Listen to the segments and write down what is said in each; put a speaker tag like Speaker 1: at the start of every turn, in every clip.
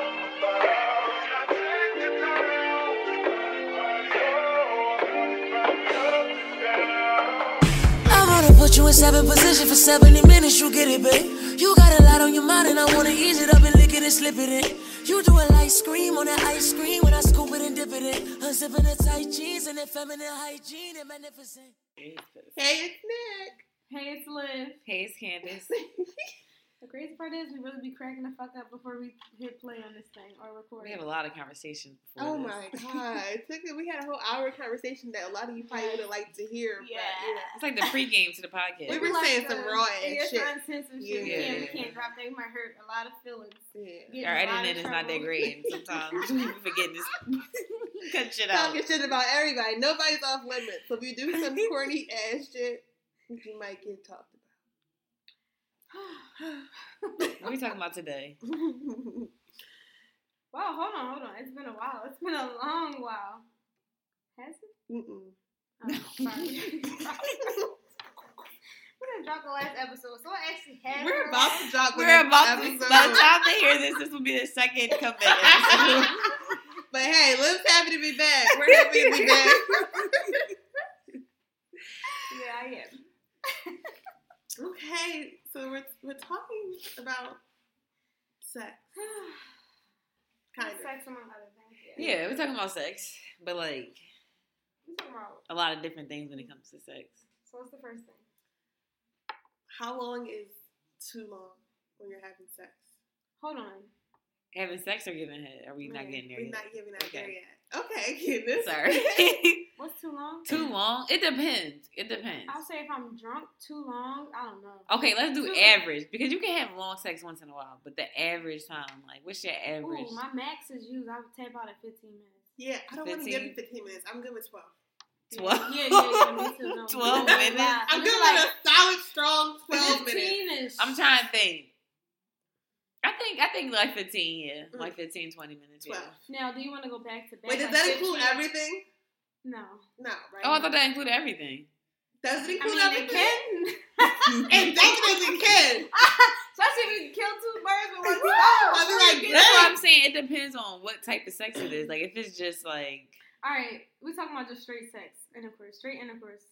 Speaker 1: oh,
Speaker 2: in seven position for 70 minutes, you get it, babe. You got a lot on your mind, and I wanna ease it up and lick it and slip it in. You do a light scream on that ice cream when I scoop it and dip it in. Unzipping the tight jeans and that feminine hygiene and magnificent.
Speaker 3: Hey, it's Nick.
Speaker 4: Hey, it's Liv.
Speaker 5: Hey, it's Candace.
Speaker 4: The crazy part is we really be cracking the fuck up before we hit play on this thing or record.
Speaker 5: We have a lot of conversations.
Speaker 3: Oh
Speaker 5: Before
Speaker 3: my
Speaker 5: this.
Speaker 3: god! It took it- we had a whole hour conversation that a lot of you probably would have liked to hear.
Speaker 4: Yeah. um,
Speaker 5: It's like the pregame to the podcast.
Speaker 3: We were saying some raw ass shit.
Speaker 4: Uncensored shit.
Speaker 3: Yeah.
Speaker 4: We, can't, we can't drop that. We might hurt a lot of feelings.
Speaker 3: But yeah,
Speaker 4: Get in a
Speaker 5: Our
Speaker 4: lot of
Speaker 5: editing is not that
Speaker 4: trouble.
Speaker 5: great. and Sometimes we forget this. Cut shit out.
Speaker 3: talking shit about everybody. Nobody's off limits. So if you do some corny ass shit, you might get talked
Speaker 5: What are we talking about today?
Speaker 3: about.
Speaker 4: wow, hold on, hold on. It's been a while. It's been a long while. Has it?
Speaker 3: Mm-mm.
Speaker 4: Oh, sorry. We're gonna drop the last episode, so I actually had.
Speaker 3: We're
Speaker 4: her
Speaker 3: about
Speaker 4: last-
Speaker 3: to drop. the
Speaker 5: We're
Speaker 3: next
Speaker 5: about to.
Speaker 3: episode.
Speaker 5: By the time they hear this, this will be the second comeback. episode.
Speaker 3: But hey, Liv's happy to be back. We're happy to be back.
Speaker 4: Yeah, I am.
Speaker 3: okay, so we're we're talking about sex, kind of.
Speaker 4: Sex among other things.
Speaker 5: yeah, we're talking about sex, but like
Speaker 4: We're talking about-
Speaker 5: a lot of different things when it comes to sex.
Speaker 4: So what's the first thing?
Speaker 3: How long is too long when you're having sex?
Speaker 4: Hold on.
Speaker 5: Having sex or giving head? Are we not
Speaker 4: Right.
Speaker 5: getting there
Speaker 3: We're
Speaker 5: yet?
Speaker 3: not giving out there
Speaker 5: Okay.
Speaker 3: yet. Okay, goodness.
Speaker 5: Sorry.
Speaker 4: What's too long?
Speaker 5: Too long? It depends. It depends.
Speaker 4: I'll say if I'm drunk too long, I don't know.
Speaker 5: Okay, let's do
Speaker 4: Two.
Speaker 5: average because you can have long sex once in a while, but the average time, like, what's your average?
Speaker 4: Ooh, my max is used. I would tap out at 15 minutes.
Speaker 3: Yeah, I don't want to give
Speaker 5: 15.
Speaker 3: it 15 minutes. I'm good with 12.
Speaker 5: Twelve.
Speaker 4: Yeah, yeah, yeah. Me too. No,
Speaker 5: 12
Speaker 4: no,
Speaker 5: minutes?
Speaker 4: lie.
Speaker 3: I'm
Speaker 4: It's
Speaker 3: good
Speaker 4: like
Speaker 3: with a solid, strong 12 minutes.
Speaker 4: 15 is.
Speaker 5: I'm trying to think. I think I think like 15, yeah,
Speaker 3: Mm.
Speaker 5: like 15, 20 minutes. Yeah.
Speaker 3: 12.
Speaker 4: Now, do you want to go back to back?
Speaker 3: Wait, does
Speaker 4: like
Speaker 3: that include
Speaker 4: 15?
Speaker 3: everything?
Speaker 4: No.
Speaker 3: No, right?
Speaker 5: Oh, I thought that included everything.
Speaker 3: Does it
Speaker 4: I
Speaker 3: include
Speaker 4: mean, it
Speaker 3: everything?
Speaker 4: can.
Speaker 3: It definitely can.
Speaker 4: Especially if you kill two birds with one
Speaker 3: I'll
Speaker 4: stone.
Speaker 3: be like,
Speaker 5: That's what
Speaker 3: dang.
Speaker 5: I'm saying. It depends on what type of sex it is. Like, if it's just like
Speaker 4: All right, we're talking about just straight sex, intercourse, straight intercourse.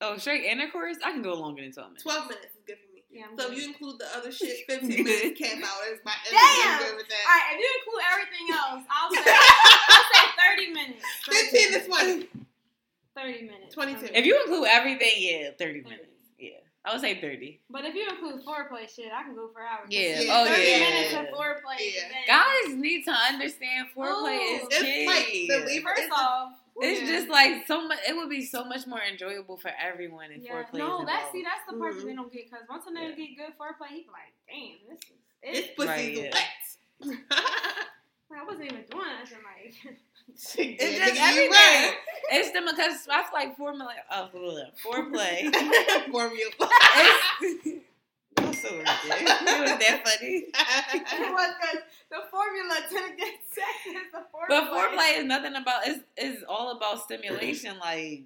Speaker 5: oh straight intercourse, I can go longer than 12 minutes.
Speaker 3: 12 minutes is good for me.
Speaker 4: Yeah. I'm
Speaker 3: So
Speaker 4: good.
Speaker 3: if you include the other shit, 15 minutes cap out. It's my
Speaker 4: Damn.
Speaker 3: I'm good with
Speaker 4: All
Speaker 3: that.
Speaker 4: right, if you include everything else, I'll say I'll say 30 minutes.
Speaker 3: 15 is one.
Speaker 4: 30 minutes.
Speaker 3: 22.
Speaker 5: If you include everything, yeah, 30
Speaker 3: Mm.
Speaker 4: 30.
Speaker 5: minutes. Yeah, I would say 30.
Speaker 4: But if you include foreplay shit, I can go for hours.
Speaker 5: Yeah.
Speaker 3: Yeah,
Speaker 5: Oh
Speaker 4: 30
Speaker 3: 30
Speaker 5: yeah.
Speaker 4: minutes of foreplay.
Speaker 3: Yeah.
Speaker 4: then-
Speaker 5: Guys need to understand foreplay
Speaker 4: Ooh.
Speaker 5: is
Speaker 3: Oh, It's
Speaker 5: key.
Speaker 3: like the lever.
Speaker 4: First
Speaker 3: it's-
Speaker 4: off,
Speaker 5: It's
Speaker 4: yeah.
Speaker 5: just like so much. It would be so much more enjoyable for everyone if
Speaker 4: Yeah.
Speaker 5: foreplay.
Speaker 4: No,
Speaker 5: is
Speaker 4: that's
Speaker 5: involved.
Speaker 4: see, that's the
Speaker 3: Mm-hmm.
Speaker 4: part that they don't get because once a nigga
Speaker 5: Yeah.
Speaker 4: get good foreplay, he be like, damn, this is
Speaker 3: This
Speaker 4: it.
Speaker 3: pussy's
Speaker 5: Right, yeah.
Speaker 3: wet.
Speaker 4: Like, I wasn't even doing that shit. Like,
Speaker 3: She
Speaker 5: It's
Speaker 3: did,
Speaker 5: just
Speaker 3: nigga,
Speaker 5: everything.
Speaker 3: you right.
Speaker 5: It's the because I feel like formula uh, formula foreplay.
Speaker 3: Formula.
Speaker 5: it's, I'm so ridiculous. It was that funny.
Speaker 4: it was because the formula to get sex is the foreplay.
Speaker 5: But foreplay is nothing about. It's it's all about stimulation. Like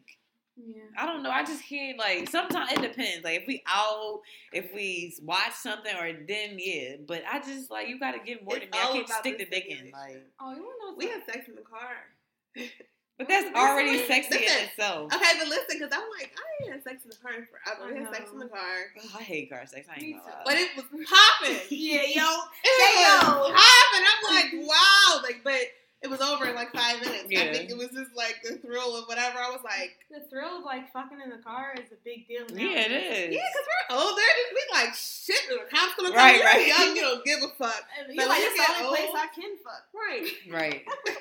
Speaker 4: Yeah.
Speaker 5: I don't know. I just can't. Like sometimes it depends. Like if we out, if we watch something, or then yeah. But I just like you got to give more
Speaker 3: It's
Speaker 5: to me. I
Speaker 3: all
Speaker 5: can't
Speaker 3: about
Speaker 5: stick
Speaker 3: the
Speaker 5: the dick in.
Speaker 3: stimulation.
Speaker 5: Like,
Speaker 4: Oh, you want to know
Speaker 3: we
Speaker 4: something?
Speaker 3: had sex in the car.
Speaker 5: but that's
Speaker 4: Listen,
Speaker 5: already
Speaker 4: listen.
Speaker 5: sexy in itself.
Speaker 3: Okay, but listen, because I'm like, I ain't had sex in the car in forever. We
Speaker 4: I
Speaker 3: had sex in
Speaker 4: know.
Speaker 3: the car.
Speaker 5: Ugh, I hate car sex. I
Speaker 4: Me
Speaker 5: ain't gonna
Speaker 4: too.
Speaker 5: lie.
Speaker 3: But it was popping.
Speaker 4: Yeah, yo.
Speaker 3: It
Speaker 4: Damn.
Speaker 3: was popping. I'm like, wow. Like, but it was over in like five minutes. I
Speaker 5: Yeah.
Speaker 3: think it was just like the thrill of whatever. I was like,
Speaker 4: The thrill of like fucking in the car is a big deal. Now.
Speaker 5: yeah, it is.
Speaker 3: yeah, because we're older. We like, shit, the cops gonna come.
Speaker 5: Right,
Speaker 3: Right,
Speaker 5: right.
Speaker 3: Young, you don't give a fuck.
Speaker 4: And
Speaker 3: But
Speaker 4: You're like,
Speaker 3: you
Speaker 4: it's
Speaker 3: get
Speaker 4: the only place
Speaker 3: old.
Speaker 4: I can fuck.
Speaker 3: Right.
Speaker 5: Right.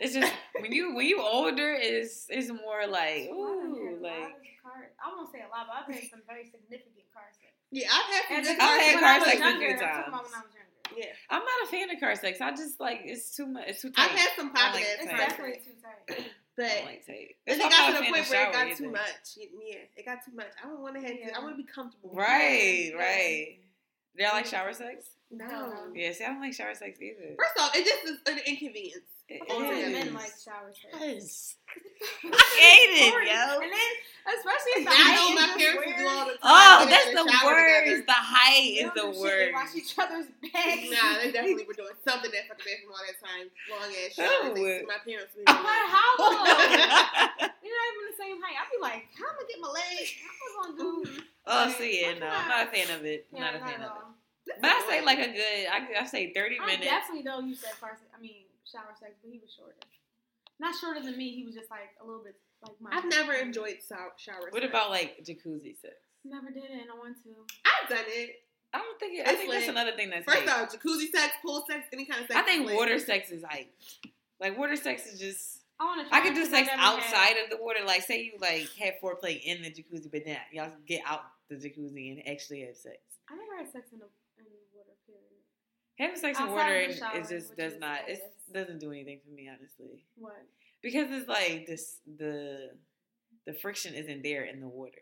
Speaker 5: It's just when you when you older, it's it's more like ooh, like
Speaker 4: I won't say a lot, but I've had some very significant car sex.
Speaker 3: Yeah, I've had
Speaker 4: And
Speaker 3: some good
Speaker 4: it's
Speaker 3: car
Speaker 5: I've had
Speaker 3: sex.
Speaker 4: when
Speaker 5: car
Speaker 4: I was
Speaker 5: sex a
Speaker 4: younger,
Speaker 5: few
Speaker 4: I'm talking about
Speaker 5: times.
Speaker 4: when I was younger.
Speaker 3: Yeah,
Speaker 5: I'm not a fan of car sex. I just like it's too much. It's too tight.
Speaker 3: I've had some
Speaker 5: I don't
Speaker 3: popping
Speaker 5: like
Speaker 3: ass
Speaker 4: It's
Speaker 5: Right.
Speaker 3: car sex,
Speaker 4: definitely too tight.
Speaker 5: I
Speaker 3: but
Speaker 5: don't like tight.
Speaker 3: If it
Speaker 5: That's why I'm
Speaker 3: got to
Speaker 5: not
Speaker 3: the
Speaker 5: a fan
Speaker 3: point
Speaker 5: of
Speaker 3: where it
Speaker 5: shower
Speaker 3: got too
Speaker 5: either.
Speaker 3: much, yeah, it got too much. I don't want to have to. I want to be comfortable.
Speaker 5: Right,
Speaker 4: Yeah.
Speaker 5: right. Do y'all like shower sex?
Speaker 3: No.
Speaker 5: Yeah, see, I don't like shower sex either.
Speaker 3: First off, it just is an inconvenience.
Speaker 5: It
Speaker 4: All
Speaker 3: Yeah.
Speaker 4: the men
Speaker 5: is.
Speaker 4: like shower sex.
Speaker 5: Yes. I hate it,
Speaker 4: Sorry.
Speaker 5: yo.
Speaker 4: And then, especially if
Speaker 3: Now
Speaker 4: I
Speaker 3: I know my parents would do all the time.
Speaker 5: Oh,
Speaker 3: Get in
Speaker 5: that's
Speaker 3: their
Speaker 5: the
Speaker 3: shower
Speaker 5: worst.
Speaker 3: together.
Speaker 5: The height is the
Speaker 4: They wash
Speaker 5: worst.
Speaker 4: each other's backs.
Speaker 3: Nah, they definitely were doing something that fucking bathroom all that time. Long ass shower.
Speaker 5: Oh.
Speaker 3: things. My parents would
Speaker 4: No matter how long,
Speaker 5: oh,
Speaker 4: you're not even the same height. I'd be like, how am I gonna get my legs? How am I gonna do?
Speaker 5: so yeah, no, I'm not a fan of it.
Speaker 4: Yeah,
Speaker 5: not a
Speaker 4: not
Speaker 5: fan
Speaker 4: at
Speaker 5: of it.
Speaker 4: all.
Speaker 5: But I say like a good, I, I say 30
Speaker 4: I
Speaker 5: minutes.
Speaker 4: definitely know you said car sex. I mean, shower sex, but he was shorter. Not shorter than me. He was just like a little bit like my.
Speaker 3: I've never enjoyed shower. shower
Speaker 5: What
Speaker 3: sex.
Speaker 5: about like jacuzzi sex?
Speaker 4: Never did it, and I want to.
Speaker 3: I've done it.
Speaker 5: I don't think. It, I
Speaker 3: It's
Speaker 5: think
Speaker 3: lit.
Speaker 5: that's another thing that's.
Speaker 3: First
Speaker 5: hate.
Speaker 3: off, jacuzzi sex, pool sex, any kind of sex.
Speaker 5: I think
Speaker 3: is lit.
Speaker 5: water sex is like, like water sex is just.
Speaker 4: I want to.
Speaker 5: I could do sex outside of the water. Like, say you like have foreplay in the jacuzzi, but then y'all get out the jacuzzi and actually have sex.
Speaker 4: I never had sex in the in the water period.
Speaker 5: Having sex in
Speaker 4: Outside
Speaker 5: water
Speaker 4: of the
Speaker 5: is
Speaker 4: shower,
Speaker 5: it just
Speaker 4: which
Speaker 5: does
Speaker 4: is
Speaker 5: not. It
Speaker 4: nice.
Speaker 5: doesn't do anything for me, honestly,
Speaker 4: What?
Speaker 5: because it's like this the the friction isn't there in the water.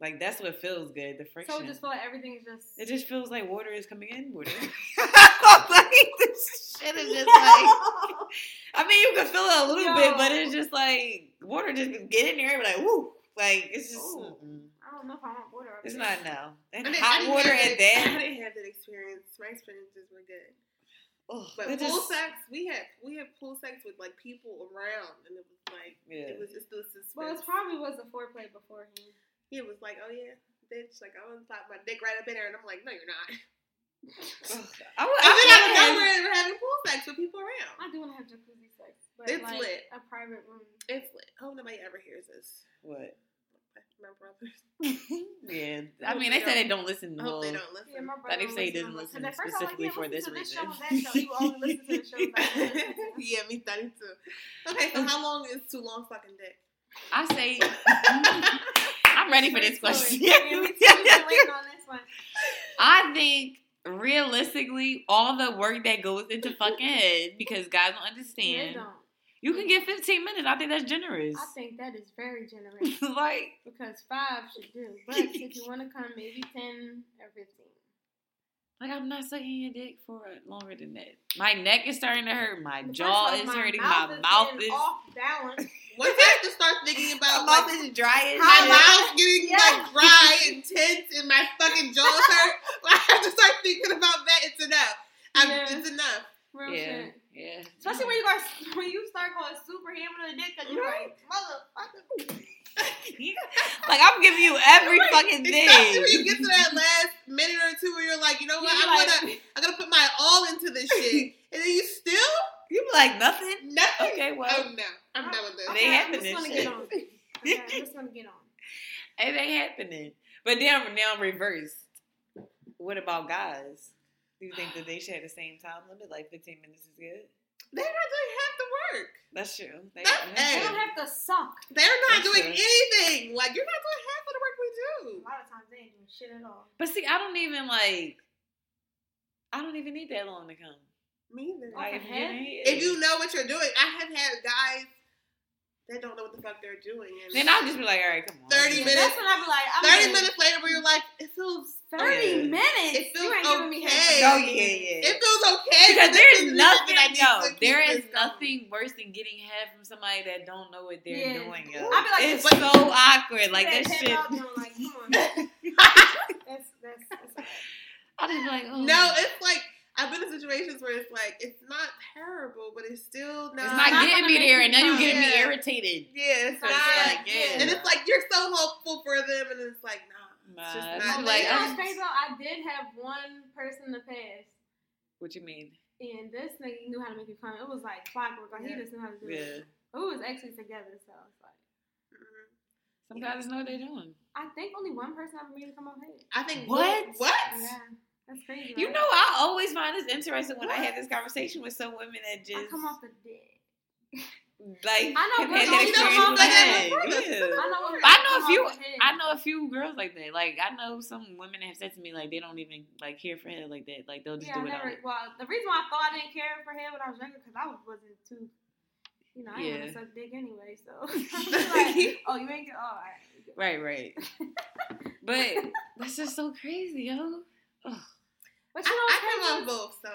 Speaker 5: Like that's what feels good. The friction.
Speaker 4: So it just feel like everything is just.
Speaker 5: It just feels like water is coming in water. like this shit is just like. I mean, you can feel it a little bit, but it's just like water just get in there and be like woo. Like it's just
Speaker 4: Ooh.
Speaker 5: mm-mm.
Speaker 4: I don't know if I want water. up
Speaker 5: it's
Speaker 4: there.
Speaker 5: not now. And
Speaker 3: I didn't- I
Speaker 5: hot
Speaker 3: didn't
Speaker 5: water
Speaker 3: have
Speaker 5: and
Speaker 3: that ex-
Speaker 5: that.
Speaker 3: I didn't have that experience. My experiences were good,
Speaker 5: ugh,
Speaker 3: but
Speaker 5: oh, it
Speaker 3: pool
Speaker 5: just-
Speaker 3: sex, we had we had pool sex with like people around, and it was like
Speaker 5: Yeah.
Speaker 3: it was just the suspense.
Speaker 4: Well, it probably was a foreplay beforehand.
Speaker 3: He was like, "Oh yeah, bitch!" Like I'm gonna pop my dick right up in there, and I'm like, "No, you're not."
Speaker 5: Ugh. I,
Speaker 3: And then I
Speaker 5: I,
Speaker 3: remember we're having pool sex with people around.
Speaker 4: I do want to have jacuzzi sex, but
Speaker 3: It's
Speaker 4: like
Speaker 3: lit.
Speaker 4: a private room.
Speaker 3: It's lit. I hope nobody ever hears this.
Speaker 5: what?
Speaker 3: My brothers.
Speaker 5: yeah,
Speaker 3: I
Speaker 5: I
Speaker 3: hope
Speaker 5: mean,
Speaker 3: they
Speaker 5: they
Speaker 3: don't.
Speaker 5: said they don't listen.
Speaker 3: I
Speaker 5: To
Speaker 3: hope they
Speaker 5: whole,
Speaker 3: don't listen.
Speaker 4: Yeah, my
Speaker 5: I didn't
Speaker 4: brother
Speaker 5: say he didn't
Speaker 4: listens to
Speaker 5: listen
Speaker 4: us. 'Cause at first I was like,
Speaker 5: specifically for
Speaker 4: yeah,
Speaker 5: this
Speaker 4: listen to
Speaker 5: reason.
Speaker 4: This show and that show. You only listen to the show. That show. and that show.
Speaker 3: yeah, me thirty too. Okay, so how long is too long fucking dick?
Speaker 5: I say, I'm ready for this question.
Speaker 4: Yeah, me too. Been waiting on this one.
Speaker 5: I think realistically, all the work that goes into fucking head because guys don't
Speaker 4: They
Speaker 5: understand.
Speaker 4: don't.
Speaker 5: You can get 15 minutes. I think that's generous.
Speaker 4: I think that is very generous
Speaker 5: like,
Speaker 4: because five should do. But if you want to come, maybe ten or fifteen.
Speaker 5: like I'm not sucking your dick for uh, longer than that. My neck is starting to hurt. My
Speaker 4: First
Speaker 5: jaw
Speaker 4: off,
Speaker 5: is hurting. my
Speaker 4: getting
Speaker 5: mouth is.
Speaker 4: off balance.
Speaker 3: Once I have to start thinking
Speaker 5: My
Speaker 3: about
Speaker 5: mouth
Speaker 3: like,
Speaker 5: is dry as
Speaker 3: my
Speaker 4: How
Speaker 5: shit.
Speaker 3: mouth getting
Speaker 4: Yes.
Speaker 3: like dry and tense, and my fucking jaws hurt, I have to start thinking about that. It's enough. I'm,
Speaker 4: Yeah.
Speaker 3: It's enough.
Speaker 4: Real
Speaker 5: Yeah,
Speaker 4: shit.
Speaker 5: yeah.
Speaker 4: Especially when you guys, when you start going super ham on the dick, cause you're like, motherfucker.
Speaker 5: like I'm giving you every fucking
Speaker 3: Especially when you
Speaker 5: thing.
Speaker 3: get to that last minute or two where you're like, you know what,
Speaker 4: You
Speaker 3: I'm
Speaker 4: like-
Speaker 3: gonna, I'm gonna put my all into this shit, and then you still
Speaker 5: You be like nothing.
Speaker 3: nothing.
Speaker 5: Okay, well,
Speaker 3: Oh no, I'm done with this.
Speaker 5: They
Speaker 4: I'm
Speaker 5: having
Speaker 4: just
Speaker 5: this
Speaker 4: gonna
Speaker 5: shit.
Speaker 4: get on. Okay, I'm just gonna get on.
Speaker 5: it ain't happening. But now, now reversed. What about guys? Do you think that they should have the same time limit? Like 15 minutes is good.
Speaker 3: They're not doing half the work.
Speaker 5: That's true. They,
Speaker 3: That's-
Speaker 4: You
Speaker 3: hey.
Speaker 4: don't have to suck.
Speaker 3: They're not
Speaker 5: That's
Speaker 3: doing
Speaker 5: true.
Speaker 3: anything. Like you're not doing half of the work we
Speaker 4: A
Speaker 3: do.
Speaker 4: lot of times they ain't doing shit at all.
Speaker 5: But see, I don't even like. I don't even need that long to come.
Speaker 3: Me either.
Speaker 5: Like,
Speaker 4: Okay,
Speaker 5: if,
Speaker 4: head?
Speaker 5: you,
Speaker 3: If you know what you're doing, I have had guys that don't know what the fuck they're doing. And
Speaker 5: then I'll just be like, all right, come on.
Speaker 3: 30
Speaker 5: Yeah.
Speaker 3: minutes.
Speaker 4: That's when I be like, I'm
Speaker 3: 30
Speaker 4: good.
Speaker 3: minutes later, where you're like, it feels,
Speaker 4: Thirty
Speaker 5: Yeah.
Speaker 4: minutes.
Speaker 3: It feels
Speaker 4: you ain't giving me
Speaker 3: okay.
Speaker 5: Oh yeah, yeah.
Speaker 3: it feels okay.
Speaker 5: because
Speaker 3: but this
Speaker 5: there's
Speaker 3: is
Speaker 5: nothing,
Speaker 3: I need
Speaker 5: yo.
Speaker 3: to keep
Speaker 5: There
Speaker 3: this
Speaker 5: is
Speaker 3: going.
Speaker 5: nothing worse than getting head from somebody that don't know what they're
Speaker 4: Yeah.
Speaker 5: doing.
Speaker 3: Ooh,
Speaker 5: Yo.
Speaker 4: I be like,
Speaker 5: it's
Speaker 3: what-
Speaker 5: so awkward. Like that
Speaker 4: tap
Speaker 5: shit.
Speaker 4: out, and I'm like, come on. that's that's that's. all right.
Speaker 5: I just be like, oh,
Speaker 3: No, it's like, I've been in situations where it's like, it's not terrible, but it's still not.
Speaker 5: it's not
Speaker 4: not gonna
Speaker 5: getting
Speaker 4: make
Speaker 5: me there,
Speaker 4: you
Speaker 5: and now you're
Speaker 4: cry.
Speaker 5: getting me
Speaker 3: Yeah.
Speaker 5: irritated.
Speaker 3: Yeah, it's
Speaker 5: So
Speaker 3: not.
Speaker 5: it's like, yeah.
Speaker 3: And it's like, you're so hopeful for them, and it's like, nah. It's
Speaker 5: Nah,
Speaker 3: just
Speaker 5: it's
Speaker 3: not there.
Speaker 5: like, oh.
Speaker 4: you know what's
Speaker 5: I'm-
Speaker 4: crazy though? "Oh, I did have one person in the past,
Speaker 5: What you mean?
Speaker 4: and this nigga knew how to make you come. It was like clockwork. Like
Speaker 3: Yeah.
Speaker 4: he just knew how to do it.
Speaker 5: Yeah.
Speaker 4: We was actually together, so it's like
Speaker 3: Mm-hmm.
Speaker 5: Some guys know what they're doing.
Speaker 4: I think only one person ever made me come up head.
Speaker 3: I think
Speaker 5: What?
Speaker 3: What?
Speaker 4: Yeah, that's crazy.
Speaker 5: You
Speaker 4: right?
Speaker 5: know, I always find this interesting when I have this conversation with some women that
Speaker 4: I
Speaker 5: just
Speaker 4: come off the dick. I
Speaker 5: like
Speaker 4: know
Speaker 5: have
Speaker 4: girls
Speaker 5: had
Speaker 4: don't
Speaker 5: that
Speaker 4: even
Speaker 5: experience
Speaker 4: come
Speaker 5: with
Speaker 4: off
Speaker 3: the head.
Speaker 5: men. Yeah.
Speaker 4: I know.
Speaker 5: I know if
Speaker 4: come
Speaker 5: you-
Speaker 4: off the head.
Speaker 5: I know a few girls like that. Like I know some women have said to me like they don't even like care for head like that. Like they'll just
Speaker 4: Yeah, I
Speaker 5: do it.
Speaker 4: never.
Speaker 5: all.
Speaker 4: Well, the reason why I thought I didn't care for him when I was younger because I was, wasn't too, you know, I didn't
Speaker 5: Yeah.
Speaker 4: want to suck dick anyway. So, like, oh, you ain't get. Oh, all right.
Speaker 5: Right, right. but that's just so crazy, yo.
Speaker 4: But
Speaker 3: I,
Speaker 4: you know,
Speaker 3: I
Speaker 4: what's
Speaker 3: come
Speaker 4: crazy?
Speaker 3: on both, so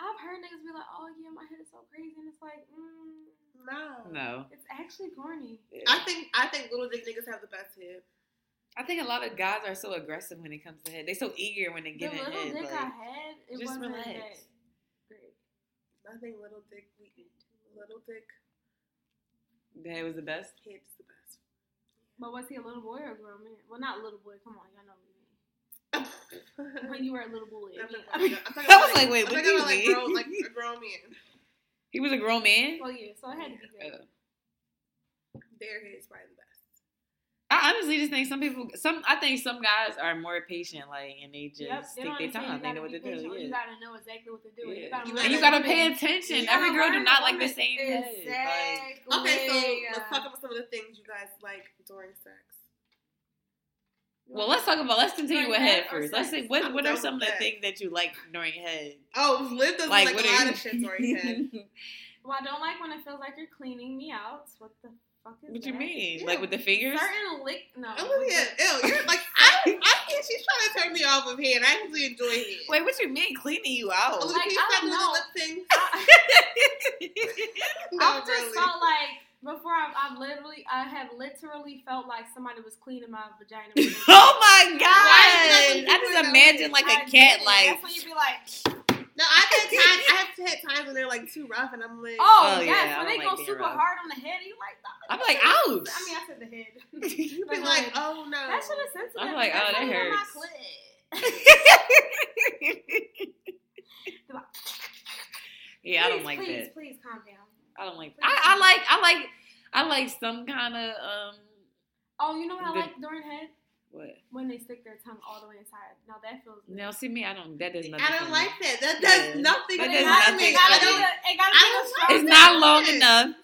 Speaker 4: I've heard niggas be like, oh yeah, my head is so crazy, and it's like, mm,
Speaker 3: no.
Speaker 5: No.
Speaker 4: it's actually corny.
Speaker 3: I think I think little dick niggas have the best head.
Speaker 5: I think a lot of guys are so aggressive when it comes to head. They so eager when they
Speaker 4: The
Speaker 5: get in
Speaker 4: little
Speaker 5: head.
Speaker 4: dick
Speaker 5: like,
Speaker 4: I had, it
Speaker 5: just
Speaker 4: wasn't
Speaker 5: relax.
Speaker 4: that great.
Speaker 3: I think Little Dick Wheaton. Little Dick
Speaker 5: that was the best.
Speaker 3: Head's the best.
Speaker 4: But was he a little boy or a grown man? Well, not little boy. Come on, y'all know me. When you were a little boy.
Speaker 3: I'm talking
Speaker 4: I
Speaker 3: about-
Speaker 4: mean,
Speaker 3: I'm talking
Speaker 5: I was
Speaker 3: about
Speaker 5: like, wait,
Speaker 3: I'm
Speaker 5: what
Speaker 3: talking
Speaker 5: do
Speaker 3: about
Speaker 5: you
Speaker 3: like, grown,
Speaker 5: mean?
Speaker 3: like a grown man.
Speaker 5: He was a grown man.
Speaker 4: well, Oh, yeah. So it had to be good.
Speaker 5: Oh.
Speaker 3: Their head's probably the best.
Speaker 5: I honestly just think some people, some I think some guys are more patient, like, and they just
Speaker 4: Yep, they don't
Speaker 5: take their time.
Speaker 4: understand.
Speaker 5: They
Speaker 4: You
Speaker 5: know
Speaker 4: gotta
Speaker 5: what to
Speaker 4: be patient.
Speaker 5: do.
Speaker 4: You
Speaker 5: Yeah.
Speaker 4: gotta know exactly what to do.
Speaker 5: Yeah.
Speaker 4: You gotta
Speaker 3: You
Speaker 4: learn
Speaker 5: And you
Speaker 4: a
Speaker 5: gotta
Speaker 4: woman.
Speaker 5: pay attention.
Speaker 4: You
Speaker 5: Every
Speaker 4: gotta
Speaker 5: girl do
Speaker 4: learn
Speaker 5: not
Speaker 4: a
Speaker 5: like the
Speaker 4: woman.
Speaker 5: same
Speaker 4: exactly.
Speaker 5: head. Like,
Speaker 3: Okay, so
Speaker 4: Yeah.
Speaker 3: let's talk about some of the things you guys like during sex.
Speaker 5: well, let's talk about. Let's continue
Speaker 4: During
Speaker 5: with
Speaker 4: head
Speaker 5: head
Speaker 4: or
Speaker 5: first. Let's
Speaker 4: sex?
Speaker 5: see what
Speaker 3: I'm
Speaker 5: what
Speaker 3: done
Speaker 5: are
Speaker 3: with
Speaker 5: some of the
Speaker 3: that.
Speaker 5: things that you like during head.
Speaker 3: Oh, Liv does like,
Speaker 5: what
Speaker 3: a
Speaker 5: are
Speaker 3: lot
Speaker 5: you-
Speaker 3: of shit during head.
Speaker 4: Well, I don't like when it feels like you're cleaning me out. What the fuck is
Speaker 5: what you
Speaker 4: that?
Speaker 5: mean?
Speaker 3: Yeah.
Speaker 5: Like with the fingers?
Speaker 4: Certain lick. No.
Speaker 5: Oh,
Speaker 4: with
Speaker 3: Olivia, ew, you're like I, I think she's trying to turn me off of head. I actually enjoy head.
Speaker 5: Wait, what you mean cleaning you out?
Speaker 3: Olivia,
Speaker 4: Oh, Like,
Speaker 3: can you
Speaker 4: I
Speaker 3: stop
Speaker 4: don't
Speaker 3: doing
Speaker 4: know.
Speaker 3: the lip thing?
Speaker 4: I,
Speaker 3: No,
Speaker 4: I've just
Speaker 3: really.
Speaker 4: felt like before I've, I've literally, I have literally felt like somebody was cleaning my vagina. with their
Speaker 5: oh my god!
Speaker 3: Why is that what
Speaker 5: I
Speaker 3: you
Speaker 5: just
Speaker 3: do?
Speaker 5: imagine like
Speaker 4: hand.
Speaker 5: a
Speaker 4: I
Speaker 5: cat,
Speaker 4: did.
Speaker 5: like
Speaker 4: that's when you'd be like,
Speaker 3: No, I've had times. I have had times when they're like too rough, and I'm like,
Speaker 4: oh,
Speaker 5: Oh,
Speaker 4: yes,
Speaker 5: yeah,
Speaker 4: when
Speaker 5: I don't
Speaker 4: they
Speaker 5: like
Speaker 4: go
Speaker 5: being
Speaker 4: super
Speaker 5: rough.
Speaker 4: hard on the head, you like, "Oh,
Speaker 5: I'm like,
Speaker 4: that's-
Speaker 5: ouch.
Speaker 4: I mean, I said the head.
Speaker 3: you'd be like, oh no.
Speaker 4: that should have sensitive.
Speaker 5: I'm like,
Speaker 4: That's
Speaker 5: oh, that
Speaker 4: only on
Speaker 5: hurts.
Speaker 4: My clit.
Speaker 5: yeah, I
Speaker 4: Please,
Speaker 5: don't like
Speaker 4: please,
Speaker 5: that.
Speaker 4: Please calm down.
Speaker 5: I don't like.
Speaker 4: please.
Speaker 5: I, I like. I like. I like some kind of um.
Speaker 4: Oh, you know what I
Speaker 5: The-
Speaker 4: like during head
Speaker 5: What?
Speaker 4: when they stick their tongue all the way inside. Now that feels. good.
Speaker 5: Now, see me. I don't. That does nothing.
Speaker 3: I
Speaker 5: for
Speaker 3: don't
Speaker 5: me.
Speaker 3: like that. That
Speaker 5: Yeah.
Speaker 3: does nothing
Speaker 5: That
Speaker 3: for
Speaker 4: It
Speaker 5: does
Speaker 3: me.
Speaker 4: gotta
Speaker 5: nothing
Speaker 4: be- it
Speaker 3: I
Speaker 4: gotta
Speaker 5: for
Speaker 3: don't.
Speaker 4: be
Speaker 5: me.
Speaker 4: a- it gotta
Speaker 3: I
Speaker 4: be a
Speaker 3: don't
Speaker 4: strong-
Speaker 3: like
Speaker 5: It's not long
Speaker 3: Yes.
Speaker 5: enough.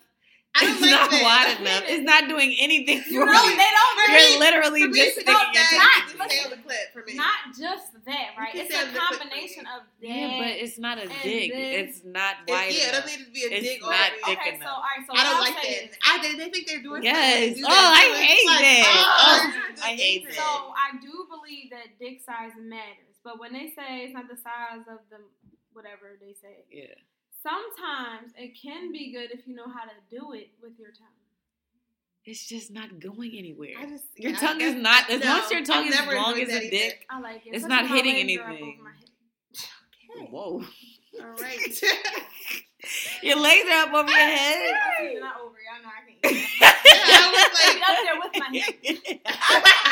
Speaker 3: I don't like
Speaker 5: It's not
Speaker 3: that.
Speaker 5: wide enough. It's not doing anything
Speaker 4: You
Speaker 5: for
Speaker 4: know
Speaker 5: you.
Speaker 4: they don't
Speaker 3: For
Speaker 5: You're
Speaker 3: me,
Speaker 5: literally
Speaker 3: for me,
Speaker 5: just
Speaker 3: it's
Speaker 5: sticking
Speaker 3: about
Speaker 5: your
Speaker 3: that.
Speaker 5: tongue.
Speaker 3: You just stay on the clip for me.
Speaker 4: Not just that, right?
Speaker 3: You
Speaker 4: It's
Speaker 3: said
Speaker 4: a
Speaker 3: the quick
Speaker 4: combination of that.
Speaker 5: Yeah, but it's not a
Speaker 4: And
Speaker 5: dick.
Speaker 4: then-
Speaker 5: It's not
Speaker 3: It's- yeah,
Speaker 5: wide
Speaker 3: it
Speaker 5: enough.
Speaker 3: doesn't need to be a
Speaker 5: It's
Speaker 3: dick or a-
Speaker 5: not
Speaker 4: Oh,
Speaker 5: dick.
Speaker 4: okay, so
Speaker 5: enough.
Speaker 4: all right, so
Speaker 3: I don't like
Speaker 4: what I'll say
Speaker 3: that.
Speaker 4: is-
Speaker 3: I they, they think they're doing
Speaker 5: Yes.
Speaker 3: something.
Speaker 5: Oh, I hate that.
Speaker 3: oh,
Speaker 5: I hate
Speaker 4: So
Speaker 5: that.
Speaker 4: I do believe that dick size matters, but when they say it's not the size of the whatever they say,
Speaker 5: Yeah.
Speaker 4: sometimes it can be good if you know how to do it with your tongue.
Speaker 5: It's just not going anywhere.
Speaker 3: I just,
Speaker 5: Your
Speaker 3: yeah, I
Speaker 5: tongue is
Speaker 3: guess-
Speaker 5: not. As
Speaker 3: no,
Speaker 5: once your tongue
Speaker 3: I've
Speaker 5: is
Speaker 3: never
Speaker 5: long
Speaker 3: enjoyed
Speaker 5: as
Speaker 3: that
Speaker 5: a
Speaker 3: either.
Speaker 5: dick.
Speaker 4: I like it.
Speaker 5: It's
Speaker 4: Sometimes my
Speaker 5: not hitting
Speaker 4: legs are up over
Speaker 5: anything.
Speaker 4: my head.
Speaker 5: Whoa.
Speaker 3: All right.
Speaker 5: Your legs are up over your head.
Speaker 4: It's not over. Y'all know I can't. eat that. Be up
Speaker 3: I
Speaker 4: there with my head.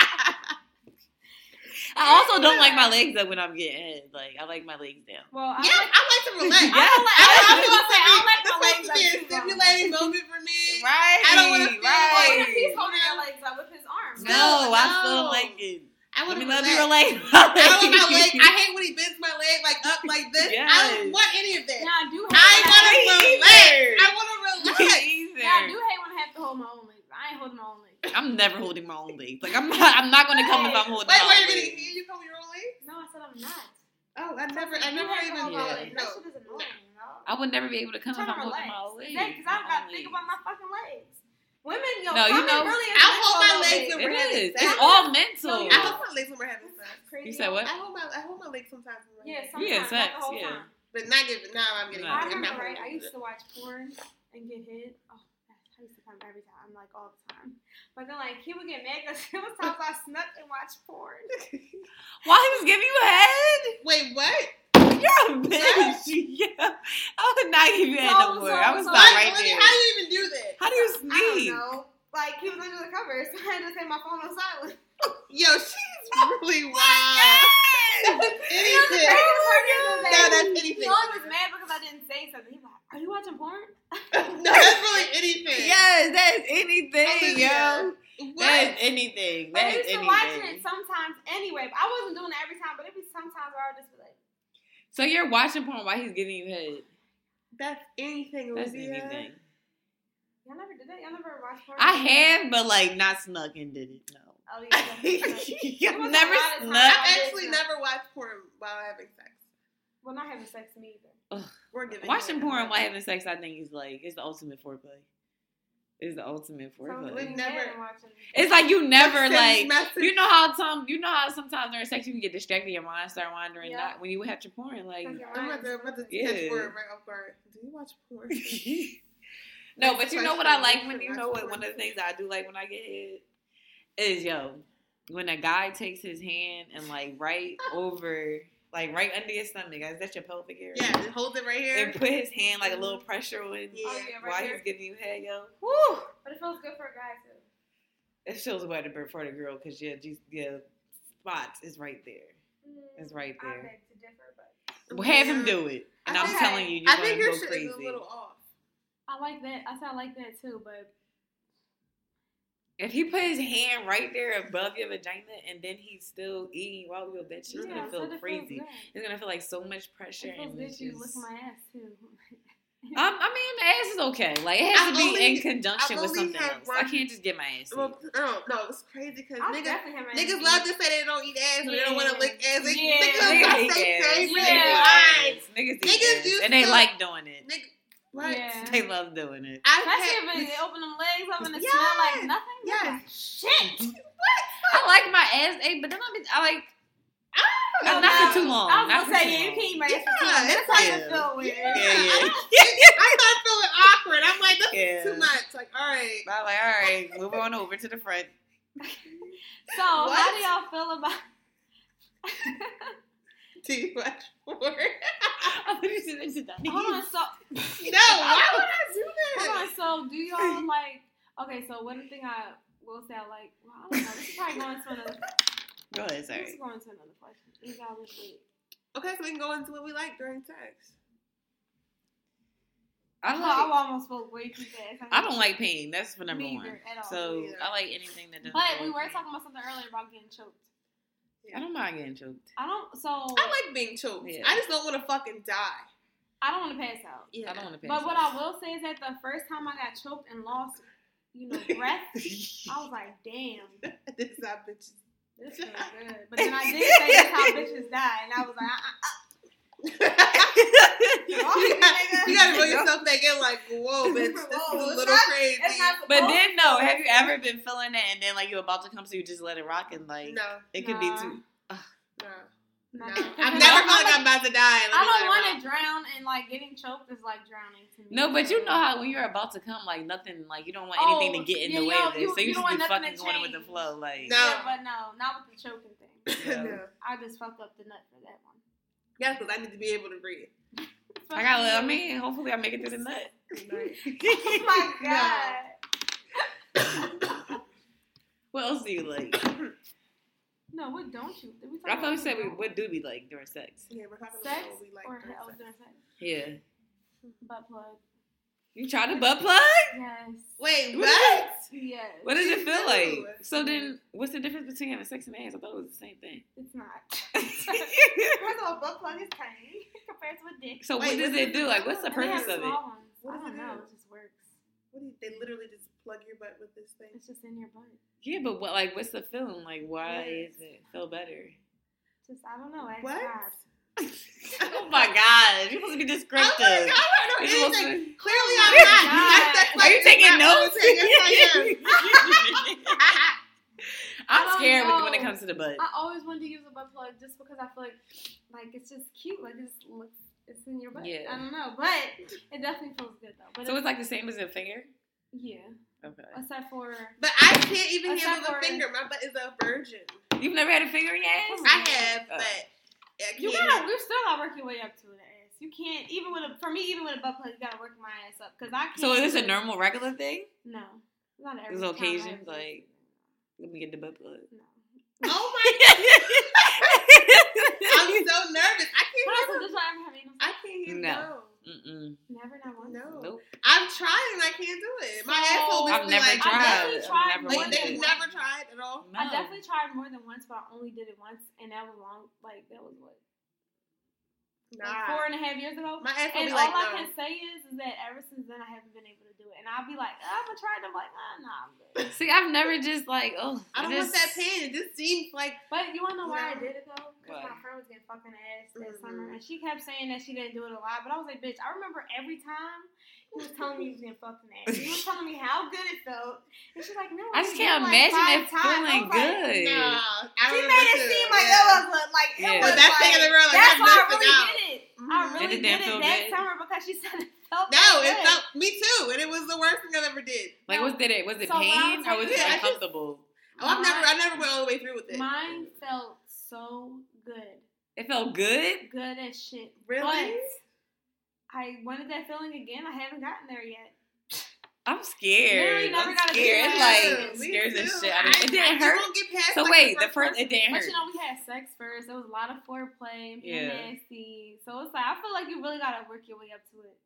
Speaker 5: I also don't like my legs up when I'm getting head. Like I like my legs down.
Speaker 4: Well, I
Speaker 3: yeah,
Speaker 4: like,
Speaker 3: I like to relax.
Speaker 5: Yeah.
Speaker 4: I don't like.
Speaker 3: I,
Speaker 4: I,
Speaker 3: I,
Speaker 4: was gonna say, I don't like my legs
Speaker 3: this has to be
Speaker 4: up
Speaker 3: a
Speaker 4: too long.
Speaker 3: stimulating moment for me.
Speaker 5: Right.
Speaker 3: I don't wanna feel
Speaker 4: Well,
Speaker 3: like-
Speaker 4: what if he's
Speaker 5: right.
Speaker 4: holding your legs up with his arms?
Speaker 5: No,
Speaker 3: No,
Speaker 5: I still
Speaker 3: no.
Speaker 5: like it.
Speaker 3: I
Speaker 5: Let
Speaker 3: want
Speaker 5: me
Speaker 3: to
Speaker 5: love
Speaker 3: relax.
Speaker 5: you relax.
Speaker 3: I don't want my leg. I hate when he bends my leg like up like this. I
Speaker 5: Yes.
Speaker 3: don't want any of that.
Speaker 4: Now I do.
Speaker 3: I want
Speaker 4: hate when
Speaker 3: to
Speaker 4: have-
Speaker 5: Me
Speaker 3: relax.
Speaker 5: either.
Speaker 3: I want to relax.
Speaker 4: Now I do hate when I have to hold my own legs. I ain't holding my own legs.
Speaker 5: I'm never holding my own legs. Like I'm not. I'm not gonna come if I'm holding
Speaker 3: Wait, wait
Speaker 5: my
Speaker 3: a
Speaker 5: own
Speaker 3: minute.
Speaker 5: legs.
Speaker 3: You come your own leg?
Speaker 4: No, I said I'm not.
Speaker 3: Oh, I never, I
Speaker 4: You
Speaker 3: never
Speaker 4: have to
Speaker 3: even.
Speaker 4: hold my
Speaker 5: Yeah.
Speaker 4: legs.
Speaker 3: No.
Speaker 4: That shit is annoying, dog.
Speaker 5: I would never be able to come
Speaker 4: I'm
Speaker 5: if I'm
Speaker 4: trying to
Speaker 5: holding
Speaker 4: relax.
Speaker 5: my own legs.
Speaker 4: Because I don't
Speaker 5: My
Speaker 4: got
Speaker 5: own
Speaker 4: to think
Speaker 5: legs.
Speaker 4: about my fucking legs. Women, yo,
Speaker 5: No, you
Speaker 4: women
Speaker 5: know-
Speaker 4: really.
Speaker 3: I'll hold my legs
Speaker 4: over.
Speaker 3: over-
Speaker 5: It is.
Speaker 3: That's-
Speaker 5: It's all
Speaker 4: No,
Speaker 5: mental.
Speaker 3: I hold my legs when we're having sex.
Speaker 5: You said what?
Speaker 3: I hold my, I hold my legs sometimes. When we're
Speaker 4: Yeah,
Speaker 3: having sex.
Speaker 4: sometimes. not
Speaker 5: Yeah, sex,
Speaker 4: the whole
Speaker 5: yeah.
Speaker 4: time.
Speaker 3: but not giving. Now I'm getting.
Speaker 4: I
Speaker 5: No.
Speaker 3: I'm not
Speaker 4: remember,
Speaker 3: holding
Speaker 4: right? I
Speaker 3: my
Speaker 4: used
Speaker 3: legs.
Speaker 4: to watch porn and get hit. Oh, gosh, I used to come every time. I'm like all the time. But then, like, he would get mad because it was times I snuck and watched porn.
Speaker 5: Why he was giving you head?
Speaker 3: Wait, what?
Speaker 5: You're a bitch. yeah. I would not give you head
Speaker 4: So,
Speaker 5: no more.
Speaker 4: so,
Speaker 5: I was
Speaker 4: so-
Speaker 5: not
Speaker 3: Why-
Speaker 5: right
Speaker 3: Olivia,
Speaker 5: there.
Speaker 3: How do you even do that?
Speaker 5: How do you
Speaker 4: I don't
Speaker 5: sneak?
Speaker 4: know. Like, he was under the covers. So I had to take my phone on silent.
Speaker 3: Yo, she's really wild.
Speaker 4: Crazy
Speaker 3: Anything.
Speaker 4: part is that
Speaker 3: No, that's
Speaker 4: He
Speaker 3: anything.
Speaker 4: always was mad because I didn't say something. He's like, "Are you watching porn?"
Speaker 3: No, that's really anything.
Speaker 5: Yes, that's anything,
Speaker 3: Olivia,
Speaker 5: yo.
Speaker 3: What?
Speaker 5: That's anything.
Speaker 4: But
Speaker 5: That's
Speaker 4: we used to watching it
Speaker 5: anything.
Speaker 4: sometimes anyway. But I wasn't doing it every time. But it'd be sometimes where I would just be like,
Speaker 5: So you're watching porn while he's giving you head.
Speaker 3: That's anything,
Speaker 5: That's
Speaker 3: Olivia.
Speaker 5: anything.
Speaker 4: "Y'all never did that. Y'all never watched porn."
Speaker 5: I have, but like not snuck and did it. No.
Speaker 4: Oh yeah. yeah.
Speaker 5: I've
Speaker 4: was
Speaker 5: never
Speaker 4: a lot of times
Speaker 5: snuck.
Speaker 3: I've actually
Speaker 4: Yeah.
Speaker 3: never watched porn while having sex.
Speaker 4: well, not having sex with me either.
Speaker 3: We're giving
Speaker 5: Watching
Speaker 3: head.
Speaker 5: porn while having sex, I think, is like it's the ultimate foreplay. It's the ultimate
Speaker 4: So
Speaker 5: foreplay.
Speaker 3: we never-
Speaker 4: didn't watch it.
Speaker 5: It's like you never
Speaker 3: Send
Speaker 5: like
Speaker 3: message.
Speaker 5: you know how some you know how sometimes during sex you can get distracted, your mind start wandering.
Speaker 4: Yeah.
Speaker 5: Not when you have your porn, like
Speaker 4: Because your
Speaker 3: I'm about
Speaker 4: mind
Speaker 3: to,
Speaker 4: is-
Speaker 3: I'm about to
Speaker 5: Yeah.
Speaker 3: catch word right off guard. Do you watch porn?
Speaker 5: no,
Speaker 3: Next
Speaker 5: but you know
Speaker 3: question.
Speaker 5: what I like when you
Speaker 3: Next
Speaker 5: know what
Speaker 3: one.
Speaker 5: one of the things I do like when I get hit is yo, when a guy takes his hand and like right over, like right under your stomach, is that your pelvic area?
Speaker 3: Yeah, just hold it right here.
Speaker 5: And put his hand like a little pressure on you
Speaker 3: Yeah.
Speaker 4: Mm-hmm. Oh, yeah, right
Speaker 5: while
Speaker 4: here.
Speaker 5: he's giving you head, yo.
Speaker 4: Woo! But it feels good for a guy too.
Speaker 5: It feels better for the girl because your G- your spots is right there. It's right
Speaker 4: Mm-hmm. I
Speaker 5: there.
Speaker 4: beg to differ, but
Speaker 5: Well, have him do it, and
Speaker 3: I
Speaker 5: I'm
Speaker 3: think-
Speaker 5: telling you, you're
Speaker 3: I
Speaker 5: gonna
Speaker 3: think your
Speaker 5: go
Speaker 3: shit
Speaker 5: crazy.
Speaker 3: is a little off.
Speaker 4: I like that. I said I like that too, but
Speaker 5: If he put his hand right there above your vagina and then he's still eating while you're that shit's
Speaker 4: yeah,
Speaker 5: gonna
Speaker 4: I
Speaker 5: feel
Speaker 4: said it feels
Speaker 5: crazy.
Speaker 4: good.
Speaker 5: It's gonna feel like so much pressure
Speaker 4: It feels
Speaker 5: and
Speaker 4: good
Speaker 5: it's
Speaker 4: to lick
Speaker 5: just-
Speaker 4: my ass too.
Speaker 5: Um, I mean, the ass is okay. Like it has
Speaker 3: I've
Speaker 5: to be
Speaker 3: only-
Speaker 5: in conjunction
Speaker 3: I've
Speaker 5: with
Speaker 3: only
Speaker 5: something
Speaker 3: had
Speaker 5: else. I
Speaker 3: one-
Speaker 5: can't just get my ass.
Speaker 3: Well,
Speaker 5: eaten.
Speaker 3: no, no, it's crazy because
Speaker 4: I'm
Speaker 3: niggas,
Speaker 4: definitely having
Speaker 3: niggas
Speaker 4: ass
Speaker 3: love
Speaker 4: eating.
Speaker 3: to say they don't eat ass and they don't want to lick ass. They,
Speaker 4: Yeah.
Speaker 3: Niggas,
Speaker 5: Niggas
Speaker 3: that's
Speaker 5: hate
Speaker 3: their
Speaker 5: ass.
Speaker 3: favorite
Speaker 5: Niggas eat
Speaker 3: line.
Speaker 5: ass. Niggas eat
Speaker 3: Niggas
Speaker 5: ass.
Speaker 3: used
Speaker 5: and they
Speaker 3: to-
Speaker 5: like doing it.
Speaker 3: Nigga, what?
Speaker 4: Yeah.
Speaker 5: They love doing it.
Speaker 3: I've
Speaker 4: Especially
Speaker 3: had-
Speaker 4: if it open them legs up and it smell
Speaker 3: Yes.
Speaker 4: like nothing.
Speaker 3: Yes.
Speaker 4: Yeah. Shit.
Speaker 5: I like my ass ate, but then I, be, I like
Speaker 4: No,
Speaker 5: not not for
Speaker 4: no.
Speaker 5: too long.
Speaker 4: I was
Speaker 5: not
Speaker 4: gonna
Speaker 5: for
Speaker 4: say
Speaker 5: too
Speaker 4: yeah, you
Speaker 5: long.
Speaker 4: can't eat my ass for too
Speaker 3: Yeah,
Speaker 4: long. That's
Speaker 3: it's
Speaker 4: how you
Speaker 5: like-
Speaker 4: feel weird.
Speaker 5: Yeah, yeah.
Speaker 3: I start feeling awkward. I'm like, this
Speaker 5: Yeah.
Speaker 3: is too much. Like, all right.
Speaker 5: I'm like, all right, move on over to the front.
Speaker 4: So how
Speaker 3: What?
Speaker 4: do y'all feel about
Speaker 3: Too much work.
Speaker 4: Hold on, so
Speaker 3: No, why would I do this?
Speaker 4: Hold on, so do y'all like? Okay, so one thing I will say, I like. Well, I don't know. This is probably going to another.
Speaker 5: Go ahead,
Speaker 4: This
Speaker 5: sorry.
Speaker 4: is going to another question. You guys are sweet.
Speaker 3: Okay, so we can go into what we like during sex.
Speaker 5: I
Speaker 4: Oh, I
Speaker 5: like.
Speaker 4: almost spoke way too fast.
Speaker 5: I don't like pain. That's for number
Speaker 4: Me
Speaker 5: one.
Speaker 4: either, at all.
Speaker 5: So
Speaker 3: Me either.
Speaker 5: I like anything that doesn't.
Speaker 4: But we
Speaker 5: involve
Speaker 4: were
Speaker 5: pain.
Speaker 4: talking about something earlier about getting choked.
Speaker 5: I don't mind getting choked.
Speaker 4: I don't. So
Speaker 3: I like being choked.
Speaker 5: Yeah.
Speaker 3: I just don't want to fucking die.
Speaker 4: I don't want to pass out.
Speaker 3: Yeah.
Speaker 5: I don't want to pain.
Speaker 4: But what I will say is that the first time I got choked and lost, you know, breath, I was like, damn,
Speaker 3: this is how bitches.
Speaker 4: this feels good. But then I did say that's how bitches die, and I was like, uh-uh.
Speaker 3: you, gotta, you gotta bring yourself back in like, whoa, bitch, this
Speaker 4: Whoa,
Speaker 3: is a
Speaker 4: it's
Speaker 3: little
Speaker 4: not-
Speaker 3: crazy.
Speaker 4: it's not
Speaker 5: But
Speaker 4: supposed
Speaker 5: then no, have you ever been feeling that and then like you're about to come so you just let it rock and like
Speaker 3: no,
Speaker 5: it could
Speaker 4: Nah.
Speaker 5: be too
Speaker 3: no,
Speaker 4: to.
Speaker 3: no.
Speaker 4: Nah.
Speaker 3: I've never felt like I'm about to die.
Speaker 4: I don't want to drown, and like getting choked is like drowning to me.
Speaker 5: No, but you know how when you're about to come like nothing like you don't want
Speaker 4: Oh,
Speaker 5: anything to get in
Speaker 4: yeah,
Speaker 5: the way
Speaker 4: you
Speaker 5: of
Speaker 4: don't-
Speaker 5: it.
Speaker 4: you-
Speaker 5: so you,
Speaker 4: you don't
Speaker 5: just be
Speaker 4: want
Speaker 5: fucking
Speaker 4: nothing to
Speaker 5: going with the
Speaker 4: change.
Speaker 5: flow, like
Speaker 3: No.
Speaker 4: Yeah, but no, not with the choking thing.
Speaker 5: yeah.
Speaker 3: no.
Speaker 4: I just fucked up the nut for that one.
Speaker 3: Yeah, because I need to be able to breathe.
Speaker 5: I got I mean, hopefully I make it through the nut.
Speaker 4: oh my god.
Speaker 5: what else do you like?
Speaker 4: No, what don't you? Did we talk
Speaker 5: I thought we
Speaker 4: about
Speaker 5: said we
Speaker 4: don't?
Speaker 5: what do we like during sex?
Speaker 3: Yeah, we're talking
Speaker 4: sex
Speaker 3: about what we like.
Speaker 4: or
Speaker 3: during
Speaker 4: I was
Speaker 3: sex.
Speaker 4: doing sex.
Speaker 5: Yeah.
Speaker 4: Butt plug.
Speaker 5: You try to butt plug?
Speaker 4: Yes.
Speaker 3: Wait,
Speaker 5: What?
Speaker 3: what?
Speaker 4: Yes.
Speaker 5: What does it feel like?
Speaker 3: Ew.
Speaker 5: So then what's the difference between having sex and ass? I thought it was the same thing.
Speaker 4: It's not. First of all, butt plug is tiny compared to a dick.
Speaker 5: so what
Speaker 3: Wait,
Speaker 5: does
Speaker 3: what's
Speaker 5: it do? Like what's the
Speaker 4: And they have
Speaker 5: purpose of it?
Speaker 4: small Ones.
Speaker 3: What
Speaker 4: I
Speaker 3: does
Speaker 4: don't
Speaker 3: it
Speaker 4: know.
Speaker 3: do?
Speaker 4: It just works.
Speaker 3: What do you, they literally just plug your butt with this thing.
Speaker 4: It's just in your butt.
Speaker 5: Yeah, but what like what's the feeling? Like why
Speaker 3: Yes.
Speaker 5: is it feel better?
Speaker 4: Just I don't know. Ask
Speaker 3: What?
Speaker 4: God.
Speaker 5: oh my god, you're supposed to be
Speaker 3: I'm
Speaker 5: descriptive.
Speaker 3: like, Oh I don't
Speaker 5: You're
Speaker 3: know
Speaker 5: supposed
Speaker 3: anything.
Speaker 5: to-
Speaker 3: Clearly, I'm not.
Speaker 4: God.
Speaker 3: That's- that's
Speaker 5: Are you
Speaker 3: like-
Speaker 5: taking
Speaker 3: that's what I'm
Speaker 5: notes?
Speaker 3: saying. Yes, I am.
Speaker 5: I'm
Speaker 4: don't
Speaker 5: scared with- when
Speaker 4: know.
Speaker 5: it comes to the butt.
Speaker 4: I always wanted to use a butt plug just because I feel like like it's just cute. Like it's looks it's in your butt.
Speaker 5: Yeah.
Speaker 4: I don't know, but it definitely feels good though. But
Speaker 5: So it's like the same as a finger.
Speaker 4: yeah,
Speaker 5: Okay.
Speaker 4: except for
Speaker 3: But I can't even
Speaker 4: Except
Speaker 3: handle
Speaker 4: for-
Speaker 3: the finger. My butt is a virgin.
Speaker 5: You've never had a finger in your ass?
Speaker 3: I have,
Speaker 5: Oh.
Speaker 3: but I
Speaker 4: you
Speaker 3: can't.
Speaker 4: gotta we're still not working way up to the ass. You can't even with a for me even with a butt plug you gotta work my ass up because I can't.
Speaker 5: So is this a normal, regular thing?
Speaker 4: No, it's not every
Speaker 5: There's
Speaker 4: time I
Speaker 5: occasions,
Speaker 4: do
Speaker 5: like- Let me get the butt plug.
Speaker 4: it. no.
Speaker 3: oh my! I'm so nervous. I
Speaker 4: But
Speaker 3: can't
Speaker 4: also,
Speaker 3: handle.
Speaker 4: does I ever have anal
Speaker 3: I
Speaker 4: sex?
Speaker 3: can't handle.
Speaker 5: No. Mm-mm.
Speaker 4: Never, not once.
Speaker 3: No.
Speaker 5: Nope.
Speaker 3: I'm trying. and I can't do it. My
Speaker 4: So-
Speaker 3: asshole is
Speaker 5: I've never
Speaker 3: like,
Speaker 5: tried.
Speaker 4: definitely tried
Speaker 5: I've never
Speaker 4: one
Speaker 3: Like
Speaker 4: day.
Speaker 3: they've never tried at all.
Speaker 5: No.
Speaker 4: I definitely tried more than once, but I only did it once, and that was long. Like that was what like, four and a half years ago.
Speaker 3: My asshole be
Speaker 4: and all
Speaker 3: like,
Speaker 4: I
Speaker 3: no.
Speaker 4: can say is, is that ever since then I haven't been able to do it, and I'll be like, I'm gonna try it. I'm like, ah, nah, I'm good.
Speaker 5: See, I've never just like, oh,
Speaker 3: I don't
Speaker 5: just,
Speaker 3: want that pain. It just seems like
Speaker 4: But you wanna know why
Speaker 3: No.
Speaker 4: I did it though? Because
Speaker 5: Why?
Speaker 4: my friend was getting fucking ass that
Speaker 3: Mhm.
Speaker 4: summer, and she kept saying that she didn't do it a lot. But I was like, bitch, I remember every time you was telling me you was getting fucking ass. You was telling me how good it felt, and she's like, no,
Speaker 5: I just
Speaker 4: did it,
Speaker 5: can't
Speaker 4: like,
Speaker 5: imagine
Speaker 4: five
Speaker 5: it
Speaker 4: times." I
Speaker 5: feeling
Speaker 4: was like,
Speaker 5: good.
Speaker 3: no. I
Speaker 4: She
Speaker 3: remember
Speaker 4: made it
Speaker 3: too.
Speaker 4: seem like
Speaker 3: Yeah.
Speaker 4: that was a, like it
Speaker 5: Yeah.
Speaker 4: was
Speaker 5: But
Speaker 3: that's
Speaker 4: like,
Speaker 3: taking the real, like,
Speaker 4: that's
Speaker 3: I'm
Speaker 4: why I
Speaker 3: missing
Speaker 4: really
Speaker 3: out.
Speaker 4: did it.
Speaker 3: Mhm.
Speaker 4: I really
Speaker 5: it
Speaker 4: did Mm-hmm.
Speaker 5: didn't
Speaker 4: it
Speaker 5: feel
Speaker 4: that
Speaker 5: good?
Speaker 4: summer because she said it felt
Speaker 3: No,
Speaker 4: good.
Speaker 3: it felt me too, and it was the worst thing I've ever did.
Speaker 5: Like, was it? Was it
Speaker 4: So when I was
Speaker 5: pain or was
Speaker 3: like-
Speaker 5: it
Speaker 3: Yeah, I just-
Speaker 5: uncomfortable?
Speaker 3: Oh, I've never,
Speaker 4: My-
Speaker 3: I never went all the way through with it.
Speaker 4: Mine felt so good.
Speaker 5: It felt good.
Speaker 4: Good as shit.
Speaker 3: Really?
Speaker 4: But I wanted that feeling again. I haven't gotten there yet.
Speaker 5: I'm
Speaker 4: Literally
Speaker 5: scared.
Speaker 4: never
Speaker 5: I'm
Speaker 4: got a
Speaker 5: scared.
Speaker 4: chance.
Speaker 5: It's like
Speaker 3: Me
Speaker 5: scares the
Speaker 3: too.
Speaker 5: shit out of me.
Speaker 3: I-
Speaker 5: It didn't
Speaker 3: I
Speaker 5: hurt.
Speaker 3: won't get past,
Speaker 5: So
Speaker 3: like,
Speaker 5: wait, the first it didn't
Speaker 4: But
Speaker 5: hurt.
Speaker 4: you know, we had sex first. There was a lot of foreplay, being
Speaker 5: Yeah.
Speaker 4: nasty. So it's like I feel like you really gotta work your way up to it.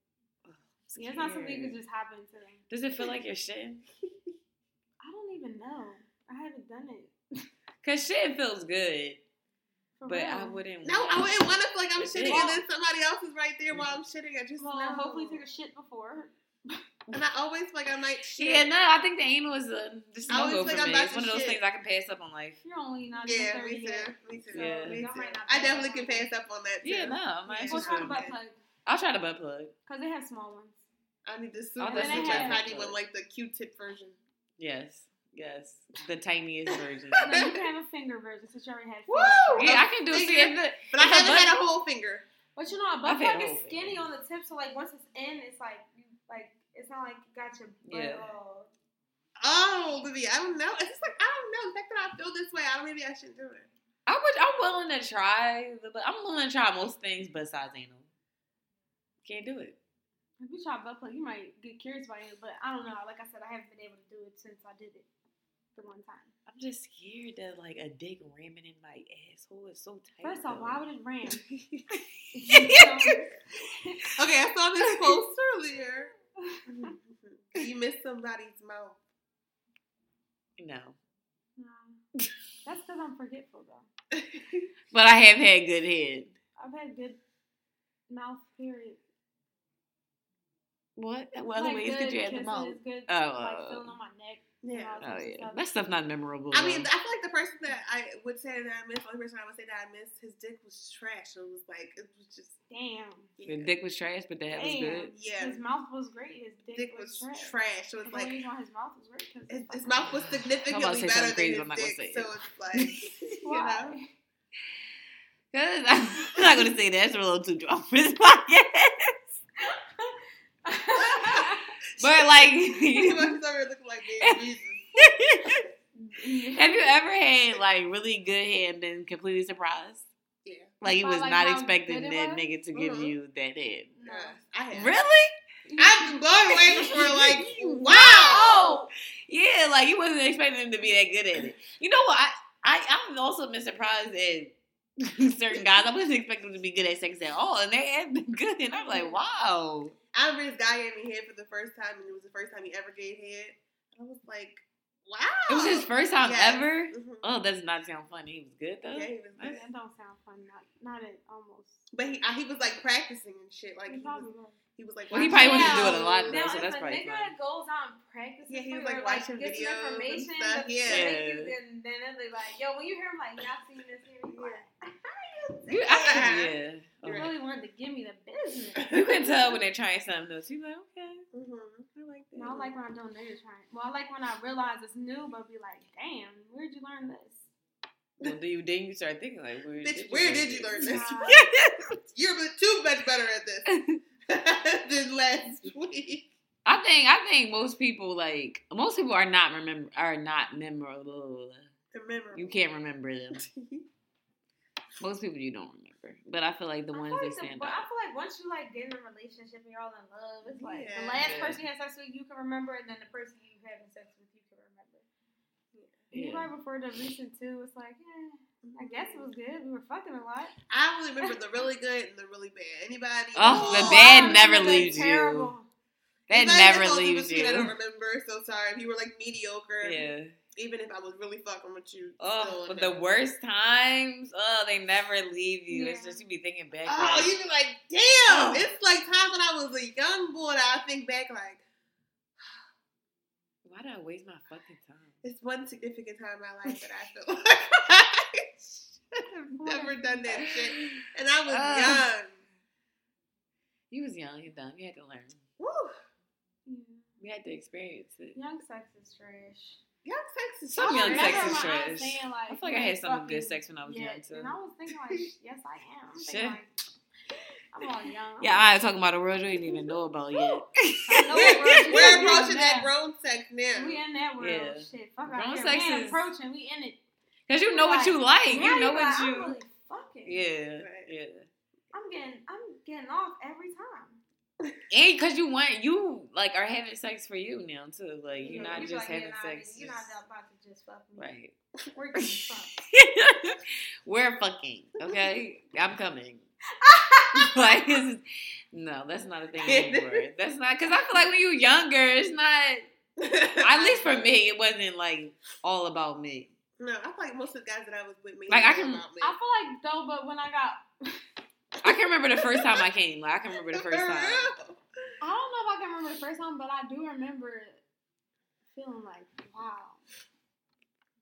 Speaker 4: Yeah, it's not something you can
Speaker 5: Scared.
Speaker 4: just hop into. I
Speaker 5: Does it feel like you're shitting?
Speaker 4: don't even know. I haven't done it.
Speaker 5: Cause shit feels good,
Speaker 4: For
Speaker 5: but
Speaker 4: real.
Speaker 5: I wouldn't.
Speaker 3: No, I wouldn't want to feel like I'm
Speaker 5: It
Speaker 3: shitting
Speaker 5: is.
Speaker 3: and then somebody else is right there while I'm shitting. I just
Speaker 4: Well,
Speaker 3: know.
Speaker 4: hopefully, took a shit before.
Speaker 3: And I always feel like I might shit.
Speaker 5: Yeah, no, I think the anal is a just
Speaker 3: I
Speaker 5: no
Speaker 3: always
Speaker 5: go
Speaker 3: think
Speaker 5: for
Speaker 3: I'm
Speaker 5: me.
Speaker 3: about
Speaker 5: It's
Speaker 3: to
Speaker 5: one of those
Speaker 3: shit.
Speaker 5: things I can pass up on. Like,
Speaker 4: You're only not even
Speaker 3: Yeah,
Speaker 4: thirty
Speaker 3: me
Speaker 4: yet.
Speaker 3: too. Me too.
Speaker 5: Yeah.
Speaker 3: Me too.
Speaker 4: Y'all might not
Speaker 3: I
Speaker 4: be
Speaker 3: definitely
Speaker 4: able
Speaker 3: can
Speaker 4: to-
Speaker 3: pass up on that too.
Speaker 5: yeah, no, I
Speaker 3: Yeah,
Speaker 5: might just
Speaker 4: We'll
Speaker 3: It's
Speaker 4: talk
Speaker 3: really
Speaker 4: about
Speaker 3: good.
Speaker 4: plug
Speaker 5: I'll try the butt plug.
Speaker 4: because they have small ones.
Speaker 3: I need the
Speaker 5: Oh,
Speaker 3: super
Speaker 5: that's
Speaker 3: which
Speaker 4: what
Speaker 3: I
Speaker 4: I
Speaker 3: probably
Speaker 5: had.
Speaker 3: want like the Q-tip version.
Speaker 5: Yes, yes, the tiniest version.
Speaker 4: No, you can have a finger version since you already had.
Speaker 3: Woo!
Speaker 4: fingers.
Speaker 5: yeah, I can do. See, if the,
Speaker 3: But I
Speaker 5: It's a
Speaker 3: haven't had
Speaker 5: button.
Speaker 3: a whole finger.
Speaker 4: But you know, a
Speaker 5: I've
Speaker 4: butt
Speaker 5: had
Speaker 4: plug is
Speaker 5: both.
Speaker 4: skinny on the tip, so like once it's in, it's like you like it's not like you got your butt
Speaker 5: Yeah.
Speaker 4: all.
Speaker 3: Oh, Libby, I don't know. It's just like I don't know. The fact that I feel this way, I don't maybe I shouldn't do it.
Speaker 5: I would. I'm willing to try the. butt- I'm willing to try most things besides anal. Can't do it.
Speaker 4: If you try butt plug, you might get curious about it. But I don't know. Like I said, I haven't been able to do it since I did it the one time.
Speaker 5: I'm just scared that like a dick ramming in my asshole is so tight.
Speaker 4: First off,
Speaker 5: though.
Speaker 4: why would it ram?
Speaker 3: Okay, I saw this post earlier. you missed somebody's mouth.
Speaker 5: no?
Speaker 4: No. That's because I'm forgetful though.
Speaker 5: But I have had good head.
Speaker 4: I've had good mouth period.
Speaker 5: What? What other
Speaker 4: Like,
Speaker 5: ways
Speaker 4: good
Speaker 5: could you have the
Speaker 4: kisses,
Speaker 5: mouth?
Speaker 4: Good,
Speaker 5: Oh,
Speaker 3: uh,
Speaker 4: like
Speaker 5: oh,
Speaker 4: feeling on my neck.
Speaker 3: Yeah.
Speaker 5: Oh yeah, that stuff not memorable.
Speaker 3: I mean, I
Speaker 5: though.
Speaker 3: feel like the person that I would say that I missed, the only person I would say that I missed, his dick was trash. It was like it was just
Speaker 4: Damn.
Speaker 5: the dick was trash, but the head was
Speaker 4: Damn.
Speaker 5: good.
Speaker 3: Yeah.
Speaker 4: His mouth was great. His dick,
Speaker 3: dick was trash. It was
Speaker 4: The
Speaker 3: like
Speaker 4: only reason why his mouth was great 'cause
Speaker 3: his,
Speaker 4: it's
Speaker 3: his
Speaker 4: fucking-
Speaker 3: mouth was
Speaker 5: I'm about to
Speaker 3: significantly
Speaker 5: say
Speaker 3: better
Speaker 5: something
Speaker 3: than
Speaker 5: crazy,
Speaker 3: his
Speaker 5: but I'm not gonna
Speaker 3: dick.
Speaker 5: say
Speaker 3: So
Speaker 5: it.
Speaker 3: it's like you know.
Speaker 4: Why?
Speaker 5: Cause I'm not gonna say that. It's a little too drunk for this podcast. But
Speaker 3: He
Speaker 5: like,
Speaker 3: was over here looking like baby Jesus.
Speaker 5: have you ever had like really good head and been completely surprised?
Speaker 3: Yeah.
Speaker 5: Like you
Speaker 4: By,
Speaker 5: was
Speaker 4: like,
Speaker 5: not
Speaker 4: how
Speaker 5: expecting
Speaker 4: good it
Speaker 5: that
Speaker 4: was? Mm-hmm.
Speaker 5: nigga to give
Speaker 3: Mhm.
Speaker 5: you that head.
Speaker 3: No,
Speaker 4: No.
Speaker 3: I have.
Speaker 5: Really?
Speaker 3: I'm blown away for like wow.
Speaker 5: Oh, yeah. Like you wasn't expecting him to be that good at it. You know what? I, I I'm also been surprised at certain guys. I wasn't expecting them to be good at sex at all, and they have been good. And I'm
Speaker 3: Mm-hmm.
Speaker 5: like, wow.
Speaker 3: I remember this guy gave me head for the first time, and it was the first time he ever gave head. I was like, wow.
Speaker 5: It was his first time
Speaker 3: Yes.
Speaker 5: ever.
Speaker 3: Mhm.
Speaker 5: Oh, that's not sound funny. He was good though.
Speaker 3: Yeah, he was good.
Speaker 4: That don't sound fun. Not, not at almost.
Speaker 3: But he, I, he was like practicing and shit. Like he
Speaker 4: He probably
Speaker 3: was,
Speaker 4: was.
Speaker 3: he was like,
Speaker 5: Well, he
Speaker 3: watching-
Speaker 5: probably wants to do it a lot
Speaker 4: Now,
Speaker 5: though, so
Speaker 4: if a
Speaker 5: that's probably
Speaker 4: nigga
Speaker 5: fun.
Speaker 4: goes out and practices,
Speaker 3: Yeah, he was,
Speaker 4: for
Speaker 3: like,
Speaker 4: you or,
Speaker 3: watching
Speaker 4: gets some
Speaker 3: videos and
Speaker 4: information,
Speaker 3: stuff,
Speaker 4: the
Speaker 3: yeah.
Speaker 4: shit you
Speaker 5: Yeah.
Speaker 4: did, and then they're like, yo, when you hear him, like, y'all seen this here? you like,
Speaker 5: You, I, yeah. Oh.
Speaker 4: You really wanted to give me the business.
Speaker 5: You can tell when they're trying something new. She's like, okay,
Speaker 3: Mhm.
Speaker 5: I like that.
Speaker 4: No, I like when I don't know you're trying. Well, I like when I realize it's new, but be like, damn, where'd you learn this?
Speaker 5: Well, do you then you start thinking like, where
Speaker 3: Bitch, where did you learn this?
Speaker 4: Nah.
Speaker 3: You're too much better at this than last week.
Speaker 5: I think I think most people like most people are not remember are not memorable.
Speaker 3: Remember,
Speaker 5: You can't remember them. Most people you don't remember, but I feel like the
Speaker 4: I
Speaker 5: ones
Speaker 4: feel
Speaker 5: that
Speaker 4: like the-
Speaker 5: stand
Speaker 4: but I
Speaker 5: out.
Speaker 4: feel like once you like get in a relationship and you're all in love, it's like the
Speaker 3: Yeah.
Speaker 4: last
Speaker 5: Yeah.
Speaker 4: person you had sex with you can remember, and then the person you having sex with you can remember. You
Speaker 5: Yeah.
Speaker 4: probably refer to recent too. It's like, eh, I guess it was good. We were fucking a lot.
Speaker 3: I only remember the really good and the really bad. Anybody?
Speaker 5: Oh, the
Speaker 4: I
Speaker 5: bad
Speaker 4: remember
Speaker 5: never
Speaker 4: the
Speaker 5: leaves you.
Speaker 4: terrible.
Speaker 5: That
Speaker 3: Anybody
Speaker 5: never
Speaker 3: goes in
Speaker 5: leaves
Speaker 3: between, I don't
Speaker 5: you.
Speaker 3: remember. So sorry if you were like mediocre.
Speaker 5: Yeah.
Speaker 3: Even if I was really fucking with you.
Speaker 5: Oh,
Speaker 3: still
Speaker 5: but the
Speaker 3: remember.
Speaker 5: worst times, oh, they never leave you. It's
Speaker 4: Yeah.
Speaker 5: just you be thinking back.
Speaker 3: Oh,
Speaker 5: like,
Speaker 3: you be like, damn!
Speaker 5: Oh.
Speaker 3: It's like times when I was a young boy that I think back like
Speaker 5: Why did I waste my fucking time?
Speaker 3: it's one significant time in my life that I feel like I should have never done that shit, and I was
Speaker 5: Oh.
Speaker 3: young.
Speaker 5: You was young, you dumb. You had to learn.
Speaker 3: Woo!
Speaker 4: Yeah.
Speaker 5: You had to experience it.
Speaker 4: Young sex is trash.
Speaker 3: Young sex is
Speaker 5: Some
Speaker 3: hard.
Speaker 5: young sex is
Speaker 4: Never mind, I
Speaker 5: trash.
Speaker 4: was saying, like,
Speaker 5: I feel like I had some good sex when I was
Speaker 4: yeah,
Speaker 5: young too.
Speaker 4: And I was thinking like, yes, I am. I'm thinking
Speaker 5: Shit.
Speaker 4: like, I'm all young.
Speaker 5: Yeah, I was talking about a world you didn't even know about yet.
Speaker 4: I know what world you
Speaker 3: We're
Speaker 4: in
Speaker 3: approaching
Speaker 4: now.
Speaker 3: that grown sex now.
Speaker 4: We in that world.
Speaker 5: Yeah.
Speaker 4: Shit, fuck
Speaker 5: Grown
Speaker 4: out here.
Speaker 5: sex
Speaker 4: we ain't
Speaker 5: is-
Speaker 4: approaching. We in it.
Speaker 5: Cause you know what you like.
Speaker 4: Now
Speaker 5: You know
Speaker 4: like,
Speaker 5: what
Speaker 4: I'm
Speaker 5: you.
Speaker 4: really fucking.
Speaker 5: Yeah,
Speaker 3: Right.
Speaker 5: yeah.
Speaker 4: I'm getting. I'm getting off every time.
Speaker 5: And because you want you like are having sex for you now too. Like you're
Speaker 4: Mm-hmm. You know,
Speaker 5: not
Speaker 4: we be like,
Speaker 5: just
Speaker 4: yeah,
Speaker 5: having
Speaker 4: nah,
Speaker 5: sex.
Speaker 4: nigga, You're
Speaker 5: just-
Speaker 4: not about to just fuck me.
Speaker 5: Right.
Speaker 4: We're getting fucked.
Speaker 5: We're fucking okay. I'm coming. like it's- no, that's not a thing anymore. That's not because I feel like when you younger, it's not. At least for me, it wasn't like all about me.
Speaker 3: No, I feel like most of the guys that I was with me.
Speaker 5: Like, I can-
Speaker 3: about me.
Speaker 4: I feel like though, but when I got,
Speaker 5: I can remember the first time I came. Like I can remember the first time.
Speaker 3: Girl.
Speaker 4: I don't know if I can remember the first time, but I do remember feeling like, wow,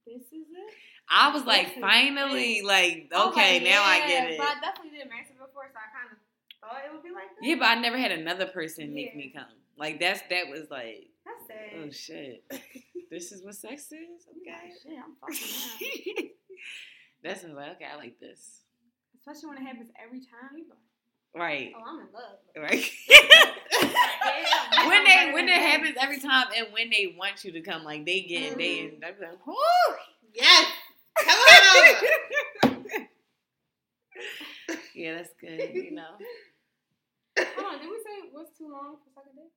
Speaker 4: this is it.
Speaker 5: I was like,
Speaker 4: This is
Speaker 5: finally,
Speaker 4: it.
Speaker 5: like
Speaker 4: I was
Speaker 5: okay,
Speaker 4: like,
Speaker 5: now I
Speaker 4: Oh yeah,
Speaker 5: get it.
Speaker 4: But I definitely did master before, so I kind of thought it would be like that.
Speaker 5: Yeah, but I never had another person make
Speaker 4: Yeah.
Speaker 5: me come. Like that's that was like,
Speaker 4: that's sad.
Speaker 5: oh shit, this is what sex is.
Speaker 3: Oh
Speaker 4: You like,
Speaker 5: Okay,
Speaker 4: shit, I'm fucking up.
Speaker 5: that's when I was like okay, I like this.
Speaker 4: Especially when it happens every time. You like,
Speaker 5: Right,
Speaker 4: oh, I'm in love.
Speaker 5: right.
Speaker 4: Like, yeah,
Speaker 5: when
Speaker 4: I'm
Speaker 5: they
Speaker 4: better
Speaker 5: when
Speaker 4: than
Speaker 5: it
Speaker 4: that.
Speaker 5: happens every time, and when they want you to come, like they get they
Speaker 3: Mhm.
Speaker 5: they I'm like, whoo.
Speaker 3: Yes. Come on over.
Speaker 5: Yeah, that's good. You know,
Speaker 4: Hold on, did we say what's too long for second date?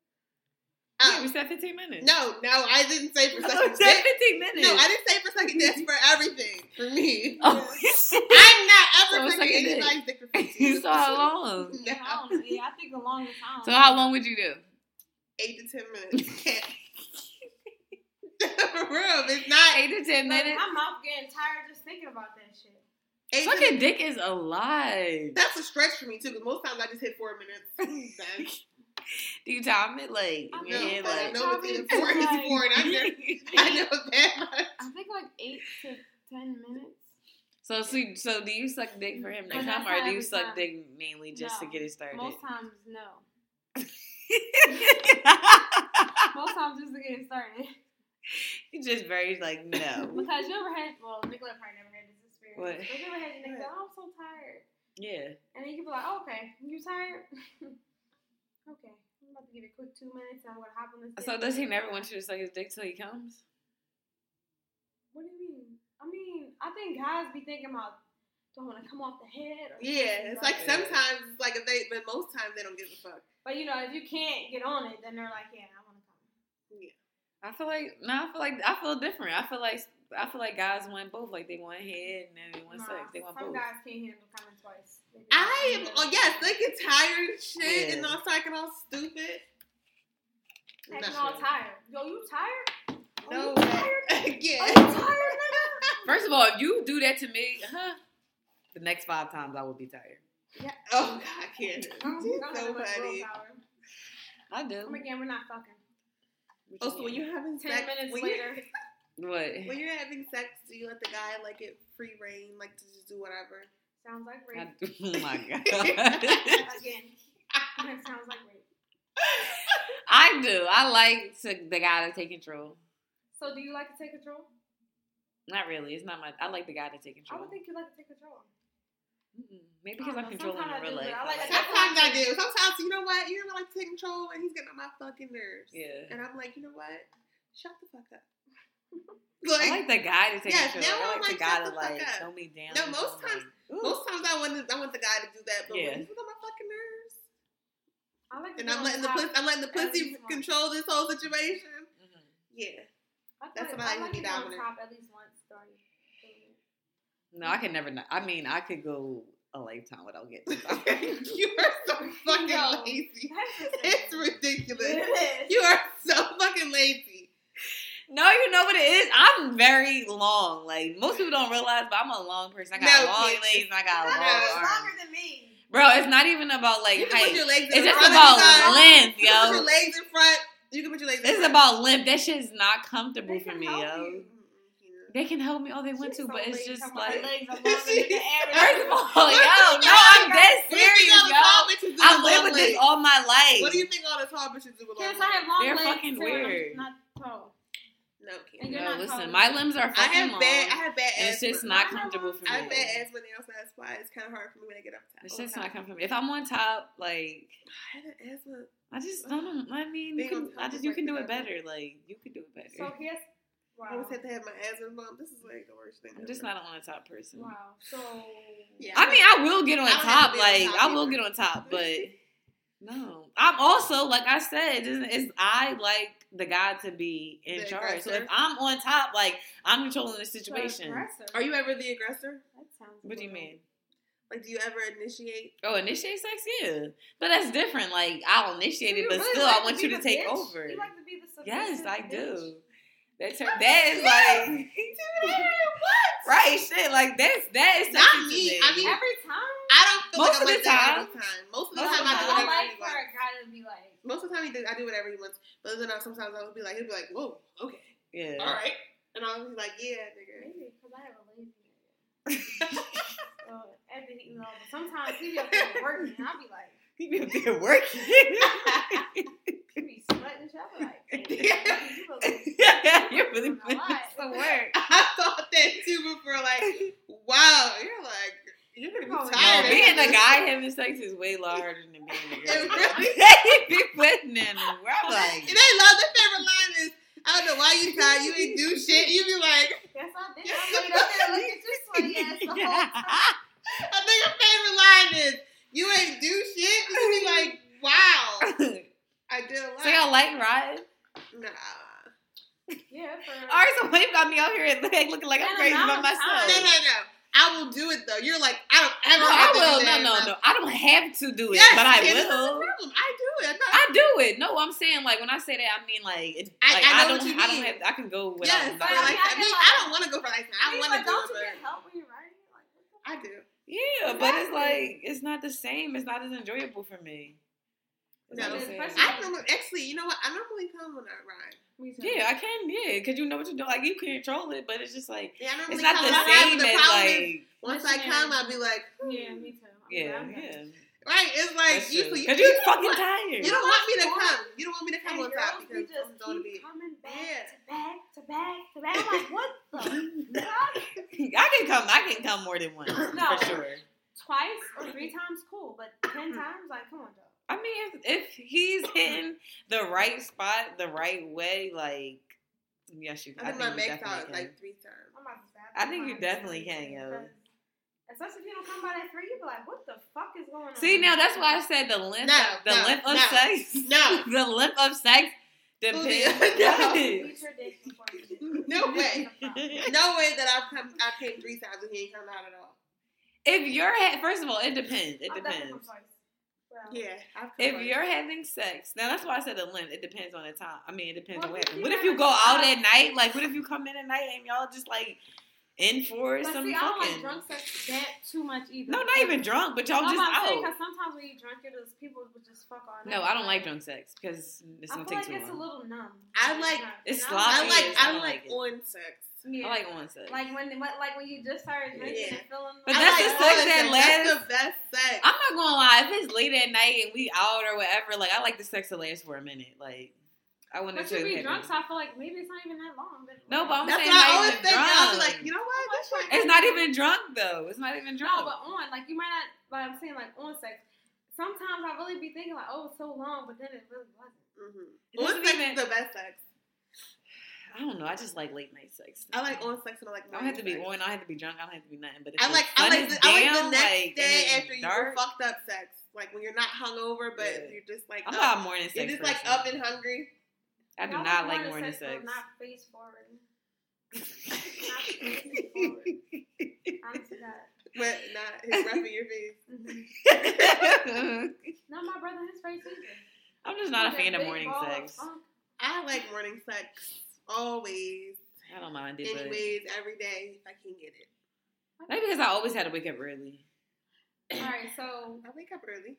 Speaker 5: yeah, we
Speaker 3: Um,
Speaker 5: said fifteen minutes.
Speaker 3: no, no, I didn't say for
Speaker 5: we
Speaker 3: second
Speaker 5: said
Speaker 3: dance.
Speaker 5: fifteen minutes.
Speaker 3: No, I didn't say for second dance for everything. For me,
Speaker 5: Oh,
Speaker 3: I'm not ever
Speaker 5: So
Speaker 3: gonna
Speaker 5: second
Speaker 3: get
Speaker 5: date.
Speaker 3: like the
Speaker 5: you saw how long?
Speaker 3: No.
Speaker 4: I don't know. Yeah, I think the longest time.
Speaker 5: So how long would you do?
Speaker 3: Eight to ten minutes. Can't. for real, it's not
Speaker 5: Eight to ten
Speaker 4: Like,
Speaker 5: minutes.
Speaker 4: my mouth getting tired just thinking about that shit.
Speaker 3: eight. to-
Speaker 5: Fucking dick is alive.
Speaker 3: That's a stretch for me too, because most times I just hit four minutes. Done.
Speaker 5: Do you time it like
Speaker 4: I
Speaker 5: in
Speaker 3: No,
Speaker 5: your head?
Speaker 3: I
Speaker 5: Like,
Speaker 3: know between four
Speaker 4: Probably,
Speaker 3: and four and under. I know that.
Speaker 4: I think like eight to ten minutes.
Speaker 5: so, so, so do you suck dick for him to
Speaker 4: But
Speaker 5: come,
Speaker 4: that's
Speaker 5: or do you
Speaker 4: not
Speaker 5: suck
Speaker 4: every time.
Speaker 5: dick mainly just
Speaker 4: No.
Speaker 5: to get it started?
Speaker 4: Most times, no. Most times, just to get it started.
Speaker 5: He just very like no.
Speaker 4: Because you ever had, well, Nicola probably never had this experience.
Speaker 5: What?
Speaker 4: But you ever had your nigga go, oh, I'm so tired.
Speaker 5: Yeah,
Speaker 4: And then you can be like, oh, okay, you tired? okay, I'm about to give you a quick two minutes and I'm going to hop on this.
Speaker 5: So
Speaker 4: dick."
Speaker 5: does he never want you to suck his dick till he comes?
Speaker 4: What do you mean? I mean, I think guys be thinking about, do I want to come off the head? Or
Speaker 3: Yeah, it's like sometimes, it's like if they, but most times they don't give a fuck.
Speaker 4: But you know, if you can't get on it, then they're like, yeah, I want to come.
Speaker 5: I feel like no. I feel like I feel different. I feel like I feel like guys want both. Like they want head and then they want
Speaker 4: Nah,
Speaker 5: sex. They want
Speaker 4: some
Speaker 5: both.
Speaker 4: guys can't handle coming twice. They just-
Speaker 3: I am. Oh yes, they get tired and shit,
Speaker 5: Yeah.
Speaker 3: and I'm talking all stupid.
Speaker 4: Acting
Speaker 3: No.
Speaker 4: all tired. Yo, you tired?
Speaker 3: No,
Speaker 4: Are you tired? Are you
Speaker 3: yeah.
Speaker 4: tired, nigga?
Speaker 5: First of all, if you do that to me, huh? The next five times I will be tired.
Speaker 3: Oh God, I can't.
Speaker 4: I'm
Speaker 3: She's
Speaker 4: gonna have
Speaker 3: so
Speaker 4: much
Speaker 3: funny.
Speaker 4: willpower.
Speaker 5: I do.
Speaker 4: Come again, we're not fucking.
Speaker 3: Oh, so when
Speaker 5: you
Speaker 3: you're having
Speaker 4: Ten
Speaker 3: sex,
Speaker 4: minutes
Speaker 3: when you're-
Speaker 4: later.
Speaker 5: what?
Speaker 3: when you're having sex, do you let the guy like it free reign, like to just do whatever?
Speaker 4: Sounds like
Speaker 5: I,
Speaker 4: rape.
Speaker 5: oh my god.
Speaker 4: again. That sounds like rape.
Speaker 5: I do. I like to, the guy to take control.
Speaker 4: So do you like to take control?
Speaker 5: Not really. It's not my. I like the guy to take
Speaker 4: I
Speaker 5: control.
Speaker 4: would think you like to take control.
Speaker 5: Mm-mm. Maybe because
Speaker 4: I
Speaker 5: I'm
Speaker 4: don't know.
Speaker 5: controlling in
Speaker 4: Sometimes I
Speaker 5: real
Speaker 4: do,
Speaker 5: life.
Speaker 4: but I
Speaker 5: I
Speaker 4: like-
Speaker 5: like-
Speaker 3: Sometimes I do. Sometimes you know what? You ever like to take control, and he's getting on my fucking nerves.
Speaker 5: yeah.
Speaker 3: And I'm like, you know what? Shut the fuck up.
Speaker 5: I
Speaker 3: Like,
Speaker 5: like the guy to take
Speaker 3: Yes,
Speaker 5: control.
Speaker 3: now
Speaker 5: I
Speaker 3: I'm
Speaker 5: like
Speaker 3: like,
Speaker 5: the guy
Speaker 3: shut
Speaker 5: to
Speaker 3: the fuck
Speaker 5: like
Speaker 3: up.
Speaker 5: throw me down.
Speaker 3: No,
Speaker 5: and
Speaker 3: most
Speaker 5: I'm like,
Speaker 3: times-
Speaker 5: ooh.
Speaker 3: most times I want to, I want the guy to do that, but
Speaker 5: Yeah.
Speaker 3: when he's on my fucking nerves,
Speaker 4: I like to
Speaker 3: and
Speaker 4: be
Speaker 3: I'm
Speaker 4: on
Speaker 3: letting the
Speaker 4: top.
Speaker 3: pussy, I'm letting the
Speaker 4: That's
Speaker 3: pussy
Speaker 4: smart.
Speaker 3: control this whole situation.
Speaker 5: Mhm.
Speaker 3: Yeah.
Speaker 4: I feel
Speaker 3: that's
Speaker 4: like-
Speaker 3: what I
Speaker 4: I
Speaker 3: like to
Speaker 4: like to
Speaker 3: be
Speaker 4: be on
Speaker 3: dominant.
Speaker 4: top at least once during. dating.
Speaker 5: No, I could
Speaker 3: Mm-hmm.
Speaker 5: never. Not, I mean, I could go a lifetime without getting.
Speaker 3: you are so fucking
Speaker 4: No.
Speaker 3: lazy.
Speaker 4: That's the
Speaker 3: It's
Speaker 4: thing.
Speaker 3: ridiculous.
Speaker 4: It is.
Speaker 3: You are so fucking lazy.
Speaker 5: no, you know what it is. I'm very long. Like most people don't realize, but I'm a long person. I got
Speaker 3: No,
Speaker 5: long
Speaker 3: bitch.
Speaker 5: legs. and I got
Speaker 4: Not
Speaker 3: No.
Speaker 5: long
Speaker 4: much
Speaker 5: arms.
Speaker 4: longer than me.
Speaker 5: Bro, it's not even about like
Speaker 3: You can
Speaker 5: height.
Speaker 3: put your legs in
Speaker 5: It's
Speaker 3: the
Speaker 5: just
Speaker 3: front
Speaker 5: about
Speaker 3: about
Speaker 5: length,
Speaker 3: You can put
Speaker 5: yo.
Speaker 3: your legs in front. You can put your legs in
Speaker 5: This is
Speaker 3: front.
Speaker 5: about limp. That shit's not comfortable
Speaker 4: They
Speaker 5: for
Speaker 4: can
Speaker 5: me,
Speaker 4: help
Speaker 5: yo.
Speaker 4: you.
Speaker 5: They can help me all they want
Speaker 4: She's
Speaker 5: to,
Speaker 4: so
Speaker 5: but it's
Speaker 4: lazy.
Speaker 5: just
Speaker 4: Come on, her
Speaker 5: like.
Speaker 4: legs are longer than the average.
Speaker 5: First of all,
Speaker 3: What do you
Speaker 5: yo, no,
Speaker 3: think
Speaker 5: I'm dead
Speaker 3: What do you
Speaker 5: serious,
Speaker 3: think all the
Speaker 5: yo.
Speaker 3: tall bitches do
Speaker 5: I've
Speaker 3: with
Speaker 5: lived
Speaker 3: long
Speaker 5: with this
Speaker 3: legs?
Speaker 5: all my life.
Speaker 3: What do you think all the tall bitches do with long
Speaker 4: Yes,
Speaker 3: legs?
Speaker 4: I have long
Speaker 5: They're
Speaker 4: legs.
Speaker 5: fucking
Speaker 4: too, and I'm
Speaker 5: weird.
Speaker 4: Not tall.
Speaker 3: No,
Speaker 4: And
Speaker 3: can't.
Speaker 4: you're
Speaker 5: No,
Speaker 4: not
Speaker 5: listen,
Speaker 4: calling
Speaker 5: my
Speaker 4: me.
Speaker 5: limbs are
Speaker 3: I
Speaker 5: fucking
Speaker 3: have
Speaker 5: long.
Speaker 3: bad. I have bad asthma.
Speaker 5: and it's just not
Speaker 4: Mine are
Speaker 5: comfortable for me.
Speaker 3: I have bad
Speaker 5: It's
Speaker 3: asthma now, so that's why it's kind of hard for me when I get up. to- all the
Speaker 5: just
Speaker 3: time.
Speaker 5: not comfortable. If I'm on top, like
Speaker 3: I have an asthma.
Speaker 5: I just don't. I mean, you
Speaker 3: Being on
Speaker 5: can,
Speaker 3: top
Speaker 5: I
Speaker 3: is
Speaker 5: just you
Speaker 3: like
Speaker 5: can
Speaker 3: the
Speaker 5: do it
Speaker 3: best.
Speaker 5: better. Like you could do it better.
Speaker 4: So
Speaker 3: I
Speaker 4: here's wow.
Speaker 3: always have to have my asthma bump. This is like the worst thing.
Speaker 5: I'm just
Speaker 3: ever.
Speaker 5: not an on top person.
Speaker 4: Wow. So
Speaker 3: Yeah.
Speaker 5: I mean, I will get on
Speaker 3: I don't have to
Speaker 5: top.
Speaker 3: be on
Speaker 5: Like
Speaker 3: top
Speaker 5: I will
Speaker 3: either.
Speaker 5: get on top, but no. I'm also like I said, it isn't- it's, I like the guy to be in
Speaker 3: The
Speaker 5: charge. So if
Speaker 3: aggressor.
Speaker 5: I'm on top, like I'm controlling the
Speaker 4: so
Speaker 5: situation.
Speaker 4: aggressive.
Speaker 3: Are you ever the aggressor?
Speaker 4: That sounds
Speaker 5: What do you
Speaker 4: brutal.
Speaker 5: mean?
Speaker 3: Like, do you ever initiate?
Speaker 5: Oh, initiate sex, yeah, but that's different. Like I'll
Speaker 4: So
Speaker 5: initiate
Speaker 4: you
Speaker 5: it, but
Speaker 4: really
Speaker 5: still,
Speaker 4: like
Speaker 5: I want
Speaker 4: be
Speaker 5: you to
Speaker 4: the
Speaker 5: take
Speaker 4: bitch?
Speaker 5: over.
Speaker 4: You like to be the
Speaker 5: Yes,
Speaker 4: submissive
Speaker 5: I
Speaker 4: bitch?
Speaker 5: do. That ter- that is like right shit. Like that's that is
Speaker 3: Not
Speaker 5: sexy to
Speaker 3: me. I mean,
Speaker 4: Every time.
Speaker 3: I don't feel like
Speaker 5: Most of
Speaker 3: I'm
Speaker 5: the
Speaker 3: like that
Speaker 5: time.
Speaker 3: every time. Most of the time, I do
Speaker 5: Most of the time.
Speaker 4: I
Speaker 3: whatever
Speaker 4: like
Speaker 3: he
Speaker 4: for
Speaker 3: wants.
Speaker 4: a guy to be like.
Speaker 3: Most of the time, he do, I do whatever he wants. But then I, sometimes I would be like, he'd be like, "Whoa, okay, all
Speaker 5: yeah.
Speaker 3: right," and I'll be like, "Yeah, nigga."
Speaker 4: Maybe because I have a lazy nigga. so, at the heat level, sometimes he be up there working, and I'll be like,
Speaker 5: You been there working.
Speaker 4: he be sweating, so I be like,
Speaker 3: Yeah.
Speaker 4: "Damn, you look like
Speaker 5: You're really putting in some work.
Speaker 3: I thought that too before. Like, wow, you're like, you're gonna be
Speaker 4: Oh,
Speaker 5: No,
Speaker 3: tired.
Speaker 4: Yeah.
Speaker 5: being a
Speaker 3: after
Speaker 5: guy having sex is way harder than being a girl.
Speaker 3: It
Speaker 5: They be putting in work.
Speaker 3: this.
Speaker 5: Like,
Speaker 3: And I love the favorite line is, "I don't know why you tired. You ain't do shit." You be like,
Speaker 4: Yes, I did. I laid up there looking at you sweaty ass the whole time.
Speaker 3: I think your favorite line is, "You ain't do shit." You be like, "Wow, I did a lot."
Speaker 5: so y'all like riding?
Speaker 3: nah.
Speaker 4: Yeah, for
Speaker 5: All right, so Wave got me out here like, looking like I'm
Speaker 4: And
Speaker 5: crazy by
Speaker 4: amount of
Speaker 3: No,
Speaker 5: myself.
Speaker 4: time.
Speaker 3: no, no. I will do it though. You're like, I don't ever.
Speaker 5: No, I
Speaker 3: have to do
Speaker 5: will.
Speaker 3: that
Speaker 5: No, no,
Speaker 3: in my-
Speaker 5: no. I don't have to do it,
Speaker 3: Yes,
Speaker 5: but I
Speaker 3: and this is the
Speaker 5: will.
Speaker 3: problem. I do it.
Speaker 5: I do it. No, I'm saying like when I say that, I mean like, it,
Speaker 3: I-
Speaker 5: like
Speaker 3: I know
Speaker 5: don't.
Speaker 3: what you
Speaker 5: I don't
Speaker 3: mean.
Speaker 5: have. I can go without.
Speaker 3: Yes,
Speaker 5: my
Speaker 3: but
Speaker 4: I
Speaker 3: like,
Speaker 4: mean, I
Speaker 3: I,
Speaker 4: can,
Speaker 3: mean,
Speaker 4: like-
Speaker 3: I don't want to go for license. I
Speaker 4: He's
Speaker 3: want
Speaker 4: like,
Speaker 3: to do
Speaker 4: don't
Speaker 3: it,
Speaker 4: you get
Speaker 3: but
Speaker 4: help when you're riding? Like, what the
Speaker 3: I
Speaker 4: fuck?
Speaker 3: do.
Speaker 5: yeah, but it's
Speaker 4: Exactly.
Speaker 5: like it's not the same. It's not as enjoyable for me. It's
Speaker 3: No,
Speaker 5: not the
Speaker 3: it's
Speaker 5: same.
Speaker 4: personal.
Speaker 3: I normally, actually, you know what? I normally come when I ride.
Speaker 4: Me too.
Speaker 5: yeah, I can. Yeah, because you know what you're doing. Like you can control it, but it's just like
Speaker 3: Yeah, I normally
Speaker 5: it's not
Speaker 3: come
Speaker 5: the
Speaker 3: when I ride.
Speaker 5: same
Speaker 3: but
Speaker 5: as
Speaker 3: problem is,
Speaker 5: like
Speaker 3: once I come, I'll be like, hmm.
Speaker 4: Yeah, me too. I'm glad
Speaker 5: yeah,
Speaker 4: I'm done.
Speaker 5: yeah.
Speaker 3: right. It's like
Speaker 5: Because
Speaker 3: you, you,
Speaker 5: you're
Speaker 3: don't want-
Speaker 5: fucking tired.
Speaker 3: you don't want me to
Speaker 4: Why?
Speaker 3: come. You don't want me to come
Speaker 4: And
Speaker 3: on
Speaker 4: girls,
Speaker 3: top
Speaker 4: we
Speaker 3: because
Speaker 4: just
Speaker 3: I'm going to
Speaker 4: keep
Speaker 3: be.
Speaker 4: coming back
Speaker 3: Yeah.
Speaker 4: to back to back to back. I'm like, what the? fuck?
Speaker 5: I can come. I can come more than once
Speaker 4: No.
Speaker 5: for sure.
Speaker 4: Twice or three times, cool, but ten
Speaker 5: Hmm.
Speaker 4: times, like, come on, dog.
Speaker 5: I mean, if, if he's hitting the right spot, the right way, like yes, you.
Speaker 3: I think my
Speaker 5: you
Speaker 3: max
Speaker 5: definitely
Speaker 3: out
Speaker 5: can.
Speaker 3: like three times.
Speaker 4: I'm about to say,
Speaker 5: I think you definitely can, yo.
Speaker 4: Especially if you don't come by that three, you be like, what the fuck is going on?
Speaker 5: See, now that's why I said the length,
Speaker 3: No,
Speaker 5: the
Speaker 3: no,
Speaker 5: length of
Speaker 3: no,
Speaker 5: sex,
Speaker 3: No,
Speaker 5: the length of sex
Speaker 3: No.
Speaker 5: depends.
Speaker 4: Beat your dick before you do.
Speaker 3: No way.
Speaker 4: That's
Speaker 3: no way that I've come. I've came three times and he ain't come out at all.
Speaker 5: if you're ha- first of all, it depends. It
Speaker 4: I'm definitely
Speaker 5: depends.
Speaker 4: from Twice. Well,
Speaker 3: Yeah, I've come
Speaker 5: If
Speaker 3: once.
Speaker 5: you're having sex, now that's why I said the length. It depends on the time. I mean, it depends
Speaker 4: Well,
Speaker 5: on
Speaker 4: if
Speaker 5: what.
Speaker 4: you
Speaker 5: Happened. What if
Speaker 4: gotta
Speaker 5: you go
Speaker 4: stop.
Speaker 5: out at night? Like, what if you come in at night and y'all just like in for
Speaker 4: But
Speaker 5: some
Speaker 4: see, I don't like
Speaker 5: fucking?
Speaker 4: drunk sex that too much either.
Speaker 5: no, not even drunk, but y'all
Speaker 4: I'm
Speaker 5: just
Speaker 4: about to say,
Speaker 5: out.
Speaker 4: 'cause sometimes when you drunk, it is people would just fuck all night.
Speaker 5: No, I don't like drunk sex because it's
Speaker 4: I
Speaker 5: gonna
Speaker 4: feel
Speaker 5: take
Speaker 4: like
Speaker 5: too
Speaker 4: it's a
Speaker 5: long.
Speaker 4: little numb.
Speaker 3: I
Speaker 4: when you're
Speaker 3: like-
Speaker 4: drunk.
Speaker 5: It's
Speaker 4: And
Speaker 5: sloppy.
Speaker 3: I like. I
Speaker 5: don't
Speaker 3: like
Speaker 5: like it.
Speaker 3: on sex.
Speaker 4: Yeah.
Speaker 5: I like on sex.
Speaker 4: Like when, what, like when you just started drinking
Speaker 3: Yeah.
Speaker 4: and feeling.
Speaker 5: But
Speaker 3: I
Speaker 5: that's
Speaker 3: like
Speaker 5: the sex
Speaker 3: on
Speaker 5: that
Speaker 3: That's the best sex.
Speaker 5: I'm not gonna lie, if it's late at night and we out or whatever, like I like the sex to last for a minute. Like I wouldn't
Speaker 4: But
Speaker 5: say
Speaker 4: you be
Speaker 5: that-
Speaker 4: drunk, so I feel like maybe it's not even that long. But
Speaker 5: No, but I'm
Speaker 3: That's
Speaker 5: saying
Speaker 3: what I
Speaker 5: not
Speaker 3: always
Speaker 5: even
Speaker 3: think. I'll be
Speaker 5: drunk.
Speaker 3: like, you know what? That's right.
Speaker 5: It's not e- even drunk though. It's not even drunk.
Speaker 4: No, but on like you might not. But I'm saying like on sex. Sometimes I really be thinking like, oh, it's so long, but then it really wasn't.
Speaker 5: It
Speaker 3: Mm-hmm.
Speaker 5: doesn't
Speaker 3: On sex
Speaker 5: even-
Speaker 3: is the best sex.
Speaker 5: I don't know. I just like late night sex.
Speaker 3: I like on sex and I like.
Speaker 5: I don't have to be
Speaker 3: morning
Speaker 5: on. I don't have to be drunk. I don't have to be nothing. But if
Speaker 3: sex. I
Speaker 5: the
Speaker 3: like. I
Speaker 5: sun
Speaker 3: like.
Speaker 5: is
Speaker 3: The, I like the
Speaker 5: down,
Speaker 3: next
Speaker 5: like, and
Speaker 3: day
Speaker 5: it's
Speaker 3: after you were
Speaker 5: dark,
Speaker 3: fucked up sex, like when you're not hungover, but
Speaker 5: Yeah.
Speaker 3: you're just like.
Speaker 5: I'm
Speaker 3: up.
Speaker 5: not a morning sex.
Speaker 3: You're just like
Speaker 5: person.
Speaker 3: up and hungry.
Speaker 5: I do
Speaker 4: Y'all
Speaker 5: not like
Speaker 4: morning
Speaker 5: morning
Speaker 4: though,
Speaker 5: sex.
Speaker 4: Not face forward. Not face forward. Honest to God.
Speaker 3: But not his breath in your face.
Speaker 4: Mhm.
Speaker 5: I'm
Speaker 4: Not my brother, his face either.
Speaker 5: just not a
Speaker 4: He
Speaker 5: fan
Speaker 4: that
Speaker 5: of
Speaker 4: big
Speaker 5: morning
Speaker 4: ball
Speaker 5: sex.
Speaker 4: funk.
Speaker 3: I like morning sex always,
Speaker 5: I don't mind it, but
Speaker 3: anyways, every day if I can get it.
Speaker 5: maybe because I always had to wake up early.
Speaker 4: All right, so
Speaker 3: I wake up early.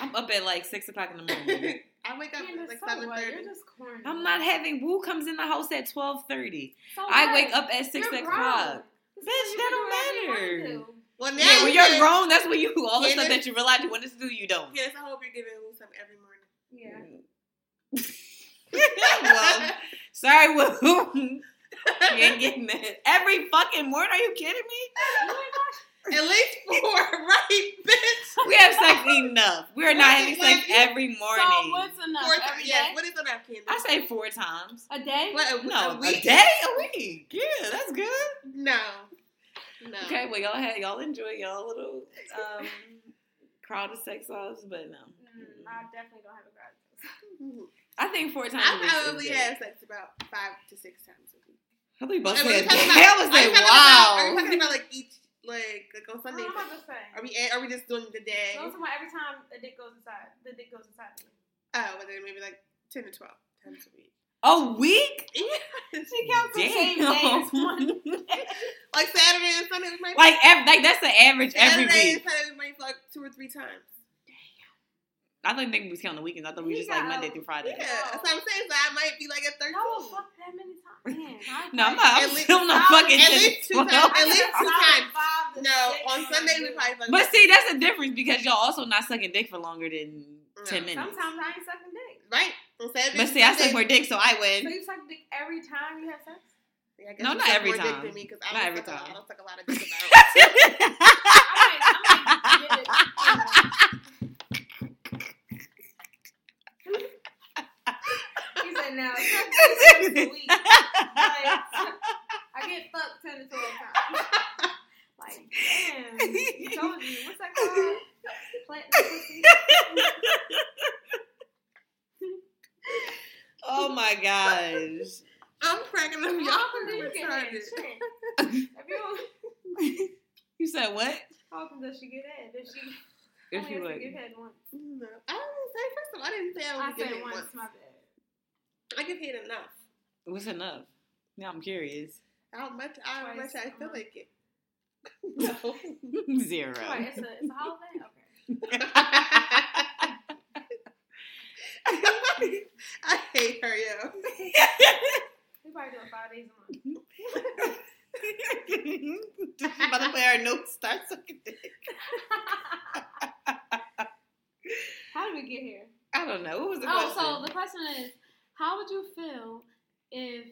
Speaker 5: I'm up at like six o'clock in the morning.
Speaker 3: I wake up
Speaker 4: Candace,
Speaker 3: at like
Speaker 4: so
Speaker 3: seven
Speaker 4: what? You're
Speaker 3: thirty.
Speaker 4: just corny.
Speaker 5: I'm not having Woo comes in the house at twelve thirty.
Speaker 4: So
Speaker 5: I
Speaker 4: what?
Speaker 5: wake up at 6
Speaker 4: You're
Speaker 5: o'clock.
Speaker 4: grown. This is
Speaker 5: Bitch,
Speaker 4: what you
Speaker 5: that
Speaker 4: do
Speaker 5: don't
Speaker 4: whatever you
Speaker 5: matter.
Speaker 4: wanna do.
Speaker 3: Well, now
Speaker 5: Yeah, when
Speaker 3: you
Speaker 5: you're
Speaker 3: said-
Speaker 5: grown, that's when you all the
Speaker 3: Yeah,
Speaker 5: stuff
Speaker 3: that's-
Speaker 5: that you realize you want to do, you don't.
Speaker 3: Yes, I hope you're giving me some every morning.
Speaker 4: Yeah.
Speaker 5: well, Sorry, woo. you ain't getting it. Every fucking word. Are you kidding me?
Speaker 3: At least four, right, bitch?
Speaker 5: We have sex enough. We are not having
Speaker 3: Like,
Speaker 5: sex
Speaker 3: like,
Speaker 5: every morning.
Speaker 4: So what's enough?
Speaker 3: Four times.
Speaker 4: every
Speaker 3: Yes.
Speaker 4: day?
Speaker 3: What is enough, Candy?
Speaker 5: I say four times.
Speaker 4: A day?
Speaker 3: What, a,
Speaker 5: No,
Speaker 3: a
Speaker 5: a,
Speaker 3: week?
Speaker 5: day, a week. Yeah, that's good.
Speaker 3: No. No.
Speaker 5: Okay, well y'all had y'all enjoy y'all little um crowd of sex offs, but no.
Speaker 4: Mm, I definitely don't have a grad.
Speaker 5: I think four times.
Speaker 3: Mm-hmm. I
Speaker 5: is-
Speaker 3: probably
Speaker 5: is good.
Speaker 3: have sex about five to six times a week.
Speaker 5: I think both
Speaker 3: And when
Speaker 5: said.
Speaker 3: you talk about-
Speaker 5: Hell was
Speaker 3: are you talking
Speaker 5: like,
Speaker 3: about- Are you
Speaker 5: wow.
Speaker 3: talking about like each, like, like on
Speaker 4: I
Speaker 3: Sunday?
Speaker 4: don't have a say.
Speaker 3: Are we at, are we just doing the day?
Speaker 4: Oh, Those are my- every time a dick goes inside, the dick goes inside. me.
Speaker 3: Oh, but then maybe like ten to twelve times a week.
Speaker 5: A week?
Speaker 4: She counts the same day as one.
Speaker 5: Damn.
Speaker 3: Like Saturday and Sunday was my
Speaker 5: like, ev- like that's the average every
Speaker 3: Saturday
Speaker 5: week.
Speaker 3: and Sunday was my fuck two or three times.
Speaker 5: I don't think we was counting the weekends. I thought we
Speaker 4: You
Speaker 5: just like
Speaker 4: got-
Speaker 5: Monday through Friday.
Speaker 3: Yeah, that's what I'm saying. So I might be like at thirteen.
Speaker 4: No, fuck that many times. Man, I
Speaker 5: No, I'm
Speaker 4: agree.
Speaker 5: not.
Speaker 3: At
Speaker 5: I'm
Speaker 3: least-
Speaker 5: still not
Speaker 4: at
Speaker 5: fucking.
Speaker 3: least two
Speaker 5: well.
Speaker 3: times-
Speaker 4: I
Speaker 3: at least
Speaker 4: got
Speaker 3: two
Speaker 4: five,
Speaker 3: times.
Speaker 4: five to
Speaker 3: No,
Speaker 4: six
Speaker 3: on
Speaker 4: times
Speaker 3: Sunday we
Speaker 4: a year.
Speaker 3: probably fuck.
Speaker 5: But see, that's the difference because y'all also not sucking dick for longer than ten
Speaker 3: No.
Speaker 5: minutes.
Speaker 4: Sometimes I ain't sucking dick.
Speaker 3: right on Saturday.
Speaker 5: But
Speaker 3: and
Speaker 5: see, I
Speaker 3: Sunday-
Speaker 5: suck more dick, so I
Speaker 4: So
Speaker 5: win.
Speaker 4: you suck dick every time you have sex?
Speaker 3: Yeah, I guess
Speaker 5: No,
Speaker 3: you
Speaker 5: not
Speaker 3: suck
Speaker 5: every
Speaker 3: more dick
Speaker 5: time.
Speaker 3: than me 'cause I
Speaker 5: Not
Speaker 3: don't
Speaker 5: every
Speaker 3: suck a lot-
Speaker 5: time.
Speaker 3: I don't suck a lot of dick. about it.
Speaker 4: I might, I might get it. He said now suck dick once a week. Like, I get fucked ten to twelve times. Like, damn. Told you. What's that called? Plant pussy.
Speaker 5: oh my gosh.
Speaker 3: I'm cracking up.
Speaker 4: Y'all
Speaker 3: Y'all are
Speaker 4: can get it.
Speaker 3: retarded.
Speaker 4: Shit. If you don't,
Speaker 5: You said what?
Speaker 4: how often does she get it? Does she?
Speaker 5: If
Speaker 4: only has to
Speaker 5: Oh, you would.
Speaker 4: give head once.
Speaker 3: No, I didn't say. First of all, I didn't say I
Speaker 4: I
Speaker 3: was
Speaker 4: said
Speaker 3: giving
Speaker 4: once,
Speaker 3: once.
Speaker 4: my bad.
Speaker 3: I give hit enough.
Speaker 5: What's enough? Now I'm curious.
Speaker 3: How much? How much
Speaker 4: Twice
Speaker 3: I
Speaker 4: a
Speaker 3: feel
Speaker 4: month.
Speaker 3: like it. No.
Speaker 5: Zero.
Speaker 4: Wait, it's a, it's a holiday? Okay.
Speaker 3: I hate her, yo.
Speaker 4: We probably do it five days a month.
Speaker 5: Just about to play our notes. Start sucking dick.
Speaker 4: How did we get here?
Speaker 5: I don't know. What was the
Speaker 4: Oh,
Speaker 5: question?
Speaker 4: so the question is, how would you feel if,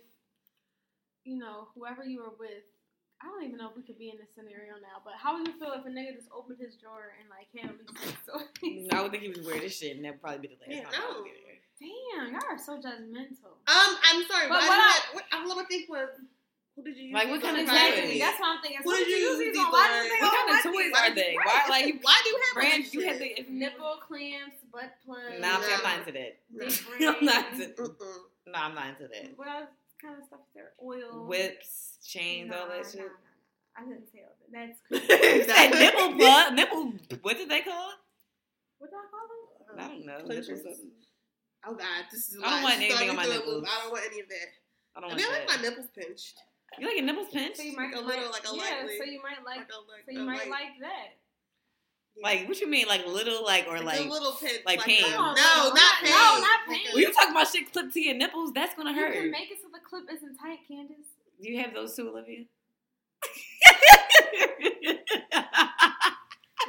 Speaker 4: you know, whoever you were with, I don't even know if we could be in this scenario now, but how would you feel if a nigga just opened his drawer and like handed me sex toys?
Speaker 5: I would think he was weird as shit, and that would probably be the last
Speaker 3: Yeah,
Speaker 5: time I
Speaker 3: no.
Speaker 5: would get there.
Speaker 4: Damn, y'all are so judgmental.
Speaker 3: Um, I'm sorry.
Speaker 4: But
Speaker 3: why
Speaker 4: what
Speaker 3: did I, what, I'm gonna think was who did you use?
Speaker 5: Like, what
Speaker 3: these
Speaker 5: kind
Speaker 3: on
Speaker 5: of
Speaker 3: Friday?
Speaker 5: toys?
Speaker 4: Exactly. That's what I'm thinking.
Speaker 3: What
Speaker 4: So
Speaker 3: did you use these
Speaker 4: on?
Speaker 3: on?
Speaker 4: Why did you say
Speaker 3: What
Speaker 4: on
Speaker 5: kind of
Speaker 4: my
Speaker 5: toys
Speaker 4: thing?
Speaker 5: are they? Why, like, you
Speaker 3: Why do you have all
Speaker 5: brands?
Speaker 3: this
Speaker 5: You
Speaker 3: shit?
Speaker 5: had the if
Speaker 4: Nipple clamps, butt plugs.
Speaker 5: Nah, I'm
Speaker 3: Yeah.
Speaker 5: not into that.
Speaker 3: No.
Speaker 4: big
Speaker 5: I'm not
Speaker 4: rings.
Speaker 5: into.
Speaker 3: Mm-mm.
Speaker 5: Nah, I'm not into that.
Speaker 4: What else kind of stuff is there? Oil.
Speaker 5: Whips, chains, all that
Speaker 4: Nah,
Speaker 5: shit.
Speaker 4: nah, nah, nah. I didn't say all that. That's
Speaker 5: You
Speaker 4: crazy.
Speaker 5: said nipple plug, nipple. What did they call it?
Speaker 4: what do I call them?
Speaker 5: I don't know. Nipple
Speaker 3: Pleasures.
Speaker 5: something.
Speaker 3: Oh God, this is.
Speaker 5: I don't
Speaker 3: why
Speaker 5: want
Speaker 3: she
Speaker 5: anything
Speaker 3: started
Speaker 5: on my
Speaker 3: doing
Speaker 5: nipples.
Speaker 3: loops. I don't want any of that.
Speaker 5: I
Speaker 3: I
Speaker 5: don't want
Speaker 3: mean, I like
Speaker 5: that.
Speaker 3: my nipples pinched.
Speaker 5: You like your nipples pinched?
Speaker 4: So you might
Speaker 3: a little, like a
Speaker 4: yeah,
Speaker 3: lightly-
Speaker 4: So you might like.
Speaker 3: Like a like.
Speaker 4: so you
Speaker 3: a
Speaker 4: might
Speaker 3: light-
Speaker 4: like that.
Speaker 5: Like what you mean? Like little, like or
Speaker 3: Like
Speaker 5: like?
Speaker 3: a little pinch.
Speaker 5: like
Speaker 3: a-
Speaker 5: pain.
Speaker 3: No,
Speaker 4: Come on,
Speaker 3: not
Speaker 4: Lil, not-
Speaker 3: pain.
Speaker 4: no, not
Speaker 3: Like
Speaker 4: pain.
Speaker 3: a-
Speaker 5: When you talk about shit clipped to your nipples, that's gonna hurt.
Speaker 4: You
Speaker 5: Do
Speaker 4: can make it so the clip isn't tight, Candace.
Speaker 5: you have those too, Olivia?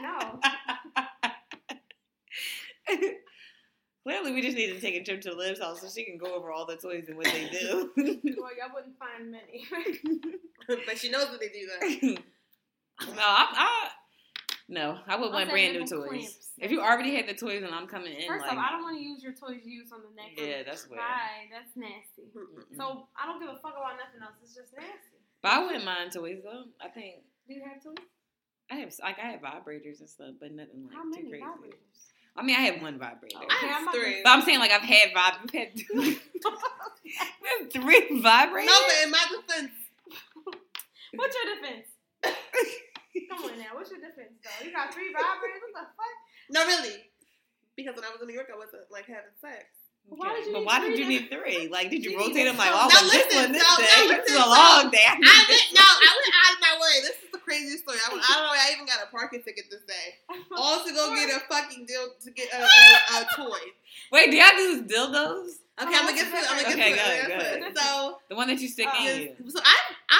Speaker 4: No.
Speaker 5: Clearly, we just need to take a trip to Liv's house so she can go over all the toys and what they do.
Speaker 4: well, y'all wouldn't find many.
Speaker 3: but she knows what they do though.
Speaker 5: no, I, I no, I would
Speaker 4: saying
Speaker 5: want brand new
Speaker 4: nipple
Speaker 5: toys.
Speaker 4: clamps.
Speaker 5: If you already had the toys and I'm coming in,
Speaker 4: First
Speaker 5: like,
Speaker 4: off, I don't want to use your toys you use on the neck.
Speaker 5: Yeah, that's weird. Mm.
Speaker 4: Bye. That's nasty.
Speaker 5: Mm-mm.
Speaker 4: So I don't give a fuck about nothing else. It's just nasty.
Speaker 5: but I wouldn't mind toys though. I think
Speaker 4: Do you have toys?
Speaker 5: I have like I have vibrators and stuff, but nothing like
Speaker 4: How
Speaker 5: too
Speaker 4: many
Speaker 5: crazy.
Speaker 4: vibrators? Oh,
Speaker 5: I mean, I have one vibrator.
Speaker 4: Okay,
Speaker 3: I have
Speaker 4: I'm not
Speaker 3: three.
Speaker 5: But I'm saying like I've had vib- I've had two- three vibrators.
Speaker 3: No, but in my defense,
Speaker 4: What's your defense? Come on now, what's your defense though? You got three vibrators. What the fuck?
Speaker 3: no, really, because when I was in New York, I wasn't like having sex.
Speaker 4: Why did you
Speaker 5: but
Speaker 4: need
Speaker 5: why
Speaker 4: three
Speaker 5: did you
Speaker 4: then?
Speaker 5: need three? Like, did you
Speaker 4: You
Speaker 5: rotate
Speaker 4: need
Speaker 5: them? Like,
Speaker 4: some.
Speaker 5: oh,
Speaker 3: Now
Speaker 5: I want this
Speaker 3: listen,
Speaker 5: one this
Speaker 3: now-
Speaker 5: day.
Speaker 3: now
Speaker 5: This is
Speaker 3: listen,
Speaker 5: a long day.
Speaker 3: I
Speaker 5: I need
Speaker 3: went,
Speaker 5: this
Speaker 3: no, I went out of my way. This is the craziest story. I went out of my way. I even got a parking ticket this day. All to go get a fucking deal to get a, a, a toy.
Speaker 5: Wait, do y'all do dildos?
Speaker 3: Okay, I'm gonna get to it. I'm gonna get to it.
Speaker 5: Okay, go,
Speaker 3: I'm gonna get
Speaker 4: go.
Speaker 3: to it. So,
Speaker 5: The one that you stick
Speaker 4: Oh.
Speaker 5: in you.
Speaker 3: so I I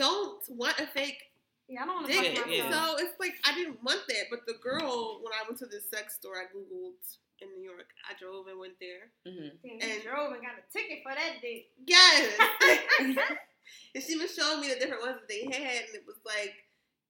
Speaker 3: don't want a fake
Speaker 4: Yeah, I don't want to
Speaker 3: dick.
Speaker 4: fuck
Speaker 5: Yeah,
Speaker 4: myself.
Speaker 5: yeah.
Speaker 3: So it's like I didn't want that, but the girl when I went to this sex store, I googled in New York. I drove and went there.
Speaker 5: Mhm.
Speaker 4: Damn,
Speaker 3: And-
Speaker 4: you drove and got a ticket for that dick.
Speaker 3: Yes. and she was showing me the different ones that they had, and it was like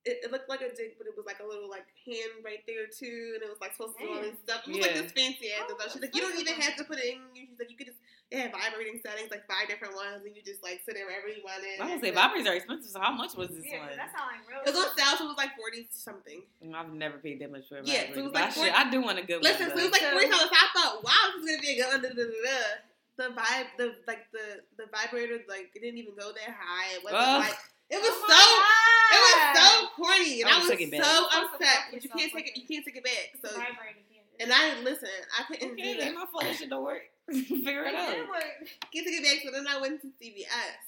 Speaker 3: it, it looked like a dick, but it was like a little like hand right there too, and it was like supposed to do all this stuff. It was like
Speaker 5: Yeah.
Speaker 3: this fancy ass
Speaker 4: Oh,
Speaker 3: stuff. She's like,
Speaker 4: that's
Speaker 3: you don't even
Speaker 4: wonderful.
Speaker 3: have to put it in. You- She's like, you could just it had vibrating settings, like five different ones, and you just like sit there wherever you wanted.
Speaker 5: Well,
Speaker 3: and
Speaker 5: I was gonna say
Speaker 3: then-
Speaker 5: vibrators are expensive. So how much was this
Speaker 4: Yeah, 'cause
Speaker 5: one? Mm,
Speaker 4: that's how I real.
Speaker 3: It was on sale, so it was like forty something.
Speaker 5: I've never paid that much for a
Speaker 3: Yeah,
Speaker 5: vibrator.
Speaker 3: so it was like
Speaker 5: but I,
Speaker 3: four-
Speaker 5: should- I do want a good
Speaker 3: Listen,
Speaker 5: one.
Speaker 3: so it was
Speaker 5: though.
Speaker 3: like forty dollars. I thought, wow, this is gonna be a good. one, da, da, da, da. The vibe, the like the the vibrator, like it didn't even go that high. It wasn't
Speaker 5: Ugh.
Speaker 3: like it was
Speaker 4: Oh my
Speaker 3: so It was
Speaker 4: God.
Speaker 3: so corny, and I
Speaker 5: I
Speaker 3: was
Speaker 5: would've
Speaker 3: so
Speaker 5: took it back.
Speaker 3: upset. But
Speaker 4: Fuck
Speaker 3: you
Speaker 4: yourself,
Speaker 3: can't take
Speaker 4: fuck
Speaker 3: it. You can't take it back. So,
Speaker 4: Vibrating, yeah.
Speaker 3: and I didn't listen. I couldn't
Speaker 5: Okay,
Speaker 3: do
Speaker 5: it ain't
Speaker 3: that.
Speaker 5: my fault. That shit don't work. Figure it
Speaker 4: It
Speaker 5: out.
Speaker 4: did work.
Speaker 3: Can't take it back. So then I went to CVS.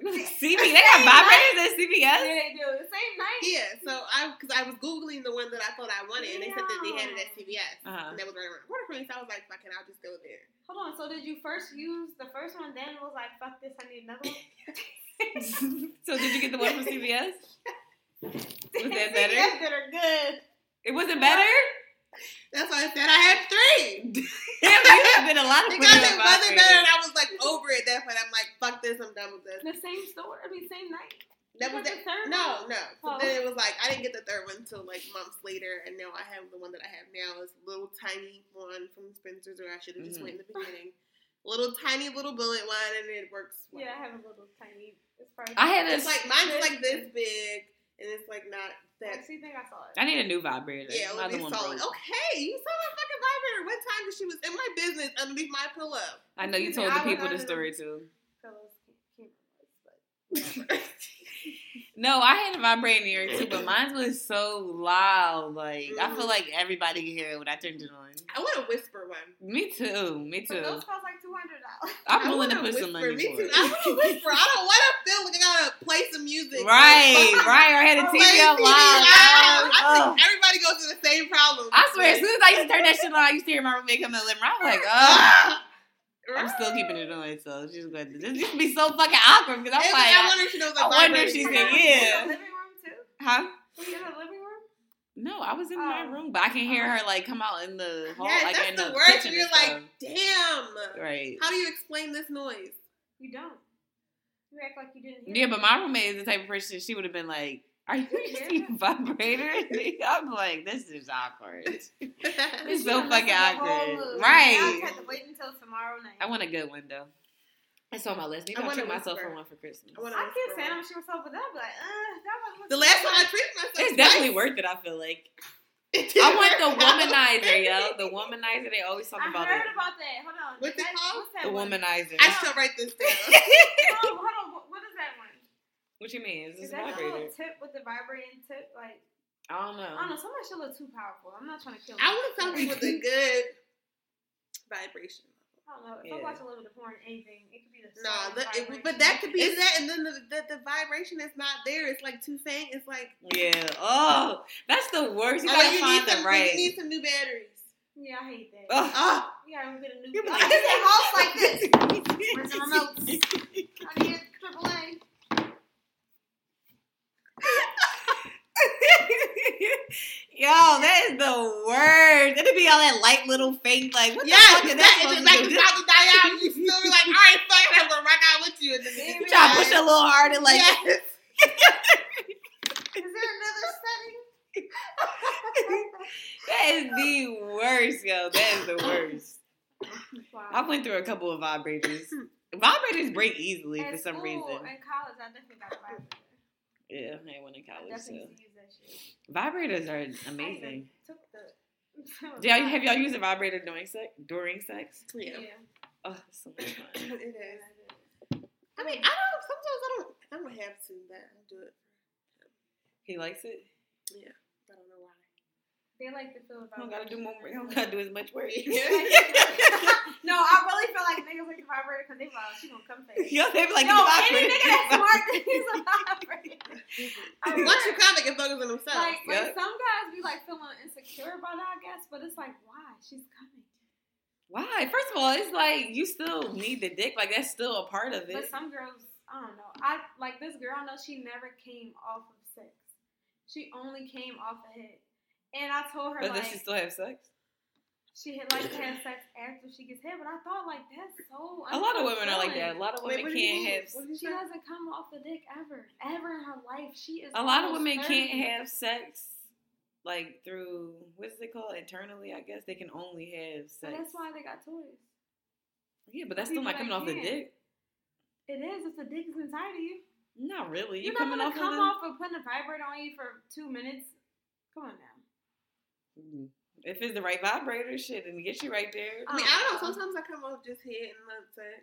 Speaker 5: CB, they got vibrators at
Speaker 4: Yeah,
Speaker 5: CBS.
Speaker 4: they do. The same night.
Speaker 3: Yeah. So I, because I was googling the one that I thought I wanted, and they said that they had it at CVS,
Speaker 5: Uh-huh.
Speaker 3: and that was right around the corner from me. So I was like, "Fucking, I'll just go there."
Speaker 4: Hold on. So did you first use the first one, then was like, fuck this, I need another one?
Speaker 5: so did you get the one from CBS? Was that
Speaker 4: Yes,
Speaker 5: better?
Speaker 4: that are good.
Speaker 5: It wasn't better.
Speaker 3: That's why I said I had three.
Speaker 5: Damn, you have been a lot of
Speaker 3: Because it
Speaker 5: women
Speaker 3: wasn't
Speaker 5: vibrators.
Speaker 3: better, and I was like over it. That's when I'm like, "Fuck this, I'm done with this."
Speaker 4: The same store. I mean, same night.
Speaker 3: That
Speaker 4: You
Speaker 3: was
Speaker 4: got
Speaker 3: it.
Speaker 4: the third
Speaker 3: No,
Speaker 4: one?
Speaker 3: no. So
Speaker 4: Oh.
Speaker 3: then it was like I didn't get the third one until like months later, and now I have the one that I have now is little tiny one from Spencer's, or I should have just
Speaker 5: Mhm.
Speaker 3: went in the beginning. little tiny little bullet one, and it works. well.
Speaker 4: Yeah, I have a little tiny. It's probably.
Speaker 5: I had a-
Speaker 3: it's like mine's like this big, and it's like not that.
Speaker 4: Actually, I think I saw it.
Speaker 5: I need a new vibrator.
Speaker 3: Yeah,
Speaker 5: My
Speaker 3: it would
Speaker 5: other
Speaker 3: be
Speaker 5: one
Speaker 3: solid.
Speaker 5: broke.
Speaker 3: Okay, you saw my fucking vibrator. What time? Cause she was in my business underneath my pillow.
Speaker 5: I know you
Speaker 4: Excuse me,
Speaker 5: told the
Speaker 4: I was
Speaker 5: people
Speaker 4: under
Speaker 5: the
Speaker 4: the-
Speaker 5: story too.
Speaker 4: Pillows, can't- can't remember,
Speaker 3: Whatever.
Speaker 5: No, I had a vibrator in New York too, but mine was so loud. Like I
Speaker 3: Mhm.
Speaker 5: feel like everybody could hear it when I turned it on.
Speaker 3: I want a whisper one.
Speaker 5: Me too. Me
Speaker 4: but- But
Speaker 5: too.
Speaker 4: those cost like two hundred dollars.
Speaker 5: I'm willing to
Speaker 3: wanna
Speaker 5: put some
Speaker 3: whisper.
Speaker 5: money
Speaker 3: Me
Speaker 5: for
Speaker 3: too. I want to
Speaker 5: it.
Speaker 3: whisper. I don't want to feel like I gotta play some music.
Speaker 5: Right, right. I had a
Speaker 3: Play
Speaker 5: TV up
Speaker 3: TV
Speaker 5: loud.
Speaker 3: I
Speaker 5: dog. Ugh.
Speaker 3: think everybody goes through the same problem.
Speaker 5: Oh. I swear, as soon as I used to turn that shit on, I used to hear my roommate come in the living room. I was like, oh, I'm still keeping it on. So she's going to, this used to be so fucking awkward because
Speaker 3: It's
Speaker 5: I'm
Speaker 3: like, I
Speaker 5: like,
Speaker 3: wonder if she knows.
Speaker 5: I wonder if
Speaker 3: vibrating
Speaker 5: she's
Speaker 4: You
Speaker 5: said,
Speaker 3: sound.
Speaker 4: know, we had a Living room
Speaker 5: yeah.
Speaker 4: too.
Speaker 5: huh?
Speaker 4: We had a living room.
Speaker 5: No, I was in my
Speaker 4: Oh.
Speaker 5: room, but I can hear her like come out in the hall,
Speaker 3: Yes,
Speaker 5: like in
Speaker 3: that's
Speaker 5: the,
Speaker 3: the worst.
Speaker 5: kitchen.
Speaker 3: You're
Speaker 5: and
Speaker 3: like,
Speaker 5: stuff.
Speaker 3: damn.
Speaker 5: right.
Speaker 3: How do you explain this noise?
Speaker 4: You don't. You act like you didn't. Hear
Speaker 5: Yeah,
Speaker 4: it.
Speaker 5: but my roommate is the type of person she would have been like, "Are you using a vibrator?" I'm like, "This is awkward." It's so
Speaker 4: You messed
Speaker 5: fucking
Speaker 4: up the whole
Speaker 5: awkward,
Speaker 4: look. Now
Speaker 5: right?
Speaker 4: you have to wait until tomorrow night.
Speaker 5: I want a good one though. It's on my list. Maybe
Speaker 3: I
Speaker 5: I'll
Speaker 3: want
Speaker 5: treat
Speaker 3: a
Speaker 5: myself for
Speaker 3: whisper.
Speaker 5: one for Christmas.
Speaker 3: I want a
Speaker 4: I can't
Speaker 3: whisper
Speaker 4: say I'm
Speaker 3: one.
Speaker 4: sure myself, but that would be like, uh, that was
Speaker 3: The last time I treated myself,
Speaker 5: It's
Speaker 3: twice,
Speaker 5: definitely worth it. I feel like
Speaker 3: it
Speaker 5: I
Speaker 3: didn't
Speaker 5: want
Speaker 3: work
Speaker 5: the
Speaker 3: out.
Speaker 5: womanizer, yo. The womanizer. They always talk
Speaker 4: I
Speaker 5: about
Speaker 4: heard
Speaker 5: it.
Speaker 4: about that. Hold on.
Speaker 3: What's it
Speaker 4: That-
Speaker 3: called?
Speaker 4: What's that
Speaker 5: The
Speaker 4: one?
Speaker 5: womanizer.
Speaker 3: I should write this down.
Speaker 4: Hold on, hold on. What, what is that one?
Speaker 5: What you mean? Is
Speaker 4: Is
Speaker 5: this a
Speaker 4: that the
Speaker 5: vibrator?
Speaker 4: little tip with the vibrating tip? Like,
Speaker 5: I don't
Speaker 4: I don't
Speaker 5: know.
Speaker 4: know. Some of that shit look too powerful. I'm not trying to kill.
Speaker 3: I want something with a good vibration.
Speaker 4: I don't know. If I
Speaker 5: Yeah.
Speaker 4: watch a little bit of porn, anything, it could be the
Speaker 3: No,
Speaker 4: same
Speaker 3: the, it,
Speaker 4: vibration.
Speaker 3: but that could be
Speaker 5: It's-
Speaker 3: that, and then the, the, the vibration that's not there. It's like too faint. It's like
Speaker 5: Yeah. Oh, that's the worst. You
Speaker 3: oh,
Speaker 5: gotta
Speaker 3: you
Speaker 5: find
Speaker 3: need
Speaker 5: the
Speaker 3: some,
Speaker 5: right.
Speaker 3: You need some new batteries.
Speaker 4: Yeah, I hate that.
Speaker 5: Ugh.
Speaker 3: Oh,
Speaker 4: Yeah, I'm gonna get a new.
Speaker 5: You'd be
Speaker 4: I
Speaker 5: like,
Speaker 4: need a house like this. Where's the remotes? I need a triple A.
Speaker 5: Yo, that is the worst. It'd be all that light little fake, like what
Speaker 3: yes,
Speaker 5: the fuck is
Speaker 3: that
Speaker 5: that
Speaker 3: is
Speaker 5: supposed
Speaker 3: like
Speaker 5: to
Speaker 3: the
Speaker 5: do?
Speaker 3: top of die out. You still be like, all right, fuck, it, I'm gonna rock out with you. And then
Speaker 4: Yeah,
Speaker 3: you
Speaker 5: Try to push it
Speaker 3: die.
Speaker 5: a little harder, like
Speaker 3: yes.
Speaker 4: Is there another setting?
Speaker 5: that is the worst, yo. That is the worst. I
Speaker 4: Wow.
Speaker 5: went through a couple of vibrators. Vibrators break easily for
Speaker 4: At
Speaker 5: some
Speaker 4: school,
Speaker 5: reason.
Speaker 4: In college, I definitely got a vibrator.
Speaker 5: Yeah, I ain't went in college. So.
Speaker 4: Definitely used to use that shit.
Speaker 5: Vibrators are
Speaker 4: I even
Speaker 5: amazing.
Speaker 4: Took the.
Speaker 5: Do y'all, have y'all used a vibrator during sex? During sex?
Speaker 3: Yeah.
Speaker 4: Yeah.
Speaker 5: Oh, it's so much fun.
Speaker 3: It is.
Speaker 4: I
Speaker 3: I mean, I don't. Sometimes I don't. I don't have to, but I do it.
Speaker 5: He likes it.
Speaker 3: I don't know why.
Speaker 4: They like to feel about.
Speaker 5: I don't gotta do more. I don't gotta do as much work.
Speaker 4: no, I really feel like niggas like the vibrator because they be like, she gonna come fast.
Speaker 5: Yo, they be like,
Speaker 4: no,
Speaker 5: "Give
Speaker 4: any
Speaker 5: me a
Speaker 4: nigga
Speaker 5: vibrator."
Speaker 4: that's smart, he's a vibrator. I
Speaker 3: Once you come, they can focus on themselves.
Speaker 4: Like, like
Speaker 5: Yeah.
Speaker 4: some guys be like feeling insecure about it, I guess, but it's like, why? She's coming.
Speaker 5: Why? First of all, it's like you still need the dick. Like that's still a part of
Speaker 4: But
Speaker 5: it.
Speaker 4: some girls, I don't know. I like this girl. I know she never came off of sex. She only came off a hit, and I told her
Speaker 5: But
Speaker 4: like
Speaker 5: does she still have sex?
Speaker 4: she had like to have sex after she gets hit. But I thought like that's so.
Speaker 5: A lot of women are like that. A
Speaker 4: unfulfilling.
Speaker 5: lot of women
Speaker 3: what do you
Speaker 5: can't
Speaker 3: mean?
Speaker 5: have.
Speaker 3: What did you
Speaker 4: She
Speaker 3: say?
Speaker 4: doesn't come off the dick ever, ever in her life. She is.
Speaker 5: A lot of
Speaker 4: almost 30.
Speaker 5: women can't have sex like through what is it called internally? I guess they can only have
Speaker 4: So
Speaker 5: sex.
Speaker 4: that's why they got toys.
Speaker 5: Yeah, but that's still not
Speaker 4: people
Speaker 5: coming
Speaker 4: that
Speaker 5: off the
Speaker 4: can't.
Speaker 5: dick.
Speaker 4: It is if the dick is inside of you.
Speaker 5: Not really. You
Speaker 4: You're
Speaker 5: coming
Speaker 4: not
Speaker 5: off
Speaker 4: gonna come
Speaker 5: of
Speaker 4: off of putting a vibrator on you for two minutes. Come on now.
Speaker 5: the- Mm. If it's the right vibrator, shit, and get you right there.
Speaker 3: I mean, I don't know. Sometimes I come off just head and love sex.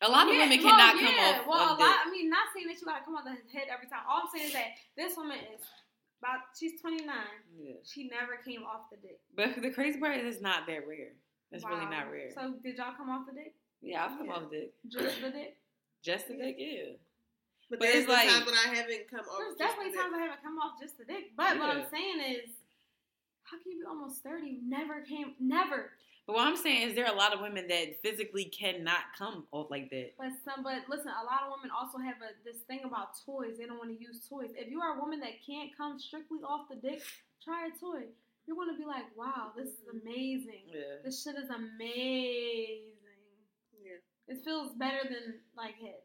Speaker 5: A lot of
Speaker 4: Yeah,
Speaker 5: women
Speaker 4: well,
Speaker 5: cannot come
Speaker 4: yeah.
Speaker 5: off.
Speaker 4: Well,
Speaker 5: of
Speaker 4: a lot.
Speaker 5: dick.
Speaker 4: I mean, not saying that you gotta come off the head every time. All I'm saying is that this woman is about. She's 29.
Speaker 5: Yeah.
Speaker 4: She never came off the dick.
Speaker 5: But the crazy part is it's not that rare. That's really
Speaker 4: Wow.
Speaker 5: not rare.
Speaker 4: So did y'all come off the dick?
Speaker 5: yeah, I've come
Speaker 3: Yeah.
Speaker 5: off dick.
Speaker 4: Just the dick?
Speaker 5: Just the
Speaker 3: Yeah.
Speaker 5: dick, yeah.
Speaker 3: But,
Speaker 5: But
Speaker 3: there's
Speaker 5: it's
Speaker 3: been
Speaker 5: like-
Speaker 3: times when I haven't come off.
Speaker 4: There's
Speaker 3: just
Speaker 4: definitely
Speaker 3: that.
Speaker 4: times I haven't come off just the dick. But what I'm
Speaker 5: Yeah.
Speaker 4: saying is, how can you be almost 30? Never came. Never.
Speaker 5: But what I'm saying is there are a lot of women that physically cannot come off like that.
Speaker 4: But some, but listen, a lot of women also have a, this thing about toys. They don't want to use toys. If you are a woman that can't come strictly off the dick, try a toy. You're gonna be like, wow, this is
Speaker 3: Mm-hmm.
Speaker 4: amazing.
Speaker 5: Yeah.
Speaker 4: This shit is amazing.
Speaker 3: Yeah. Mm-hmm.
Speaker 4: It feels better than like hit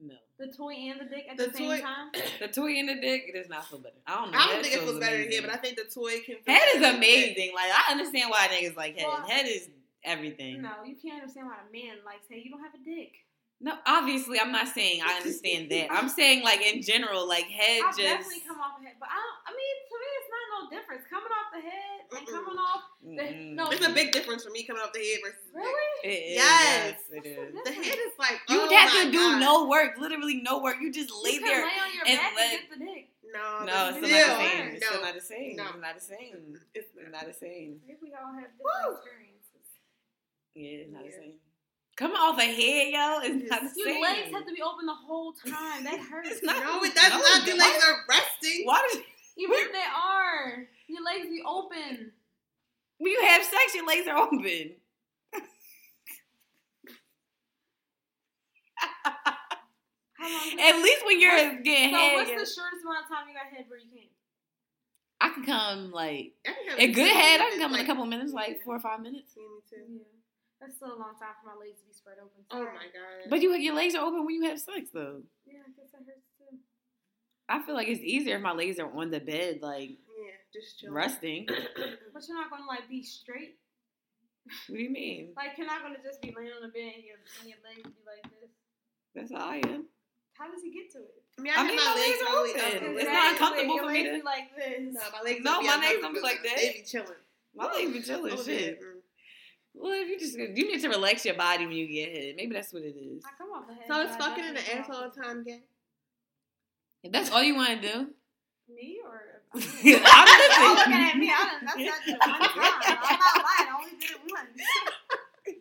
Speaker 5: No.
Speaker 4: the toy and the dick at the,
Speaker 3: The
Speaker 4: same
Speaker 3: toy-
Speaker 4: time.
Speaker 5: The toy in the dick it does not feel better. I don't know.
Speaker 3: I don't
Speaker 5: That
Speaker 3: think it
Speaker 5: feels
Speaker 3: feels better here,
Speaker 5: amazing.
Speaker 3: but I think the toy can. feel
Speaker 5: Head
Speaker 3: better
Speaker 5: is
Speaker 3: than that.
Speaker 5: amazing. Like I understand why niggas like head.
Speaker 4: Well-
Speaker 5: head is everything.
Speaker 4: No, you can't understand why a man likes. Hey, you don't have a dick.
Speaker 5: No, obviously I'm not saying I understand that. I'm saying like in general, like head
Speaker 4: I've
Speaker 5: just
Speaker 4: definitely come off the head, but I don't. I mean, to me, it's not no difference coming off the head and
Speaker 3: Mm-mm.
Speaker 4: coming off.
Speaker 5: Mm-mm.
Speaker 4: no.
Speaker 3: It's a big difference for me coming off the head versus the dick.
Speaker 4: Really?
Speaker 5: It is,
Speaker 3: Yes.
Speaker 5: yes, it is.
Speaker 3: The head is like
Speaker 5: You
Speaker 3: oh
Speaker 5: have
Speaker 3: my
Speaker 5: to do
Speaker 3: God.
Speaker 5: no work, literally no work. You just lay
Speaker 4: you can
Speaker 5: there.
Speaker 4: lay on your
Speaker 5: and
Speaker 4: back
Speaker 5: let-
Speaker 4: and get the dick.
Speaker 3: no
Speaker 5: No,
Speaker 3: but
Speaker 5: it's still
Speaker 3: still,
Speaker 5: not the same. It's still
Speaker 3: no.
Speaker 5: not the same.
Speaker 3: No.
Speaker 5: It's
Speaker 3: It's
Speaker 5: not the same. It's not the same.
Speaker 4: Maybe we all have
Speaker 3: Woo!
Speaker 4: different experiences.
Speaker 5: Yeah, it's not the
Speaker 3: Yeah.
Speaker 5: same. Coming off a head, yo, it's not the
Speaker 4: Your
Speaker 5: same.
Speaker 4: legs have to be open the whole time. That hurts.
Speaker 5: It's not-
Speaker 3: No, it does
Speaker 5: No,
Speaker 3: not. Your
Speaker 5: it
Speaker 3: legs are resting.
Speaker 5: Why does
Speaker 4: Even if they are, your legs be open.
Speaker 5: when you have sex, your legs are open?
Speaker 4: How long?
Speaker 5: At least when you're
Speaker 4: so
Speaker 5: getting head,
Speaker 4: what's
Speaker 5: yo.
Speaker 4: the shortest amount of time you got head where you came?
Speaker 5: I can come like
Speaker 3: I can have
Speaker 5: a good head. I can
Speaker 3: it's
Speaker 5: come in
Speaker 3: like-
Speaker 5: a couple minutes, like four or five minutes.
Speaker 3: Me too.
Speaker 4: Yeah, that's still a long time for my legs to be spread open.
Speaker 3: Oh
Speaker 4: Sorry.
Speaker 3: my god.
Speaker 5: But you your legs are open when you have sex, though.
Speaker 4: Yeah, I guess that hurts too.
Speaker 5: I feel like it's easier if my legs are on the bed, like
Speaker 3: yeah, just chill.
Speaker 5: resting. What
Speaker 4: But you're not gonna like be straight.
Speaker 5: do you mean?
Speaker 4: Like you're not gonna just be laying on the bed and your and your legs be like this.
Speaker 5: That's how I am.
Speaker 4: How does he get to it?
Speaker 3: I mean,
Speaker 5: I mean, my legs are
Speaker 3: really
Speaker 5: open.
Speaker 3: open.
Speaker 5: It's
Speaker 4: Your
Speaker 5: not
Speaker 4: legs-
Speaker 5: uncomfortable
Speaker 4: your
Speaker 5: for me
Speaker 4: legs
Speaker 5: to-
Speaker 4: be like this.
Speaker 3: No, my legs.
Speaker 5: No,
Speaker 3: don't be
Speaker 5: my legs don't be
Speaker 3: uncomfortable.
Speaker 5: like that.
Speaker 3: They be chilling.
Speaker 5: My legs be chilling.
Speaker 3: Oh,
Speaker 5: shit.
Speaker 3: yeah, mm.
Speaker 5: Well, if you just you need to relax your body when you get hit, maybe that's what it is.
Speaker 4: I come off the head.
Speaker 3: So
Speaker 4: but
Speaker 3: it's
Speaker 4: I
Speaker 3: fucking in the
Speaker 4: definitely
Speaker 3: ass
Speaker 4: come
Speaker 3: all
Speaker 4: off
Speaker 3: the time, gang.
Speaker 5: If that's all you want to do,
Speaker 4: Me or
Speaker 5: I'm
Speaker 4: Y'all looking
Speaker 5: listening.
Speaker 4: at me. I done, that's not the one time. I'm not lying. I only did it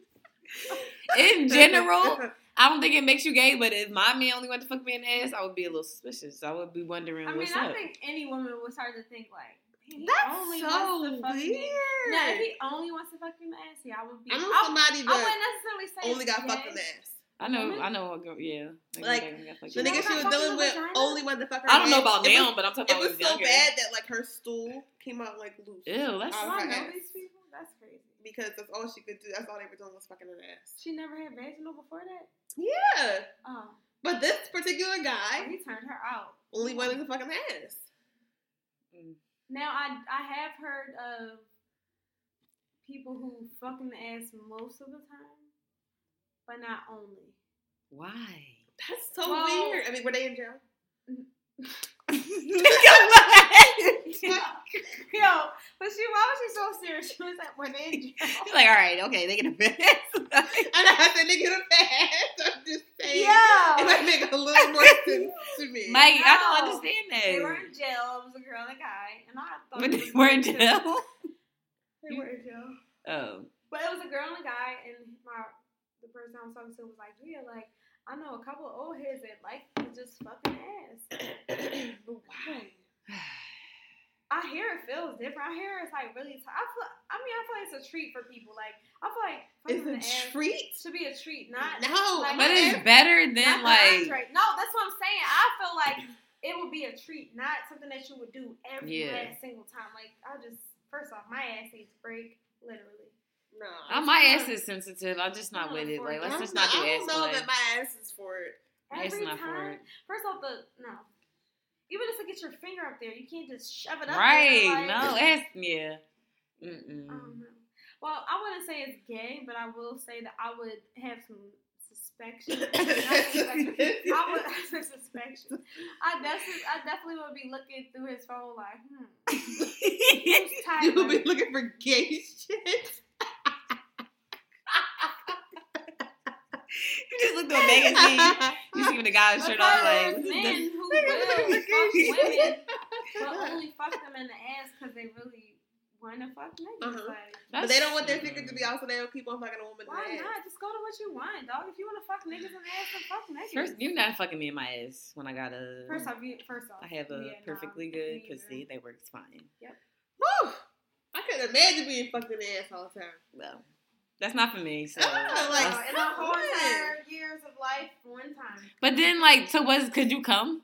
Speaker 4: once.
Speaker 5: In general, I don't think it makes you gay, but if my man only wanted to fuck me in the ass, I would be a little suspicious. I would be wondering
Speaker 4: I mean,
Speaker 5: what's
Speaker 4: I
Speaker 5: up.
Speaker 4: think any woman would start to think like, man, he
Speaker 3: that's
Speaker 4: only
Speaker 3: so
Speaker 4: wants to
Speaker 3: weird.
Speaker 4: fuck me. Now, if he only wants to fuck you in the ass, yeah, I would be.
Speaker 3: I know
Speaker 4: I,
Speaker 3: somebody
Speaker 4: I
Speaker 3: that
Speaker 4: wouldn't necessarily say
Speaker 3: only got
Speaker 4: yes.
Speaker 3: fucked in the ass.
Speaker 5: I know,
Speaker 4: women-
Speaker 5: I know, a girl- yeah.
Speaker 3: Like,
Speaker 5: I guess, like,
Speaker 3: The nigga she
Speaker 4: You don't
Speaker 5: yeah.
Speaker 4: got
Speaker 3: was
Speaker 4: fucked in
Speaker 3: dealing
Speaker 4: the
Speaker 3: with
Speaker 4: vagina?
Speaker 3: only wanted to fuck her.
Speaker 5: I don't
Speaker 3: ass.
Speaker 5: know about
Speaker 3: It
Speaker 5: now,
Speaker 3: was-
Speaker 5: but I'm talking
Speaker 3: It
Speaker 5: about
Speaker 3: was
Speaker 5: when I
Speaker 3: so
Speaker 5: was younger.
Speaker 3: bad that like her stool came out like loose
Speaker 5: Ew, that's
Speaker 4: Do
Speaker 3: Oh,
Speaker 4: I know
Speaker 3: Okay.
Speaker 4: these people? That's crazy.
Speaker 3: because that's all she could do. That's all they were doing was fucking her ass.
Speaker 4: She never had vaginal before that.
Speaker 3: Yeah,
Speaker 4: Oh,
Speaker 3: but this particular
Speaker 4: well,
Speaker 3: guy
Speaker 4: he turned her out.
Speaker 3: only wanted to fucking ass.
Speaker 4: Now I I have heard of people who fuck in the ass most of the time, but not only.
Speaker 5: why.
Speaker 3: That's so
Speaker 4: Well-
Speaker 3: weird. I mean, were they in jail?
Speaker 5: Nigga, what?
Speaker 4: Yo, but she why was she so serious? She was like, "When they in jail."
Speaker 5: She's like, all right, okay, they can pass.
Speaker 3: I don't have to nigga the fast. I'm just saying. It
Speaker 4: Yeah.
Speaker 3: might make a little more sense to me.
Speaker 5: Mike, I
Speaker 4: No.
Speaker 5: don't understand that.
Speaker 4: They were in jail. It was a girl and a guy, and I thought
Speaker 5: But
Speaker 4: it
Speaker 5: they
Speaker 4: was
Speaker 5: were
Speaker 4: weird,
Speaker 5: in
Speaker 4: too.
Speaker 5: jail.
Speaker 4: They were in jail.
Speaker 5: Oh,
Speaker 4: But it was a girl and a guy, and my the person I was talking to was like, yeah, like I know a couple of old heads that like to just fucking ass.
Speaker 3: but why?
Speaker 4: I hear it feels different. I hear it's like really. T- I feel. I mean, I feel like it's a treat for people. Like I feel like fucking the
Speaker 3: It's a
Speaker 4: ass
Speaker 3: treat.
Speaker 4: should be a treat, not.
Speaker 3: No,
Speaker 4: like,
Speaker 5: but
Speaker 4: my
Speaker 5: it's better than
Speaker 4: not the
Speaker 5: like
Speaker 4: entree. no, that's what I'm saying. I feel like it would be a treat, not something that you would do every
Speaker 5: Yeah.
Speaker 4: last single time. Like I just first off, my ass needs a break, literally.
Speaker 3: No.
Speaker 5: I, my ass is sensitive. I'm just not
Speaker 4: No,
Speaker 5: with it.
Speaker 4: for
Speaker 5: Like, let's
Speaker 4: it.
Speaker 5: just
Speaker 3: I'm
Speaker 5: not do
Speaker 3: I
Speaker 5: ass
Speaker 3: don't know
Speaker 5: play.
Speaker 3: that my ass is for it.
Speaker 5: Ass
Speaker 4: Every
Speaker 5: not for
Speaker 4: time.
Speaker 5: it.
Speaker 4: First off, the no. Even just to get your finger up there, you can't just shove it up.
Speaker 5: Right?
Speaker 4: There, like, Um,
Speaker 5: No, ass. Yeah. Mm-mm.
Speaker 4: I
Speaker 3: Mm-hmm.
Speaker 4: don't know. Well, I wouldn't say it's gay, but I will say that I would have some suspection. Not suspection. I would have some suspection. I definitely, I definitely would be looking through his phone like, hmm, who's
Speaker 3: you will
Speaker 4: Tyler?
Speaker 3: be looking for gay shit.
Speaker 5: you just looked at a magazine. You see when the guy with
Speaker 4: But
Speaker 5: shirt off,
Speaker 4: there's
Speaker 5: like,
Speaker 4: men who will fuck women, but only fuck them in the ass because they really want to fuck niggas.
Speaker 3: Uh-huh.
Speaker 4: Like,
Speaker 3: But they don't want their fingers to be out, so they don't keep on fucking a woman. in
Speaker 4: why
Speaker 3: the ass.
Speaker 4: not? Just go to what you want, dog. If you want to fuck niggas in the ass, then fuck niggas.
Speaker 5: First, you're not fucking me in my ass when I got a.
Speaker 4: First off, you, first off,
Speaker 5: I have a
Speaker 4: yeah, nah, me
Speaker 5: perfectly good
Speaker 4: either.
Speaker 5: pussy that works fine.
Speaker 3: Whew. I couldn't imagine being fucking the ass all the time.
Speaker 5: Well, that's not for me. So,
Speaker 3: Oh, like-
Speaker 5: that's-
Speaker 4: in my whole
Speaker 3: What?
Speaker 4: entire years of life, one time
Speaker 5: but then like, so was could you come?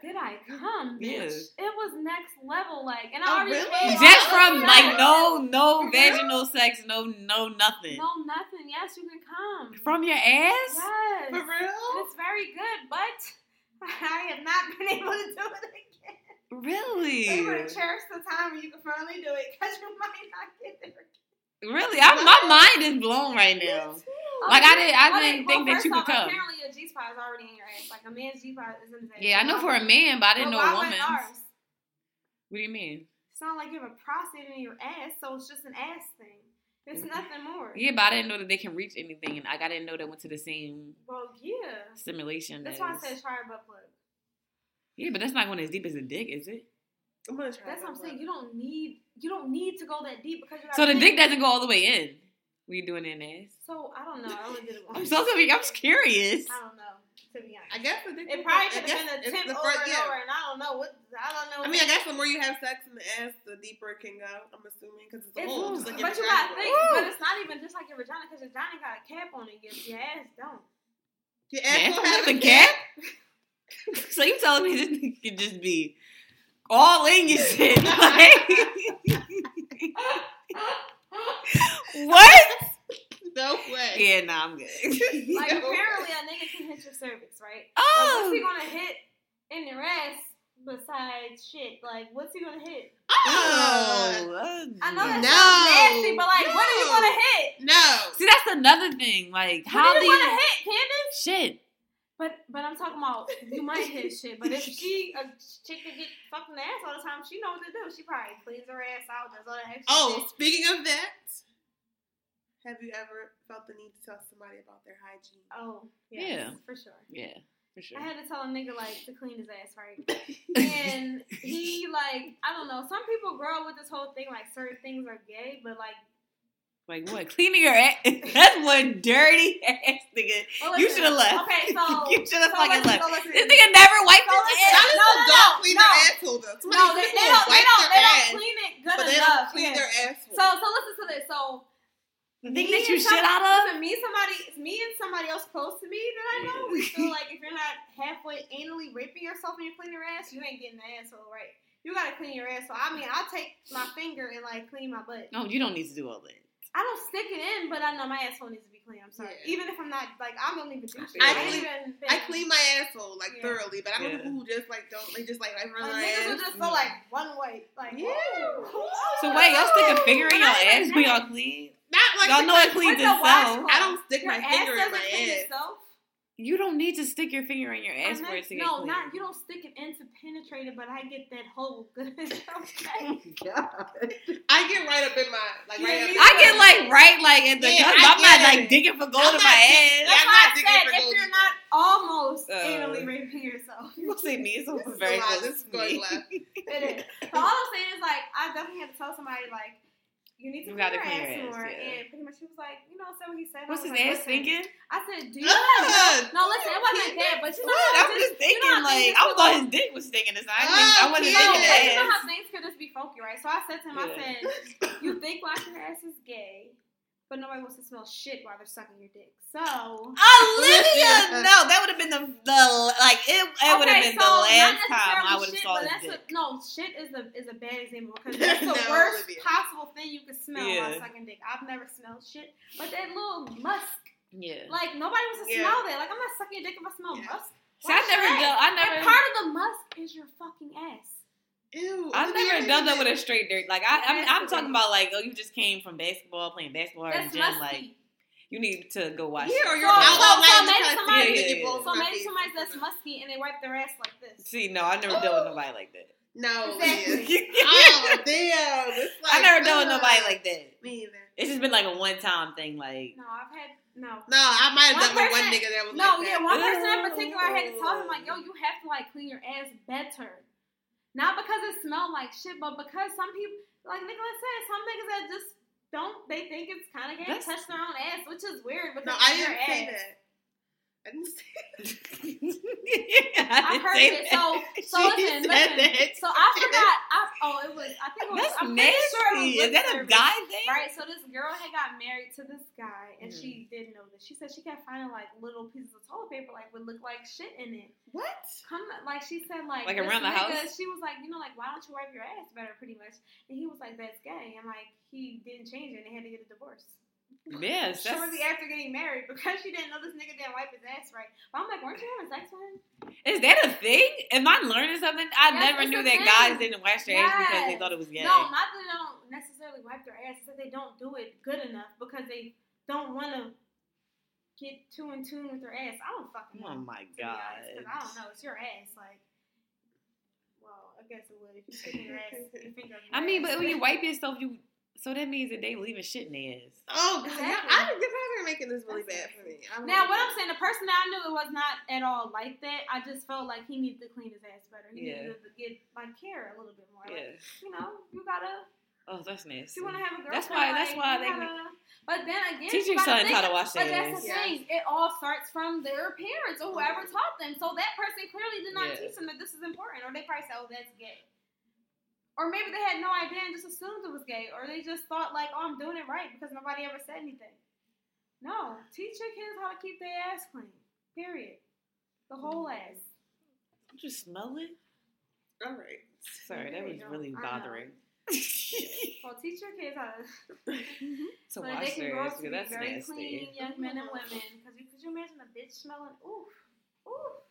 Speaker 4: did I come?
Speaker 5: Yeah.
Speaker 4: Bitch? It was next level, like, and
Speaker 3: Oh,
Speaker 4: I already
Speaker 3: really?
Speaker 4: paid
Speaker 5: Just
Speaker 4: all
Speaker 5: from
Speaker 4: the
Speaker 5: like
Speaker 4: bills. For
Speaker 5: no, no
Speaker 4: real?
Speaker 5: vaginal sex, no, no nothing
Speaker 4: no, nothing. Yes, you can come.
Speaker 5: from your ass.
Speaker 4: yes,
Speaker 3: For
Speaker 4: And
Speaker 3: real?
Speaker 4: it's very good, but I have not been able to do it again. They
Speaker 5: Really,
Speaker 4: would have cherished the time when you could finally do it because you might not get there. again.
Speaker 5: really. I'm, my mind is blown right now. Like I didn't, I didn't think that you could come.
Speaker 4: Apparently, your G spot is already in your ass. Like a man's G spot is in his ass.
Speaker 5: Yeah, I know for a man, but I didn't
Speaker 4: But
Speaker 5: know a
Speaker 4: why
Speaker 5: woman.
Speaker 4: wouldn't
Speaker 5: What
Speaker 4: ours?
Speaker 5: do you mean?
Speaker 4: It's not like you have a prostate in your ass, so it's just an ass thing.
Speaker 3: Mm-hmm.
Speaker 4: It's nothing more.
Speaker 5: Yeah, but I didn't know that they can reach anything, and like I didn't know they went to the same
Speaker 4: Well, yeah.
Speaker 5: stimulation.
Speaker 4: That's
Speaker 5: as-
Speaker 4: why I said try a butt plug.
Speaker 5: yeah, but that's not going as deep as a dick, is it?
Speaker 3: I'm gonna try.
Speaker 4: That's what I'm
Speaker 3: something.
Speaker 4: saying. You don't need you don't need to go that deep because you got
Speaker 5: So the dick doesn't go all the way in. We doing it in ass.
Speaker 4: So I don't know. I only did it once.
Speaker 5: I'm so sorry. I'm curious.
Speaker 4: I don't know. To be honest,
Speaker 3: I guess the dick
Speaker 4: it
Speaker 3: is-
Speaker 4: probably
Speaker 3: I
Speaker 4: could
Speaker 3: guess
Speaker 4: have been a
Speaker 3: it's
Speaker 4: tip
Speaker 3: the
Speaker 4: over
Speaker 3: first-
Speaker 4: and
Speaker 3: yeah.
Speaker 4: over, and I don't know what I don't know.
Speaker 3: I mean, I guess the more you have sex in the ass, the deeper it can go. I'm assuming because it's,
Speaker 4: It's,
Speaker 3: old. Just
Speaker 4: but
Speaker 3: like your
Speaker 4: you
Speaker 3: vagina
Speaker 4: got things,
Speaker 3: does.
Speaker 4: but it's not even just like your vagina because your vagina got a cap on it. Your, your ass don't.
Speaker 3: Your
Speaker 5: Yeah,
Speaker 3: ass
Speaker 5: it's
Speaker 3: don't
Speaker 5: not
Speaker 3: have
Speaker 5: the
Speaker 3: a
Speaker 5: gap.
Speaker 3: gap.
Speaker 5: So you telling me this nigga could just be all in your shit? Like, what?
Speaker 3: No way.
Speaker 5: Yeah, nah, I'm good.
Speaker 4: Like
Speaker 3: No.
Speaker 4: apparently a nigga can hit your cervix, right? Like, what's he
Speaker 5: Oh,
Speaker 4: gonna hit in your ass besides shit? Like, what's he gonna hit?
Speaker 3: Uh,
Speaker 5: oh,
Speaker 4: I know that
Speaker 3: No.
Speaker 4: sounds nasty, but like, what are you
Speaker 3: No.
Speaker 4: gonna hit?
Speaker 3: no.
Speaker 5: See, that's another thing. Like, how
Speaker 4: what
Speaker 5: do
Speaker 4: you
Speaker 5: you
Speaker 4: gonna hit, Candace?
Speaker 5: shit?
Speaker 4: But but I'm talking about you might hit shit. But if she a chick that get fucking ass all the time, she know what to do. She probably cleans her ass out, does all that extra
Speaker 3: Oh,
Speaker 4: shit.
Speaker 3: speaking of that, have you ever felt the need to tell somebody about their hygiene?
Speaker 4: Oh,
Speaker 5: Yeah.
Speaker 4: yeah, for sure.
Speaker 5: Yeah, for sure.
Speaker 4: I had to tell a nigga like to clean his ass right, and he like I don't know. Some people grow up with this whole thing like certain things are gay, but like
Speaker 5: Like what? Cleaning your ass? That's one dirty ass nigga.
Speaker 4: well,
Speaker 5: You
Speaker 4: listen.
Speaker 5: should have left.
Speaker 4: Okay, so
Speaker 5: you should have
Speaker 4: so
Speaker 5: fucking
Speaker 4: listen,
Speaker 5: left.
Speaker 4: so listen.
Speaker 5: This nigga never wiped
Speaker 4: So
Speaker 5: his
Speaker 4: listen.
Speaker 5: ass.
Speaker 3: Some
Speaker 4: no, no,
Speaker 3: don't clean
Speaker 4: no.
Speaker 3: their asshole though. Some
Speaker 4: No, they,
Speaker 3: people
Speaker 4: they don't. They
Speaker 3: wipe
Speaker 4: don't.
Speaker 3: their
Speaker 4: They don't
Speaker 3: ass,
Speaker 4: clean it good
Speaker 3: but they
Speaker 4: enough.
Speaker 3: don't clean
Speaker 4: yeah.
Speaker 3: their asshole.
Speaker 4: So so listen to this. So
Speaker 5: The thing
Speaker 4: me
Speaker 5: that you
Speaker 4: and
Speaker 5: shit
Speaker 4: some-
Speaker 5: out of?
Speaker 4: listen, me somebody me and somebody else close to me that I know. We feel like if you're not halfway anally raping yourself and you clean your ass, you ain't getting the asshole right. You gotta clean your asshole. I mean, I'll take my finger and like clean my butt.
Speaker 5: No, you don't need to do all that.
Speaker 4: I don't stick it in, but I know my asshole needs to be clean. I'm sorry.
Speaker 3: Yeah.
Speaker 4: Even if I'm not like I don't even do shit. ain't
Speaker 5: I
Speaker 3: clean-
Speaker 4: even been-
Speaker 3: I clean my asshole like
Speaker 4: Yeah.
Speaker 3: thoroughly, but I know
Speaker 5: Yeah.
Speaker 3: people who just like don't. They just like like run their
Speaker 4: Like, niggas
Speaker 3: ass.
Speaker 4: will just go like one way. Like
Speaker 3: Yeah.
Speaker 4: whoa.
Speaker 5: So wait, y'all stick a finger in
Speaker 4: Not
Speaker 5: your
Speaker 4: even
Speaker 5: ass
Speaker 4: that.
Speaker 5: when y'all clean?
Speaker 3: Not like
Speaker 5: Y'all know it
Speaker 4: Where's
Speaker 5: cleans
Speaker 4: the
Speaker 5: itself.
Speaker 4: washcloth?
Speaker 3: I don't stick
Speaker 4: Your
Speaker 3: my
Speaker 4: ass
Speaker 3: finger in
Speaker 4: doesn't clean
Speaker 3: my ass.
Speaker 4: itself?
Speaker 5: You don't need to stick your finger in your
Speaker 4: I
Speaker 5: ass for
Speaker 4: meant-
Speaker 5: it to get
Speaker 4: no,
Speaker 5: clean.
Speaker 4: not you don't stick it in to penetrate it, but I get that whole good. okay.
Speaker 3: I get right up in my like
Speaker 4: Yeah,
Speaker 3: right
Speaker 4: me
Speaker 3: up.
Speaker 5: I get like right like at the
Speaker 3: Yeah,
Speaker 5: cusp.
Speaker 3: I
Speaker 5: I'm not
Speaker 3: get
Speaker 5: like
Speaker 3: it.
Speaker 5: digging for gold
Speaker 3: I'm
Speaker 5: in
Speaker 3: not
Speaker 5: my
Speaker 3: digging-
Speaker 5: ass.
Speaker 3: I'm
Speaker 4: That's why
Speaker 3: not
Speaker 4: I
Speaker 3: digging
Speaker 4: said
Speaker 3: for
Speaker 4: if
Speaker 3: gold
Speaker 4: you're not almost
Speaker 5: Uh,
Speaker 4: anally raping yourself,
Speaker 5: You see me? It's
Speaker 3: This
Speaker 5: over
Speaker 3: is
Speaker 5: very
Speaker 3: a lie.
Speaker 5: close
Speaker 3: This is
Speaker 5: to
Speaker 3: going
Speaker 5: me.
Speaker 3: left.
Speaker 4: it is. So all I'm saying is like I definitely had to tell somebody like you need to
Speaker 5: You
Speaker 4: clean
Speaker 5: gotta
Speaker 4: your
Speaker 5: clean
Speaker 4: ass
Speaker 5: your ass,
Speaker 4: more.
Speaker 5: yeah.
Speaker 4: And pretty much he was like, you know, so what he said. I
Speaker 5: What's
Speaker 4: was
Speaker 5: his
Speaker 4: like, listen.
Speaker 5: ass thinking?
Speaker 4: I said, do you?
Speaker 3: Ah,
Speaker 4: no, listen, it wasn't that, but you know,
Speaker 5: What?
Speaker 4: how
Speaker 5: I'm
Speaker 4: just-
Speaker 5: just
Speaker 4: you
Speaker 5: thinking
Speaker 4: know how
Speaker 5: like
Speaker 4: things
Speaker 5: I was
Speaker 4: just
Speaker 5: thought his dick was sticking this. I didn't
Speaker 3: Oh,
Speaker 5: think I wasn't
Speaker 4: No,
Speaker 5: thinking
Speaker 4: but you know
Speaker 5: the ass.
Speaker 4: how things could just be funky, right? So I said to him, I
Speaker 5: Yeah.
Speaker 4: said, you think washing your ass is gay, but nobody wants to smell shit while they're sucking your dick. So
Speaker 5: Olivia, no, that would have been the, the like it, it would have
Speaker 4: Okay,
Speaker 5: been
Speaker 4: so not
Speaker 5: the last time
Speaker 4: necessarily
Speaker 5: I would have
Speaker 4: shit,
Speaker 5: saw
Speaker 4: but
Speaker 5: his
Speaker 4: that's
Speaker 5: dick.
Speaker 4: A, no, shit is a is a bad example because that's the
Speaker 3: No,
Speaker 4: worst
Speaker 3: Olivia.
Speaker 4: possible thing you could smell
Speaker 5: Yeah.
Speaker 4: while sucking dick. I've never smelled shit, but that little musk,
Speaker 5: yeah.
Speaker 4: like nobody wants to
Speaker 3: Yeah.
Speaker 4: smell that. Like I'm not sucking a dick if I smell
Speaker 3: Yeah.
Speaker 4: musk.
Speaker 5: See, I
Speaker 4: Why
Speaker 5: never
Speaker 4: should
Speaker 5: dealt. I never.
Speaker 4: And part of the musk is your fucking ass.
Speaker 3: Ew.
Speaker 5: I've
Speaker 3: Olivia,
Speaker 5: never done that with a straight dirt. Like I, I'm, I'm
Speaker 4: Nasty.
Speaker 5: talking about like, oh, you just came from basketball, playing basketball in
Speaker 4: That's
Speaker 5: gym.
Speaker 4: musty.
Speaker 5: Like you need to go watch.
Speaker 3: Yeah, or
Speaker 5: it.
Speaker 3: you're
Speaker 4: So-
Speaker 3: out
Speaker 4: so-
Speaker 3: all
Speaker 4: so
Speaker 3: night
Speaker 4: maybe
Speaker 3: and
Speaker 4: somebody-
Speaker 3: trying to
Speaker 5: Yeah, yeah, yeah.
Speaker 4: so maybe somebody's that's musky and they wipe their ass like this.
Speaker 5: See, no, I never dealt with nobody like that.
Speaker 3: No,
Speaker 4: Exactly.
Speaker 3: Olivia. oh damn! It's like,
Speaker 5: I never dealt with
Speaker 3: uh,
Speaker 5: nobody like that.
Speaker 3: me either.
Speaker 5: It's just been like a one time thing. Like
Speaker 4: No, I've had no.
Speaker 3: No, I might have done
Speaker 4: One
Speaker 3: with one
Speaker 4: person-
Speaker 3: nigga that was
Speaker 4: No,
Speaker 3: like
Speaker 4: yeah,
Speaker 3: that.
Speaker 4: one person in particular I had to tell him like, yo, you have to like clean your ass better. Not because it smelled like shit, but because some people like Nicholas said, some niggas that just don't they think it's kinda gay to
Speaker 5: That's-
Speaker 4: touch their own ass, which is weird because
Speaker 3: No, I
Speaker 4: it's your
Speaker 3: didn't say
Speaker 4: ass.
Speaker 3: that. I didn't say
Speaker 4: I heard it. So so
Speaker 3: She
Speaker 4: listen,
Speaker 3: said
Speaker 4: listen.
Speaker 3: that.
Speaker 4: So I forgot I oh it was I think it was
Speaker 5: that's
Speaker 4: I'm pretty
Speaker 5: nasty.
Speaker 4: sure it was
Speaker 5: Is
Speaker 4: lip
Speaker 5: that a
Speaker 4: service.
Speaker 5: guy thing?
Speaker 4: Right, so this girl had got married to this guy, and
Speaker 5: Mhm.
Speaker 4: she didn't know this. She said she kept finding like little pieces of toilet paper, like would look like shit in it.
Speaker 3: what?
Speaker 4: Come, like she said, like
Speaker 5: Like
Speaker 4: this
Speaker 5: around the
Speaker 4: nigga,
Speaker 5: house?
Speaker 4: She was like, you know, like why don't you wipe your ass better, pretty much. And he was like, that's gay, and like he didn't change it, and they had to get a divorce.
Speaker 5: Yes, that's,
Speaker 4: Shortly after getting married, because she didn't know this nigga didn't wipe his ass right. But I'm like, weren't you having sex with him?
Speaker 5: is that a thing? Am I learning something? I
Speaker 4: Yes,
Speaker 5: never
Speaker 4: it's a
Speaker 5: knew
Speaker 4: thing.
Speaker 5: that guys didn't wash their ass because they
Speaker 4: Yes.
Speaker 5: thought it was gay.
Speaker 4: No, not that they don't necessarily wipe their ass, it's that they don't do it good enough because they don't want to get too in tune with their ass. I don't fucking know.
Speaker 5: oh my
Speaker 4: to be
Speaker 5: god.
Speaker 4: honest, 'cause I don't know. It's your ass. Like, well, I guess it would if you stick in your ass. Your finger up your
Speaker 5: I mean,
Speaker 4: ass.
Speaker 5: but when you wipe yourself, you so that means that they leaving shit in their ass.
Speaker 3: Oh god,
Speaker 4: Exactly.
Speaker 3: I, you're probably making this really bad for me. I'm
Speaker 4: Now, what I'm saying, the person that I knew it was not at all like that. I just felt like he needed to clean his ass better. He
Speaker 5: Yeah.
Speaker 4: needed to get like care a little bit more. Like,
Speaker 5: Yeah.
Speaker 4: you know, you gotta.
Speaker 5: Oh, that's nasty.
Speaker 4: If you want to have a girl,
Speaker 5: That's why- that's why they-
Speaker 4: but then again,
Speaker 5: Teach
Speaker 4: you
Speaker 5: your
Speaker 4: gotta
Speaker 5: sons
Speaker 4: think-
Speaker 5: how to wash
Speaker 4: But
Speaker 5: their
Speaker 4: that's
Speaker 5: ass.
Speaker 4: the
Speaker 3: Yes.
Speaker 4: thing. It all starts from their parents or whoever taught them. So that person clearly did not
Speaker 5: Yeah.
Speaker 4: teach them that this is important, or they probably said, "Oh, that's gay," or maybe they had no idea and just assumed it was gay, or they just thought like, "Oh, I'm doing it right because nobody ever said anything." No, teach your kids how to keep their ass clean. Period. The whole ass.
Speaker 5: Don't you smell it?
Speaker 3: All right.
Speaker 5: Sorry, that
Speaker 4: really
Speaker 5: was
Speaker 4: don't.
Speaker 5: really
Speaker 4: I know.
Speaker 5: bothering.
Speaker 4: Well, teach your kids how to.
Speaker 5: to
Speaker 4: so that they
Speaker 5: wash
Speaker 4: can
Speaker 5: their
Speaker 4: grow
Speaker 5: ass
Speaker 4: up to
Speaker 5: because
Speaker 4: be
Speaker 5: that's
Speaker 4: very
Speaker 5: nasty.
Speaker 4: clean young men and women. Because could you imagine a bitch smelling? Oof, oof.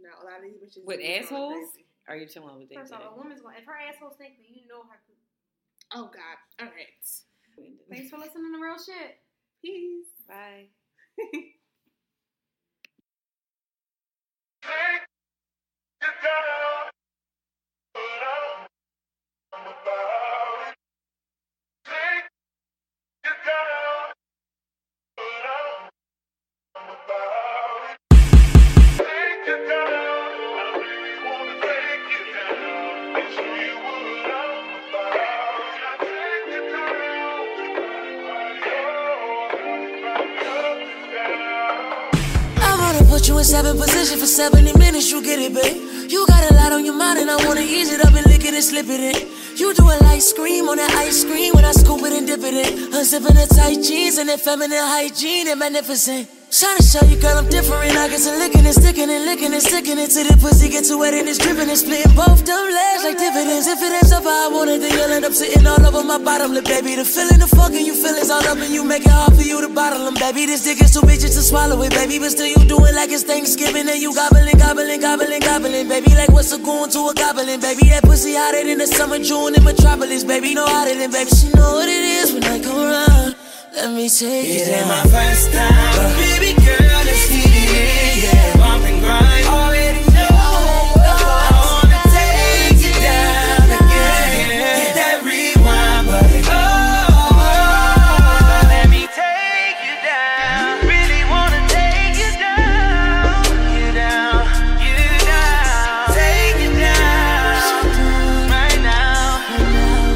Speaker 3: No, a lot of these bitches
Speaker 5: With
Speaker 3: do this
Speaker 5: assholes?
Speaker 3: going crazy.
Speaker 5: Are you chilling with
Speaker 4: First
Speaker 5: things?
Speaker 4: off, a woman's going. If her asshole stinks, then you know her. poop.
Speaker 3: Oh god. All right.
Speaker 4: Thanks for listening to real shit.
Speaker 3: Peace.
Speaker 5: Bye.
Speaker 1: Oh,
Speaker 6: I wanna put you in seven position for 70 minutes, you get it, babe. You got a lot on your mind, and I wanna ease it up and lick it and slip it in. You do a light scream on that ice cream when I scoop it and dip it in. Unzipping the tight jeans and that feminine hygiene and magnificent. Trying to show you, girl, I'm different. I get to licking and sticking and licking and sticking it till the pussy gets wet and it's dripping and splitting both them legs like dividends. If it ends up how I want it, then you'll end up sitting all over my bottom lip, baby. The feeling, the fucking you feelings all up and you make it hard for you to bottle them, baby. This dick is too big just to swallow it, baby. But still you do it like it's Thanksgiving and you gobbling, gobbling, gobbling, gobbling, baby. Like what's a goon to a goblin, baby? That pussy hotter than the summer June in Metropolis, baby. No hotter than, baby. She know what it is when I come around. Let me take it.
Speaker 1: It ain't
Speaker 6: down. Uh-huh.
Speaker 1: my first time, but baby girl, let's get it in. Yeah, bump and grind. Already know. I wanna take you down again. Hit that rewind button. Oh, let me take you down. Really wanna take you down. You down, you down. Take you down right now.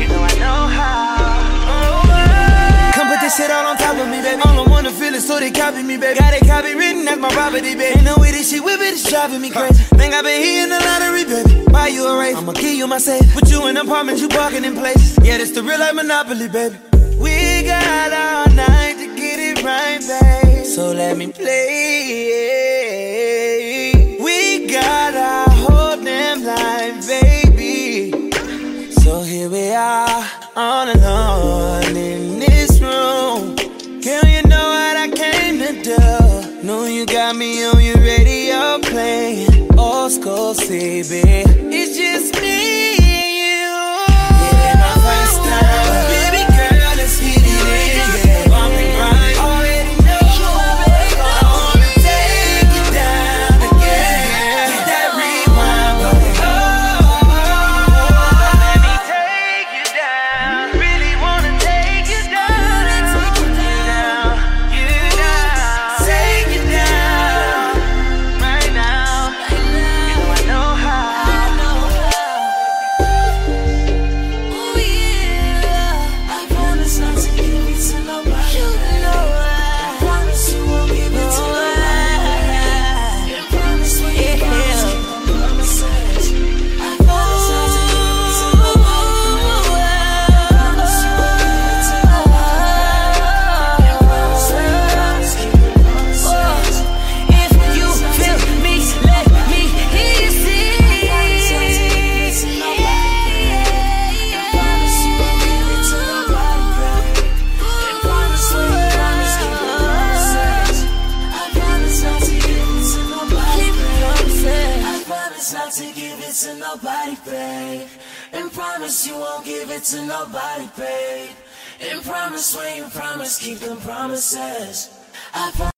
Speaker 1: You know I know how. Oh, oh. Come put this shit out on top of me, baby. All I wanna feel is so they copy me, baby. Got it copy written, that's my property, baby. Ain't no way this shit whip it, it's driving me crazy. Think i been hitting the lottery, baby. Buy you a race, I'ma give you my safe. Put you in apartments, you parking in places. Yeah, this the real life monopoly, baby. We got all night to
Speaker 6: right, babe. So let me play. We got our whole damn life, baby. So here we are, all alone in this room. Girl, you know what I came to do. Know you got me on your radio playing old school CB. It's just me and you. It ain't my first time, but baby girl, let's get it in. Yeah, bump and grind. Already know I wanna take it down again. Hit that rewind button. Oh, let me take you down. Really wanna take you down. You down. Take you down. Right now. You know I know how.
Speaker 2: If you feel me, let me hear you sing. Yeah, yeah, yeah. Promise you will give it to the right girl. Promise me, promise keep your promises. I promise not to give it to nobody, babe. I promise not to give it to nobody, babe. And promise you won't give it to nobody, babe. And promise when you promise, keep them promises. I promise.